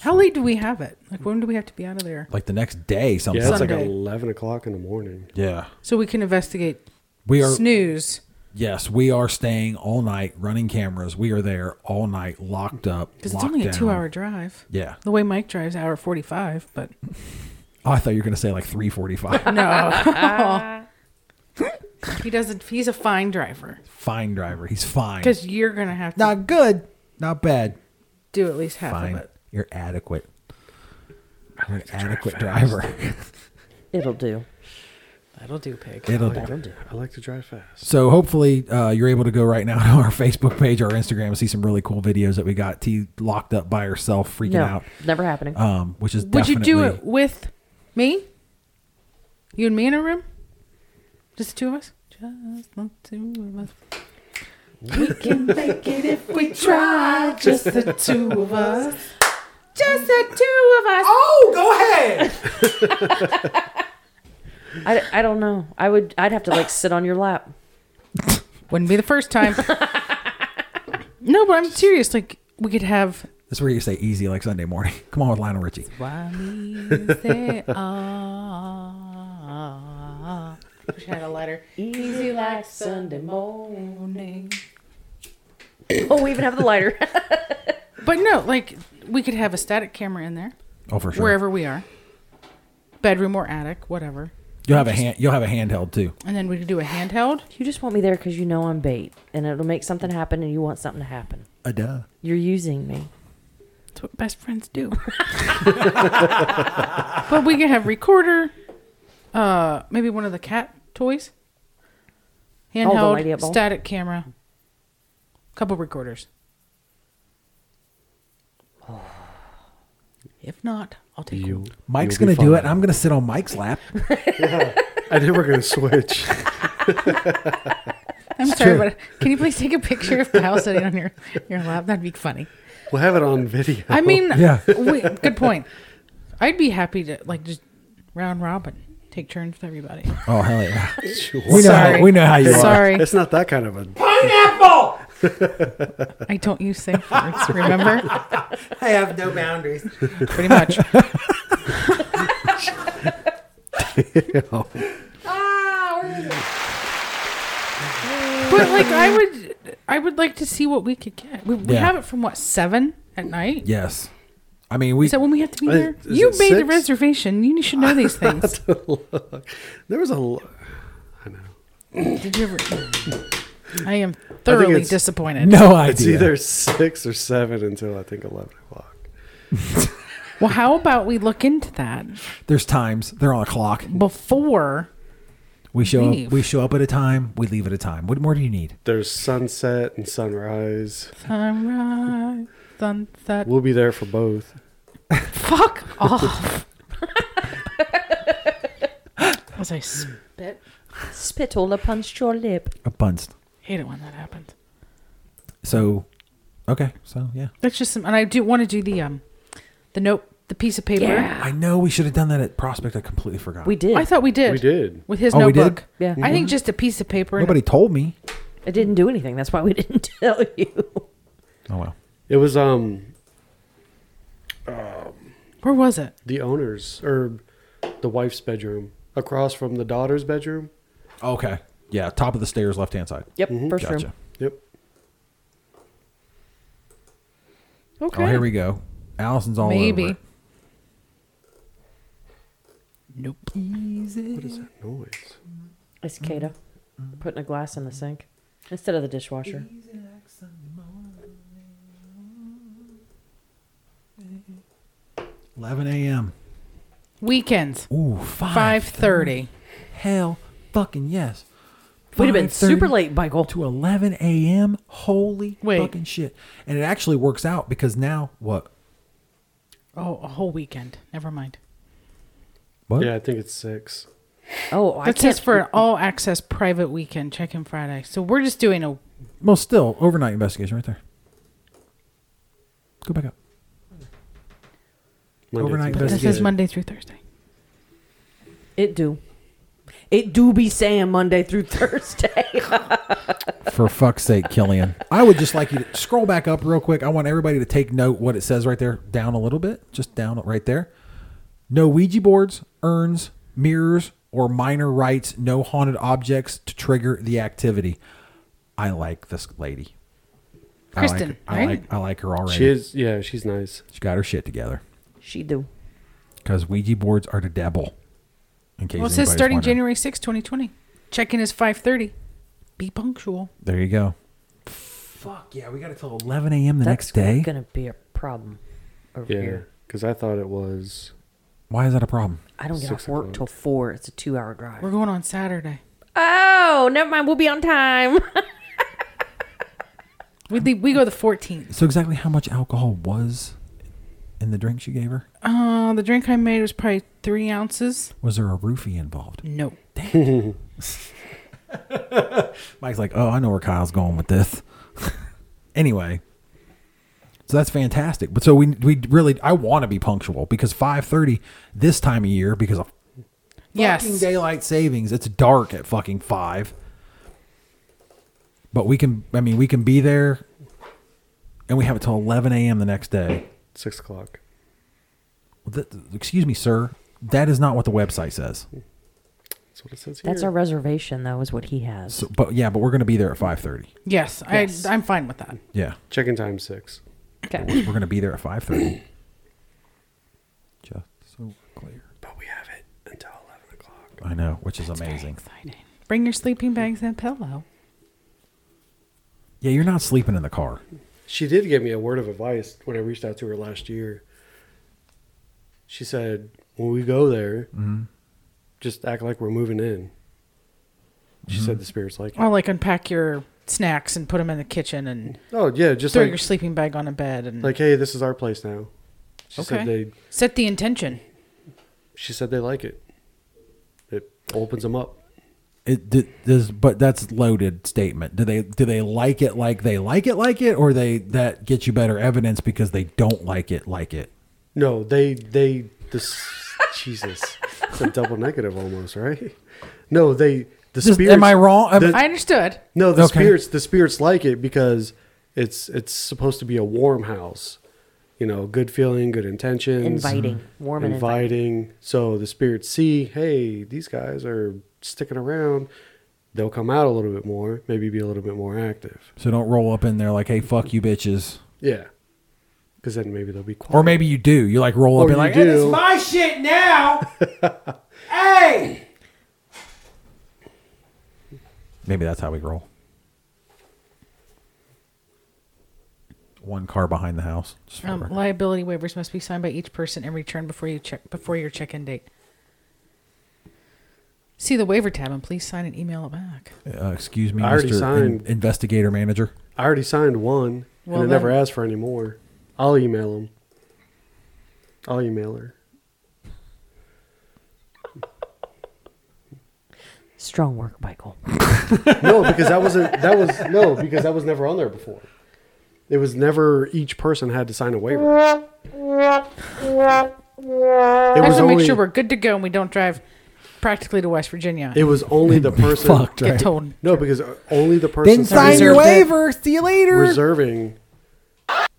[SPEAKER 5] How late do we have it? Like, when do we have to be out of there?
[SPEAKER 2] Like the next day, something.
[SPEAKER 4] Yeah, it's like
[SPEAKER 5] Sunday.
[SPEAKER 4] eleven o'clock in the morning.
[SPEAKER 2] yeah.
[SPEAKER 5] So we can investigate
[SPEAKER 2] We are
[SPEAKER 5] snooze.
[SPEAKER 2] Yes, we are staying all night, running cameras. We are there all night, locked up.
[SPEAKER 5] Because it's
[SPEAKER 2] locked
[SPEAKER 5] only a
[SPEAKER 2] down.
[SPEAKER 5] two hour drive.
[SPEAKER 2] Yeah.
[SPEAKER 5] The way Mike drives, hour 45, but
[SPEAKER 2] Oh, I thought you were going to say like 345.
[SPEAKER 5] no. he doesn't, he's a fine driver.
[SPEAKER 2] fine driver. He's fine.
[SPEAKER 5] Because you're going to have to
[SPEAKER 2] Not good. Not bad.
[SPEAKER 5] do at least half
[SPEAKER 2] Fine.
[SPEAKER 5] of it.
[SPEAKER 2] You're adequate. You're an adequate driver.
[SPEAKER 3] It'll do.
[SPEAKER 5] That'll do, pig.
[SPEAKER 2] It'll
[SPEAKER 4] I,
[SPEAKER 2] do.
[SPEAKER 4] I like to drive fast.
[SPEAKER 2] So hopefully uh, you're able to go right now to our Facebook page or our Instagram and see some really cool videos that we got. T locked up by herself, freaking
[SPEAKER 3] No,
[SPEAKER 2] out.
[SPEAKER 3] never happening.
[SPEAKER 2] Um, which is
[SPEAKER 5] Would you do
[SPEAKER 2] definitely-
[SPEAKER 5] it with me? You and me in a room? Just the two of us? Just the two of us. We can make it if we try. Just the two of us. Just the two of us.
[SPEAKER 2] Oh, go ahead.
[SPEAKER 3] I, I don't know. I would. I'd have to like sit on your lap.
[SPEAKER 5] Wouldn't be the first time. no, but I'm serious. Like we could have.
[SPEAKER 2] That's where you say easy like Sunday morning. Come on with Lionel Richie.
[SPEAKER 5] Why me say ah? Wish I had a lighter. Easy like Sunday morning.
[SPEAKER 3] Oh, we even have the lighter.
[SPEAKER 5] But no, like we could have a static camera in there
[SPEAKER 2] Oh, for sure.
[SPEAKER 5] wherever we are, bedroom or attic, whatever.
[SPEAKER 2] You'll have a hand. You'll have a handheld too.
[SPEAKER 5] And then we could do a handheld.
[SPEAKER 3] you just want me there because you know I'm bait, and it'll make something happen, and you want something to happen.
[SPEAKER 2] A duh.
[SPEAKER 3] You're using me.
[SPEAKER 5] That's what best friends do. but we could have recorder, uh, maybe one of the cat toys,
[SPEAKER 3] lady
[SPEAKER 5] handheld,
[SPEAKER 3] at ball?
[SPEAKER 5] static camera, couple recorders. If not, I'll take
[SPEAKER 4] You.
[SPEAKER 5] you.
[SPEAKER 2] Mike's
[SPEAKER 4] you'll
[SPEAKER 2] going
[SPEAKER 4] be
[SPEAKER 2] to do
[SPEAKER 4] fine.
[SPEAKER 2] it. and I'm going to sit on Mike's lap.
[SPEAKER 4] I think we're gonna switch.
[SPEAKER 5] I'm sorry,
[SPEAKER 2] true.
[SPEAKER 5] but can you please take a picture of Kyle sitting on your, your lap? That'd be funny.
[SPEAKER 4] We'll have it on video.
[SPEAKER 5] I mean,
[SPEAKER 2] Oh, Yeah.
[SPEAKER 5] we- good point. I'd be happy to like just round robin, take turns with everybody.
[SPEAKER 2] Oh, hell yeah.
[SPEAKER 4] Sure.
[SPEAKER 2] We know,
[SPEAKER 5] Sorry.
[SPEAKER 2] how, Oh, we know how you are.
[SPEAKER 5] Sorry,
[SPEAKER 4] It's not that kind of a.
[SPEAKER 1] Pineapple!
[SPEAKER 5] I don't use safe words. Remember,
[SPEAKER 2] I have no boundaries.
[SPEAKER 5] pretty much. But like, I would, I would like to see what we could get. We, we
[SPEAKER 2] Yeah.
[SPEAKER 5] have it from what seven at night.
[SPEAKER 2] Yes. I mean, we.
[SPEAKER 5] Is that when we have to be
[SPEAKER 4] I-
[SPEAKER 5] there?
[SPEAKER 4] is
[SPEAKER 5] You
[SPEAKER 4] it
[SPEAKER 5] made the
[SPEAKER 4] six?
[SPEAKER 5] reservation. You should know these things.
[SPEAKER 4] There was a. l- I know.
[SPEAKER 5] Did you ever? I am thoroughly
[SPEAKER 4] it's-
[SPEAKER 5] disappointed.
[SPEAKER 2] no
[SPEAKER 4] It's
[SPEAKER 2] idea.
[SPEAKER 4] either six or seven until I think eleven o'clock.
[SPEAKER 5] Well, how about we look into that
[SPEAKER 2] There's times. They're on a clock.
[SPEAKER 5] before?
[SPEAKER 2] We show
[SPEAKER 5] Leave.
[SPEAKER 2] up. We show up at a time. We leave at a time. What more do you need?
[SPEAKER 4] There's sunset and sunrise.
[SPEAKER 5] Sunrise, sunset.
[SPEAKER 4] We'll be there for both.
[SPEAKER 5] Fuck off. As I s-
[SPEAKER 3] Spittle upon your lip.
[SPEAKER 2] A bunch.
[SPEAKER 5] hate it when that happens.
[SPEAKER 2] So, okay. So yeah.
[SPEAKER 5] That's just some, and I do want to do the um, the note, the piece of paper.
[SPEAKER 3] Yeah.
[SPEAKER 2] I know we should have done that at Prospect. I completely forgot.
[SPEAKER 3] We did.
[SPEAKER 5] I thought we did.
[SPEAKER 4] We did.
[SPEAKER 5] with his
[SPEAKER 2] Oh, we did?
[SPEAKER 5] notebook.
[SPEAKER 3] Yeah.
[SPEAKER 5] I think just a piece of paper. and-
[SPEAKER 2] Nobody told me.
[SPEAKER 3] it didn't do anything. That's why we didn't tell you.
[SPEAKER 2] Oh well.
[SPEAKER 4] It was um
[SPEAKER 5] Where was it?
[SPEAKER 4] the owner's or the wife's bedroom across from the daughter's bedroom.
[SPEAKER 2] Okay. Yeah. Top of the stairs, left hand side.
[SPEAKER 3] Yep, first
[SPEAKER 2] Gotcha.
[SPEAKER 3] room.
[SPEAKER 4] Yep.
[SPEAKER 3] Okay.
[SPEAKER 2] Oh, here we go. Allison's all
[SPEAKER 5] Maybe.
[SPEAKER 2] over. it.
[SPEAKER 5] Nope.
[SPEAKER 4] What is that noise?
[SPEAKER 3] It's Kata putting a glass in the sink instead of the dishwasher.
[SPEAKER 2] Eleven a.m.
[SPEAKER 5] Weekends.
[SPEAKER 2] Ooh, five.
[SPEAKER 5] Five thirty.
[SPEAKER 2] Hell, fucking yes.
[SPEAKER 3] We'd have been
[SPEAKER 2] 5:30
[SPEAKER 3] super late, Michael.
[SPEAKER 2] to 11 a.m. Holy
[SPEAKER 5] Wait.
[SPEAKER 2] fucking shit! And it actually works out because now what?
[SPEAKER 5] Oh, a whole weekend. Never mind.
[SPEAKER 2] What?
[SPEAKER 4] Yeah, I think it's six.
[SPEAKER 3] Oh, I
[SPEAKER 5] That
[SPEAKER 3] can't.
[SPEAKER 5] says for an all access private weekend check in Friday. So we're just doing a
[SPEAKER 2] Well, still overnight investigation right there. Go back up.
[SPEAKER 4] Monday
[SPEAKER 2] Overnight
[SPEAKER 4] through
[SPEAKER 5] this
[SPEAKER 2] That's
[SPEAKER 5] is
[SPEAKER 4] Thursday.
[SPEAKER 5] Monday through Thursday.
[SPEAKER 3] It do. It do be saying Monday through Thursday.
[SPEAKER 2] For fuck's sake, Killian. I would just like you to scroll back up real quick. I want everybody to take note what it says right there, down a little bit, just down right there. No Ouija boards, urns, mirrors, or minor rites, no haunted objects to trigger the activity. I like this lady.
[SPEAKER 5] Kristen,
[SPEAKER 2] I like, I
[SPEAKER 5] right?
[SPEAKER 2] like, I like her already.
[SPEAKER 4] She is yeah, she's nice.
[SPEAKER 2] She's got her shit together
[SPEAKER 3] she do.
[SPEAKER 2] because Ouija boards are the devil. In case
[SPEAKER 5] Well, it says
[SPEAKER 2] anybody's
[SPEAKER 5] starting
[SPEAKER 2] wondering.
[SPEAKER 5] January sixth, 2020. Check in is 5:30. Be punctual.
[SPEAKER 2] There you go. Fuck yeah, we got it till 11 a.m. the next day.
[SPEAKER 3] That's gonna be a problem over
[SPEAKER 4] Yeah.
[SPEAKER 3] here.
[SPEAKER 4] Because I thought it was
[SPEAKER 2] Why is that a problem?
[SPEAKER 3] I don't get
[SPEAKER 4] Six
[SPEAKER 3] off work
[SPEAKER 4] o'clock.
[SPEAKER 3] till four. It's a two-hour drive.
[SPEAKER 5] We're going on Saturday.
[SPEAKER 3] oh, never mind. We'll be on time.
[SPEAKER 5] We leave, we go the 14th.
[SPEAKER 2] So exactly how much alcohol was in the drinks you gave her?
[SPEAKER 5] Uh, the drink I made was probably three ounces.
[SPEAKER 2] Was there a roofie involved?
[SPEAKER 5] No.
[SPEAKER 2] Mike's like, oh, I know where Kyle's going with this. anyway, so that's fantastic. But so we we really I want to be punctual because five thirty this time of year because of fucking
[SPEAKER 5] Yes.
[SPEAKER 2] daylight savings. It's dark at fucking five. But we can. I mean, we can be there, and we have it till eleven a.m. the next day.
[SPEAKER 4] six o'clock.
[SPEAKER 2] Th- th- excuse me, sir. That is not what the website says.
[SPEAKER 4] That's what it says here.
[SPEAKER 3] That's our reservation, though, is what he has.
[SPEAKER 2] So, but yeah, but we're gonna be there at five thirty.
[SPEAKER 5] Yes. I,
[SPEAKER 3] Yes.
[SPEAKER 5] I'm fine with that.
[SPEAKER 2] Yeah,
[SPEAKER 4] check in time six.
[SPEAKER 3] okay.
[SPEAKER 2] we're gonna be there at five thirty. Just so we're clear.
[SPEAKER 4] But we have it until eleven o'clock.
[SPEAKER 2] I know, which is amazing.
[SPEAKER 5] Exciting. Bring your sleeping bags and pillow.
[SPEAKER 2] Yeah, you're not sleeping in the car.
[SPEAKER 4] She did give me a word of advice when I reached out to her last year. She said, "When we go there, just act like we're moving in." She said the spirits like,
[SPEAKER 2] Oh.
[SPEAKER 4] it.
[SPEAKER 5] Or like unpack your snacks and put them in the kitchen and
[SPEAKER 4] "Oh yeah, just
[SPEAKER 5] throw
[SPEAKER 4] like,
[SPEAKER 5] your sleeping bag on a bed and
[SPEAKER 4] like hey, this is our place now." She said
[SPEAKER 5] Okay.
[SPEAKER 4] they
[SPEAKER 5] Set the intention.
[SPEAKER 4] she said they like it. It opens them up.
[SPEAKER 2] It d- does, but that's loaded statement. Do they do they like it like they like it like it, or they that gets you better evidence because they don't like it like it?
[SPEAKER 4] No, they they this Jesus. It's a double negative almost, right? No, they the
[SPEAKER 2] Just-
[SPEAKER 4] spirits.
[SPEAKER 2] am I wrong? Am-
[SPEAKER 4] the-
[SPEAKER 5] I understood.
[SPEAKER 4] no, the
[SPEAKER 2] Okay.
[SPEAKER 4] spirits the spirits like it because it's it's supposed to be a warm house. You know, good feeling, good intentions, Mm-hmm.
[SPEAKER 3] Inviting. Warm and inviting.
[SPEAKER 4] inviting. So the spirits see, hey, these guys are sticking around. They'll come out a little bit more, maybe be a little bit more active.
[SPEAKER 2] So don't roll up in there like, hey, fuck you, bitches.
[SPEAKER 4] Yeah, because then maybe they'll be quiet.
[SPEAKER 2] Or maybe you do. You like roll up
[SPEAKER 4] Or
[SPEAKER 2] and
[SPEAKER 4] you
[SPEAKER 2] like,
[SPEAKER 4] do.
[SPEAKER 2] "Hey, this is
[SPEAKER 1] It's my shit now. hey,
[SPEAKER 2] Maybe that's how we roll. One car behind the house. Just for the
[SPEAKER 5] Um,
[SPEAKER 2] record.
[SPEAKER 5] liability waivers must be signed by each person and returned before you check before your check-in date. See the waiver tab and please sign and email it back.
[SPEAKER 2] uh, excuse me,
[SPEAKER 4] I already
[SPEAKER 2] Mr. In-
[SPEAKER 4] signed.
[SPEAKER 2] investigator Manager.
[SPEAKER 4] I already signed one,
[SPEAKER 5] Well,
[SPEAKER 4] and I never
[SPEAKER 5] then-
[SPEAKER 4] asked for any more. I'll email him. I'll email her.
[SPEAKER 3] Strong work, Michael.
[SPEAKER 4] No, because that wasn't that was no because that was never on there before. It was never each person had to sign a waiver. It
[SPEAKER 5] I
[SPEAKER 4] was
[SPEAKER 5] have to
[SPEAKER 4] only
[SPEAKER 5] make sure we're good to go and we don't drive practically to West Virginia.
[SPEAKER 4] it was only the person.
[SPEAKER 2] Fucked,
[SPEAKER 5] Get
[SPEAKER 2] right?
[SPEAKER 5] told.
[SPEAKER 4] No, because only the person
[SPEAKER 2] Didn't sign your
[SPEAKER 4] reserved-
[SPEAKER 2] waiver. See you later.
[SPEAKER 4] reserving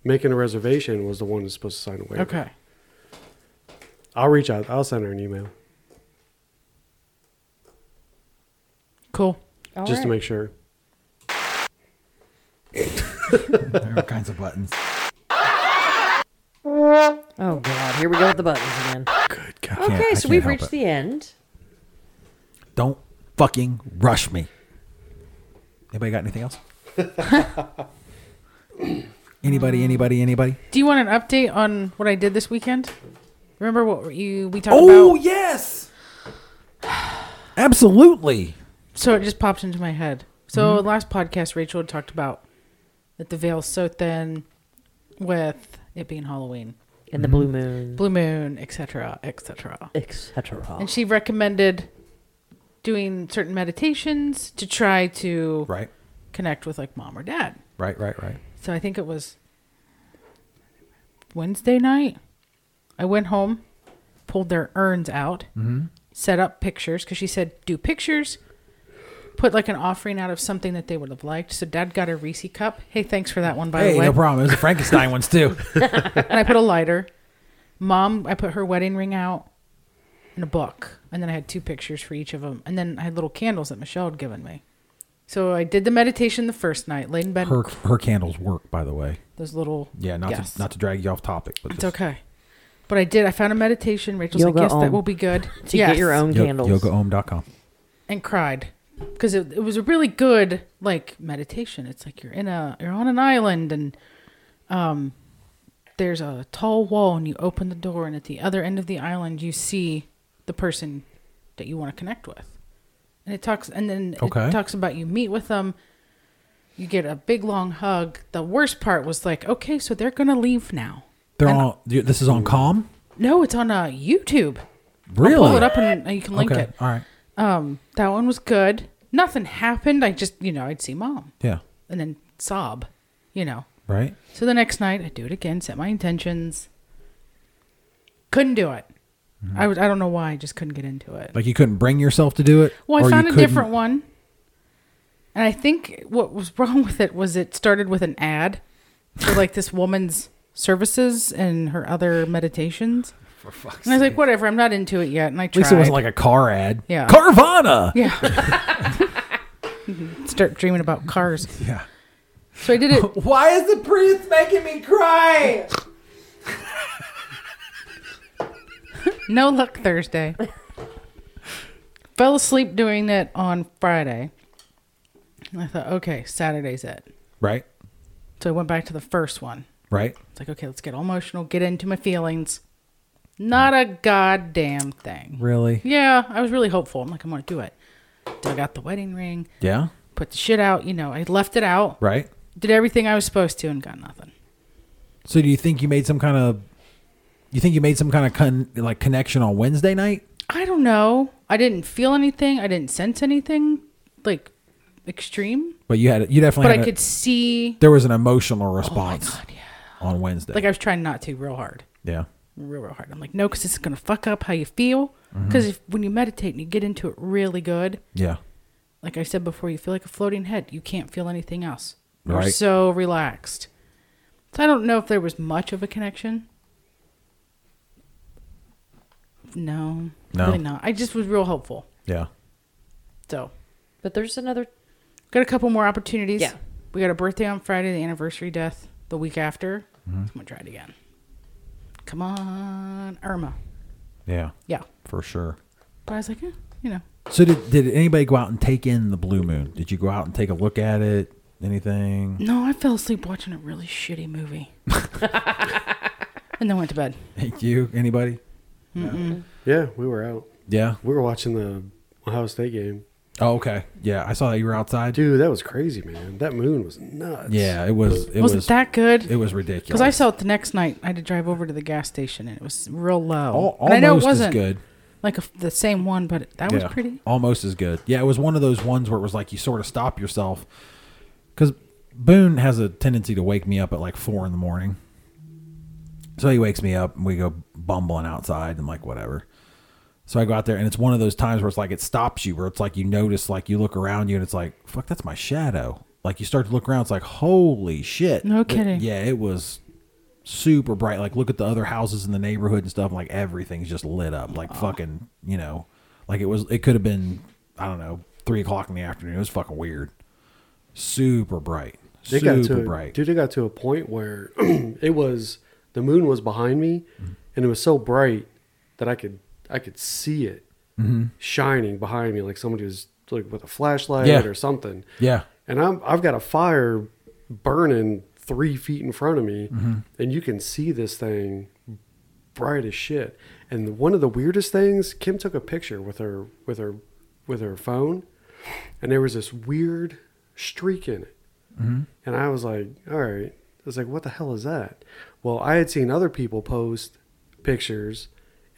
[SPEAKER 4] making a reservation was the one that's supposed to sign a waiver.
[SPEAKER 5] Okay.
[SPEAKER 4] I'll reach out. I'll send her an email
[SPEAKER 5] Cool.
[SPEAKER 4] just to make sure.
[SPEAKER 2] there are all kinds of buttons.
[SPEAKER 3] Oh God, here we go with the buttons again.
[SPEAKER 2] Good God. I
[SPEAKER 3] Okay,
[SPEAKER 2] can't- I
[SPEAKER 3] so
[SPEAKER 2] can't
[SPEAKER 3] we've
[SPEAKER 2] help
[SPEAKER 3] reached
[SPEAKER 2] it.
[SPEAKER 3] the end.
[SPEAKER 2] Don't fucking rush me. Anybody got anything else? anybody? Anybody? Anybody?
[SPEAKER 5] Do you want an update on what I did this weekend? Remember what you we talked
[SPEAKER 2] Oh
[SPEAKER 5] about?
[SPEAKER 2] yes, absolutely.
[SPEAKER 5] So it just popped into my head. So last podcast, Rachel had talked about that the veil's so thin with it being Halloween,
[SPEAKER 2] Mm-hmm.
[SPEAKER 3] And the blue moon,
[SPEAKER 5] blue moon, etc., etc.
[SPEAKER 3] etc.
[SPEAKER 5] And she recommended doing certain meditations to try to
[SPEAKER 2] Right,
[SPEAKER 5] connect with like mom or dad.
[SPEAKER 2] right, right, right.
[SPEAKER 5] So I think it was Wednesday night. I went home, pulled their urns out,
[SPEAKER 2] Mm-hmm.
[SPEAKER 5] set up pictures because she said do pictures, put like an offering out of something that they would have liked. So Dad got a Reese cup. Hey, thanks for that one by
[SPEAKER 2] Hey,
[SPEAKER 5] the way.
[SPEAKER 2] no problem. It was a Frankenstein ones too.
[SPEAKER 5] and I put a lighter. Mom, I put her wedding ring out and a book, and then I had two pictures for each of them, and then I had little candles that Michelle had given me. So I did the meditation the first night, laid in bed.
[SPEAKER 2] Her her candles work, by the way.
[SPEAKER 5] those little
[SPEAKER 2] Yeah, not
[SPEAKER 5] Yes.
[SPEAKER 2] to not to drag you off topic, but
[SPEAKER 5] It's okay. But I did. I found a meditation. Rachel's
[SPEAKER 3] Yoga
[SPEAKER 5] like, yes,
[SPEAKER 3] Om.
[SPEAKER 5] that will be good.
[SPEAKER 3] To
[SPEAKER 5] yes.
[SPEAKER 3] get your own candles.
[SPEAKER 2] YogaOM.com.
[SPEAKER 5] And cried because it, it was a really good like meditation. It's like you're in a you're on an island and um there's a tall wall and you open the door and at the other end of the island you see the person that you want to connect with. And it talks and then
[SPEAKER 2] Okay.
[SPEAKER 5] it talks about you meet with them. You get a big long hug. The worst part was like, okay, so they're gonna leave now.
[SPEAKER 2] They're all. This is on Calm.
[SPEAKER 5] No, it's on uh, YouTube.
[SPEAKER 2] Really?
[SPEAKER 5] I'll pull it up and you can link
[SPEAKER 2] okay.
[SPEAKER 5] it.
[SPEAKER 2] All right.
[SPEAKER 5] Um, that one was good. Nothing happened. I just, you know, I'd see mom
[SPEAKER 2] Yeah.
[SPEAKER 5] and then sob, you know.
[SPEAKER 2] Right.
[SPEAKER 5] So the next night, I do it again, set my intentions. Couldn't do it.
[SPEAKER 2] Mm-hmm.
[SPEAKER 5] I was, I don't know why. I just couldn't get into it.
[SPEAKER 2] Like you couldn't bring yourself to do it.
[SPEAKER 5] Well,
[SPEAKER 2] or
[SPEAKER 5] I
[SPEAKER 2] you
[SPEAKER 5] found a
[SPEAKER 2] couldn't-
[SPEAKER 5] different one. And I think what was wrong with it was it started with an ad for like this woman's services and her other meditations. and I was like, whatever, I'm not into it yet. And I
[SPEAKER 2] At
[SPEAKER 5] tried.
[SPEAKER 2] least it wasn't like a car ad.
[SPEAKER 5] Yeah.
[SPEAKER 2] Carvana.
[SPEAKER 5] Yeah. Start dreaming about cars.
[SPEAKER 2] Yeah.
[SPEAKER 5] So I did it.
[SPEAKER 1] why is the priest making me cry?
[SPEAKER 5] No luck Thursday. Fell asleep doing it on Friday. And I thought, okay, Saturday's it.
[SPEAKER 2] Right.
[SPEAKER 5] So I went back to the first one.
[SPEAKER 2] Right.
[SPEAKER 5] It's like, okay, let's get all emotional, get into my feelings. Not a goddamn thing.
[SPEAKER 2] Really.
[SPEAKER 5] Yeah, I was really hopeful. I'm like, I'm going to do it. Dug out the wedding ring,
[SPEAKER 2] Yeah.
[SPEAKER 5] put the shit out. You know, I left it out,
[SPEAKER 2] Right.
[SPEAKER 5] did everything I was supposed to, and got nothing.
[SPEAKER 2] So do you think you made some kind of You think you made some kind of con- like connection on Wednesday night?
[SPEAKER 5] I don't know. I didn't feel anything. I didn't sense anything like extreme,
[SPEAKER 2] But you had you
[SPEAKER 5] but
[SPEAKER 2] definitely.
[SPEAKER 5] I
[SPEAKER 2] had a-
[SPEAKER 5] could Oh see.
[SPEAKER 2] there was an emotional response on Wednesday.
[SPEAKER 5] Like I was trying not to real hard,
[SPEAKER 2] yeah.
[SPEAKER 5] real real hard. I'm like, no, because this is gonna fuck up how you feel.
[SPEAKER 2] Mm-hmm.
[SPEAKER 5] Because if when you meditate and you get into it really good,
[SPEAKER 2] Yeah.
[SPEAKER 5] like I said before, you feel like a floating head. You can't feel anything else. You're
[SPEAKER 2] Right.
[SPEAKER 5] so relaxed. So I don't know if there was much of a connection. No,
[SPEAKER 2] No.
[SPEAKER 5] really not. I just was real hopeful.
[SPEAKER 2] Yeah.
[SPEAKER 5] So
[SPEAKER 3] But there's another.
[SPEAKER 5] got a couple more opportunities.
[SPEAKER 3] Yeah.
[SPEAKER 5] we got a birthday on Friday, the anniversary death the week after.
[SPEAKER 2] Mm-hmm.
[SPEAKER 5] I'm gonna try it again. Come on, Irma.
[SPEAKER 2] Yeah.
[SPEAKER 5] Yeah,
[SPEAKER 2] For sure.
[SPEAKER 5] but I was like, eh, you know,
[SPEAKER 2] So did did anybody go out and take in the blue moon? Did you go out and take a look at it? Anything?
[SPEAKER 5] no, I fell asleep watching a really shitty movie, and then went to bed.
[SPEAKER 2] you? Anybody?
[SPEAKER 4] Yeah, we were out.
[SPEAKER 2] Yeah.
[SPEAKER 4] We were watching the Ohio State game.
[SPEAKER 2] Oh, okay. Yeah, I saw that you were outside.
[SPEAKER 4] Dude, that was crazy, man. That moon was nuts.
[SPEAKER 2] Yeah, it was. It
[SPEAKER 5] was
[SPEAKER 2] was
[SPEAKER 5] it that good?
[SPEAKER 2] It was ridiculous.
[SPEAKER 5] Because I saw it the next night. I had to drive over to the gas station, and it was real low.
[SPEAKER 2] Al-
[SPEAKER 5] and I know it
[SPEAKER 2] almost as
[SPEAKER 5] wasn't
[SPEAKER 2] good.
[SPEAKER 5] like a, the same one, but that was
[SPEAKER 2] yeah,
[SPEAKER 5] pretty.
[SPEAKER 2] Almost as good. Yeah, it was one of those ones where it was like you sort of stop yourself because Boone has a tendency to wake me up at like four in the morning. So he wakes me up and we go bumbling outside. and like, whatever. So I go out there and it's one of those times where it's like it stops you, where it's like you notice, like you look around you and it's like, fuck, that's my shadow. Like you start to look around, it's like, holy shit.
[SPEAKER 5] No
[SPEAKER 2] It-
[SPEAKER 5] kidding.
[SPEAKER 2] yeah, it was super bright. Like look at the other houses in the neighborhood and stuff. Like everything's just lit up. Like fucking, you know, like it was. It could have been, I don't know, three o'clock in the afternoon. It was fucking weird. Super bright.
[SPEAKER 4] They
[SPEAKER 2] super
[SPEAKER 4] got to
[SPEAKER 2] bright.
[SPEAKER 4] dude. It got to a point where it was the moon was behind me, and it was so bright that I could I could see it
[SPEAKER 2] Mm-hmm.
[SPEAKER 4] shining behind me, like somebody was like with a flashlight
[SPEAKER 2] Yeah.
[SPEAKER 4] or something.
[SPEAKER 2] Yeah.
[SPEAKER 4] And I'm I've got a fire burning three feet in front of me, and you can see this thing bright as shit. And one of the weirdest things, Kim took a picture with her with her with her phone, and there was this weird streak in it. And I was like, all right. I was like, what the hell is that? Well, I had seen other people post pictures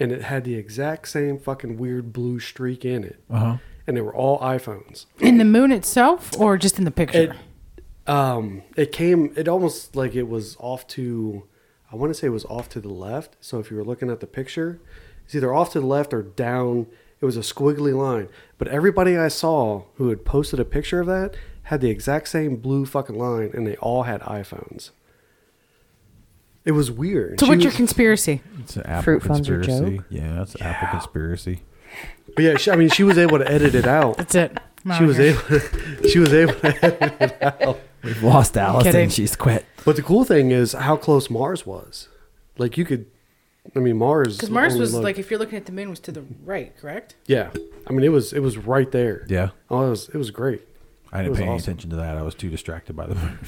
[SPEAKER 4] and it had the exact same fucking weird blue streak in it.
[SPEAKER 2] Uh-huh.
[SPEAKER 4] And they were all iPhones.
[SPEAKER 5] In the moon itself, or just in the picture?
[SPEAKER 4] It um it came it almost like it was off to I want to say it was off to the left. So if you were looking at the picture, it's either off to the left or down. It was a squiggly line. But everybody I saw who had posted a picture of that had the exact same blue fucking line and they all had iPhones. It was weird.
[SPEAKER 5] so
[SPEAKER 4] She
[SPEAKER 5] what's your
[SPEAKER 4] was-
[SPEAKER 5] conspiracy?
[SPEAKER 2] It's an Apple
[SPEAKER 3] Fruit fun's your
[SPEAKER 2] conspiracy.
[SPEAKER 3] joke?
[SPEAKER 2] Yeah, that's an Apple conspiracy.
[SPEAKER 4] but yeah, she, I mean she was able to edit it out.
[SPEAKER 5] That's it. I'm out
[SPEAKER 4] She
[SPEAKER 5] of
[SPEAKER 4] was
[SPEAKER 5] here.
[SPEAKER 4] able she was able to
[SPEAKER 2] We've lost Alice
[SPEAKER 5] Kidding.
[SPEAKER 2] and she's quit.
[SPEAKER 4] But the cool thing is how close Mars was. Like you could, I mean Mars.
[SPEAKER 5] Because
[SPEAKER 2] Oh,
[SPEAKER 5] Mars
[SPEAKER 4] only
[SPEAKER 5] was
[SPEAKER 4] looked-
[SPEAKER 5] like, if you're looking at the moon, was to the right, correct?
[SPEAKER 4] yeah. I mean it was it was right there.
[SPEAKER 2] Yeah.
[SPEAKER 4] Oh, it was it was great.
[SPEAKER 2] I
[SPEAKER 4] It
[SPEAKER 2] didn't
[SPEAKER 4] was
[SPEAKER 2] pay any
[SPEAKER 4] awesome.
[SPEAKER 2] attention to that. I was too distracted by the moon.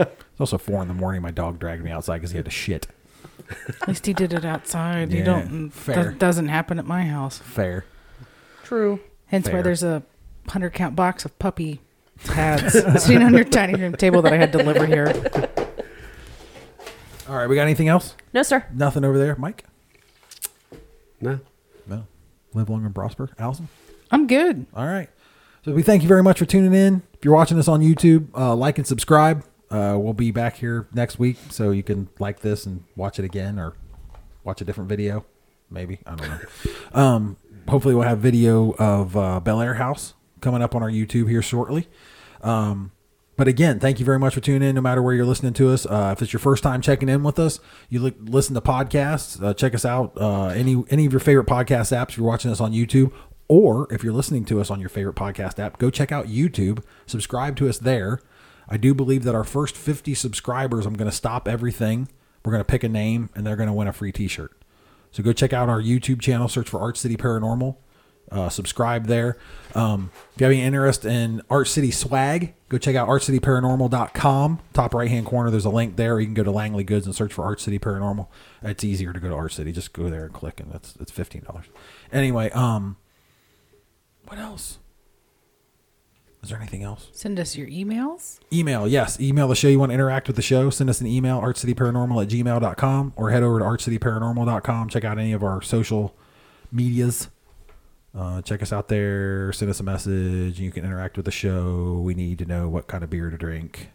[SPEAKER 2] it's also four in the morning. My dog dragged me outside because he had to shit.
[SPEAKER 5] At least he did it outside.
[SPEAKER 2] Yeah,
[SPEAKER 5] you don't.
[SPEAKER 2] fair.
[SPEAKER 5] That doesn't happen at my house.
[SPEAKER 2] Fair.
[SPEAKER 3] True.
[SPEAKER 5] Hence why
[SPEAKER 2] Fair.
[SPEAKER 5] there's a hundred count box of puppy pads sitting on your dining room table that I had delivered here.
[SPEAKER 2] All right, we got anything else?
[SPEAKER 3] No, sir.
[SPEAKER 2] Nothing over there, Mike.
[SPEAKER 4] No.
[SPEAKER 2] No. Live long and prosper, Allison.
[SPEAKER 5] I'm good.
[SPEAKER 2] All right. So we thank you very much for tuning in. If you're watching this on YouTube, uh, like and subscribe. Uh, we'll be back here next week, so you can like this and watch it again, or watch a different video. Maybe I don't know. um, hopefully, we'll have video of uh, Bel Air House coming up on our YouTube here shortly. Um, but again, thank you very much for tuning in. No matter where you're listening to us, uh, if it's your first time checking in with us, you look, listen to podcasts. Uh, check us out uh, any any of your favorite podcast apps. If you're watching us on YouTube, or if you're listening to us on your favorite podcast app, go check out YouTube. Subscribe to us there. I do believe that our first 50 subscribers, I'm going to stop everything. We're going to pick a name, and they're going to win a free T-shirt. So go check out our YouTube channel. Search for Art City Paranormal. Uh, subscribe there. Um, if you have any interest in Art City swag, go check out artcityparanormal.com. Top right hand corner, there's a link there. You can go to Langley Goods and search for Art City Paranormal. It's easier to go to Art City. Just go there and click, and that's it's fifteen dollars. Anyway, um, what else? Is there anything else?
[SPEAKER 5] Send us your emails.
[SPEAKER 2] Email, yes. Email the show. You want to interact with the show? Send us an email, artcityparanormal at gmail.com or head over to artcityparanormal.com. Check out any of our social medias. Uh, check us out there. Send us a message. You can interact with the show. We need to know what kind of beer to drink.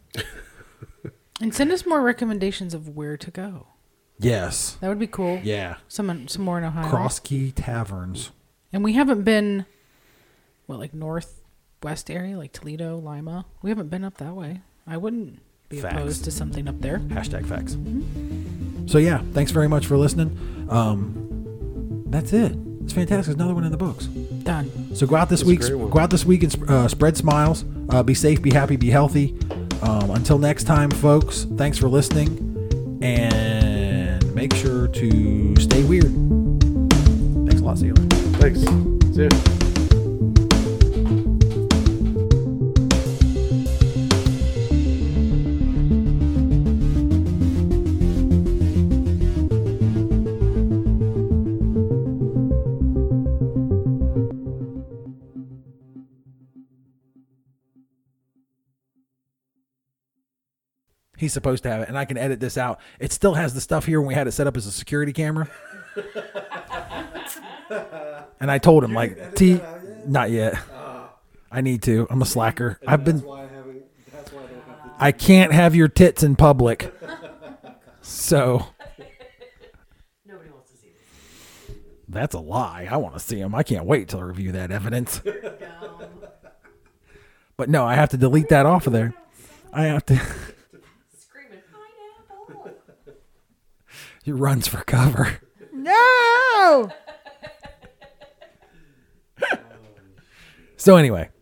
[SPEAKER 5] And send us more recommendations of where to go.
[SPEAKER 2] Yes.
[SPEAKER 5] That would be cool.
[SPEAKER 2] Yeah.
[SPEAKER 5] Some some more in Ohio.
[SPEAKER 2] Cross Key Taverns.
[SPEAKER 5] And we haven't been what like northwest area, like Toledo, Lima. We haven't been up that way. I wouldn't be
[SPEAKER 2] Facts.
[SPEAKER 5] opposed to something up there.
[SPEAKER 2] Hashtag facts. So yeah, thanks very much for listening. Um, that's it. It's fantastic. There's another one in the books.
[SPEAKER 5] Done.
[SPEAKER 2] So go out this
[SPEAKER 4] That's a
[SPEAKER 2] week.
[SPEAKER 4] great one.
[SPEAKER 2] Go out this week and sp- uh, spread smiles. Uh, be safe. Be happy. Be healthy. Um, until next time, folks. Thanks for listening, and make sure to stay weird. Thanks a lot, Sailor.
[SPEAKER 4] Thanks. See ya.
[SPEAKER 2] He's supposed to have it, and I can edit this out. It still has the stuff here when we had it set up as a security camera. and I told him, like, T, not yet. I need to. I'm a slacker. I've been.
[SPEAKER 7] Uh. Why I haven't? That's why I don't have
[SPEAKER 2] I can't have your tits in public. So
[SPEAKER 3] Nobody wants to see this.
[SPEAKER 2] that's a lie. I want to see them. I can't wait till I review that evidence. But no, I have to delete that off of there. I have to.
[SPEAKER 3] Screaming, pineapple.
[SPEAKER 2] He runs for cover.
[SPEAKER 5] No.
[SPEAKER 2] So anyway.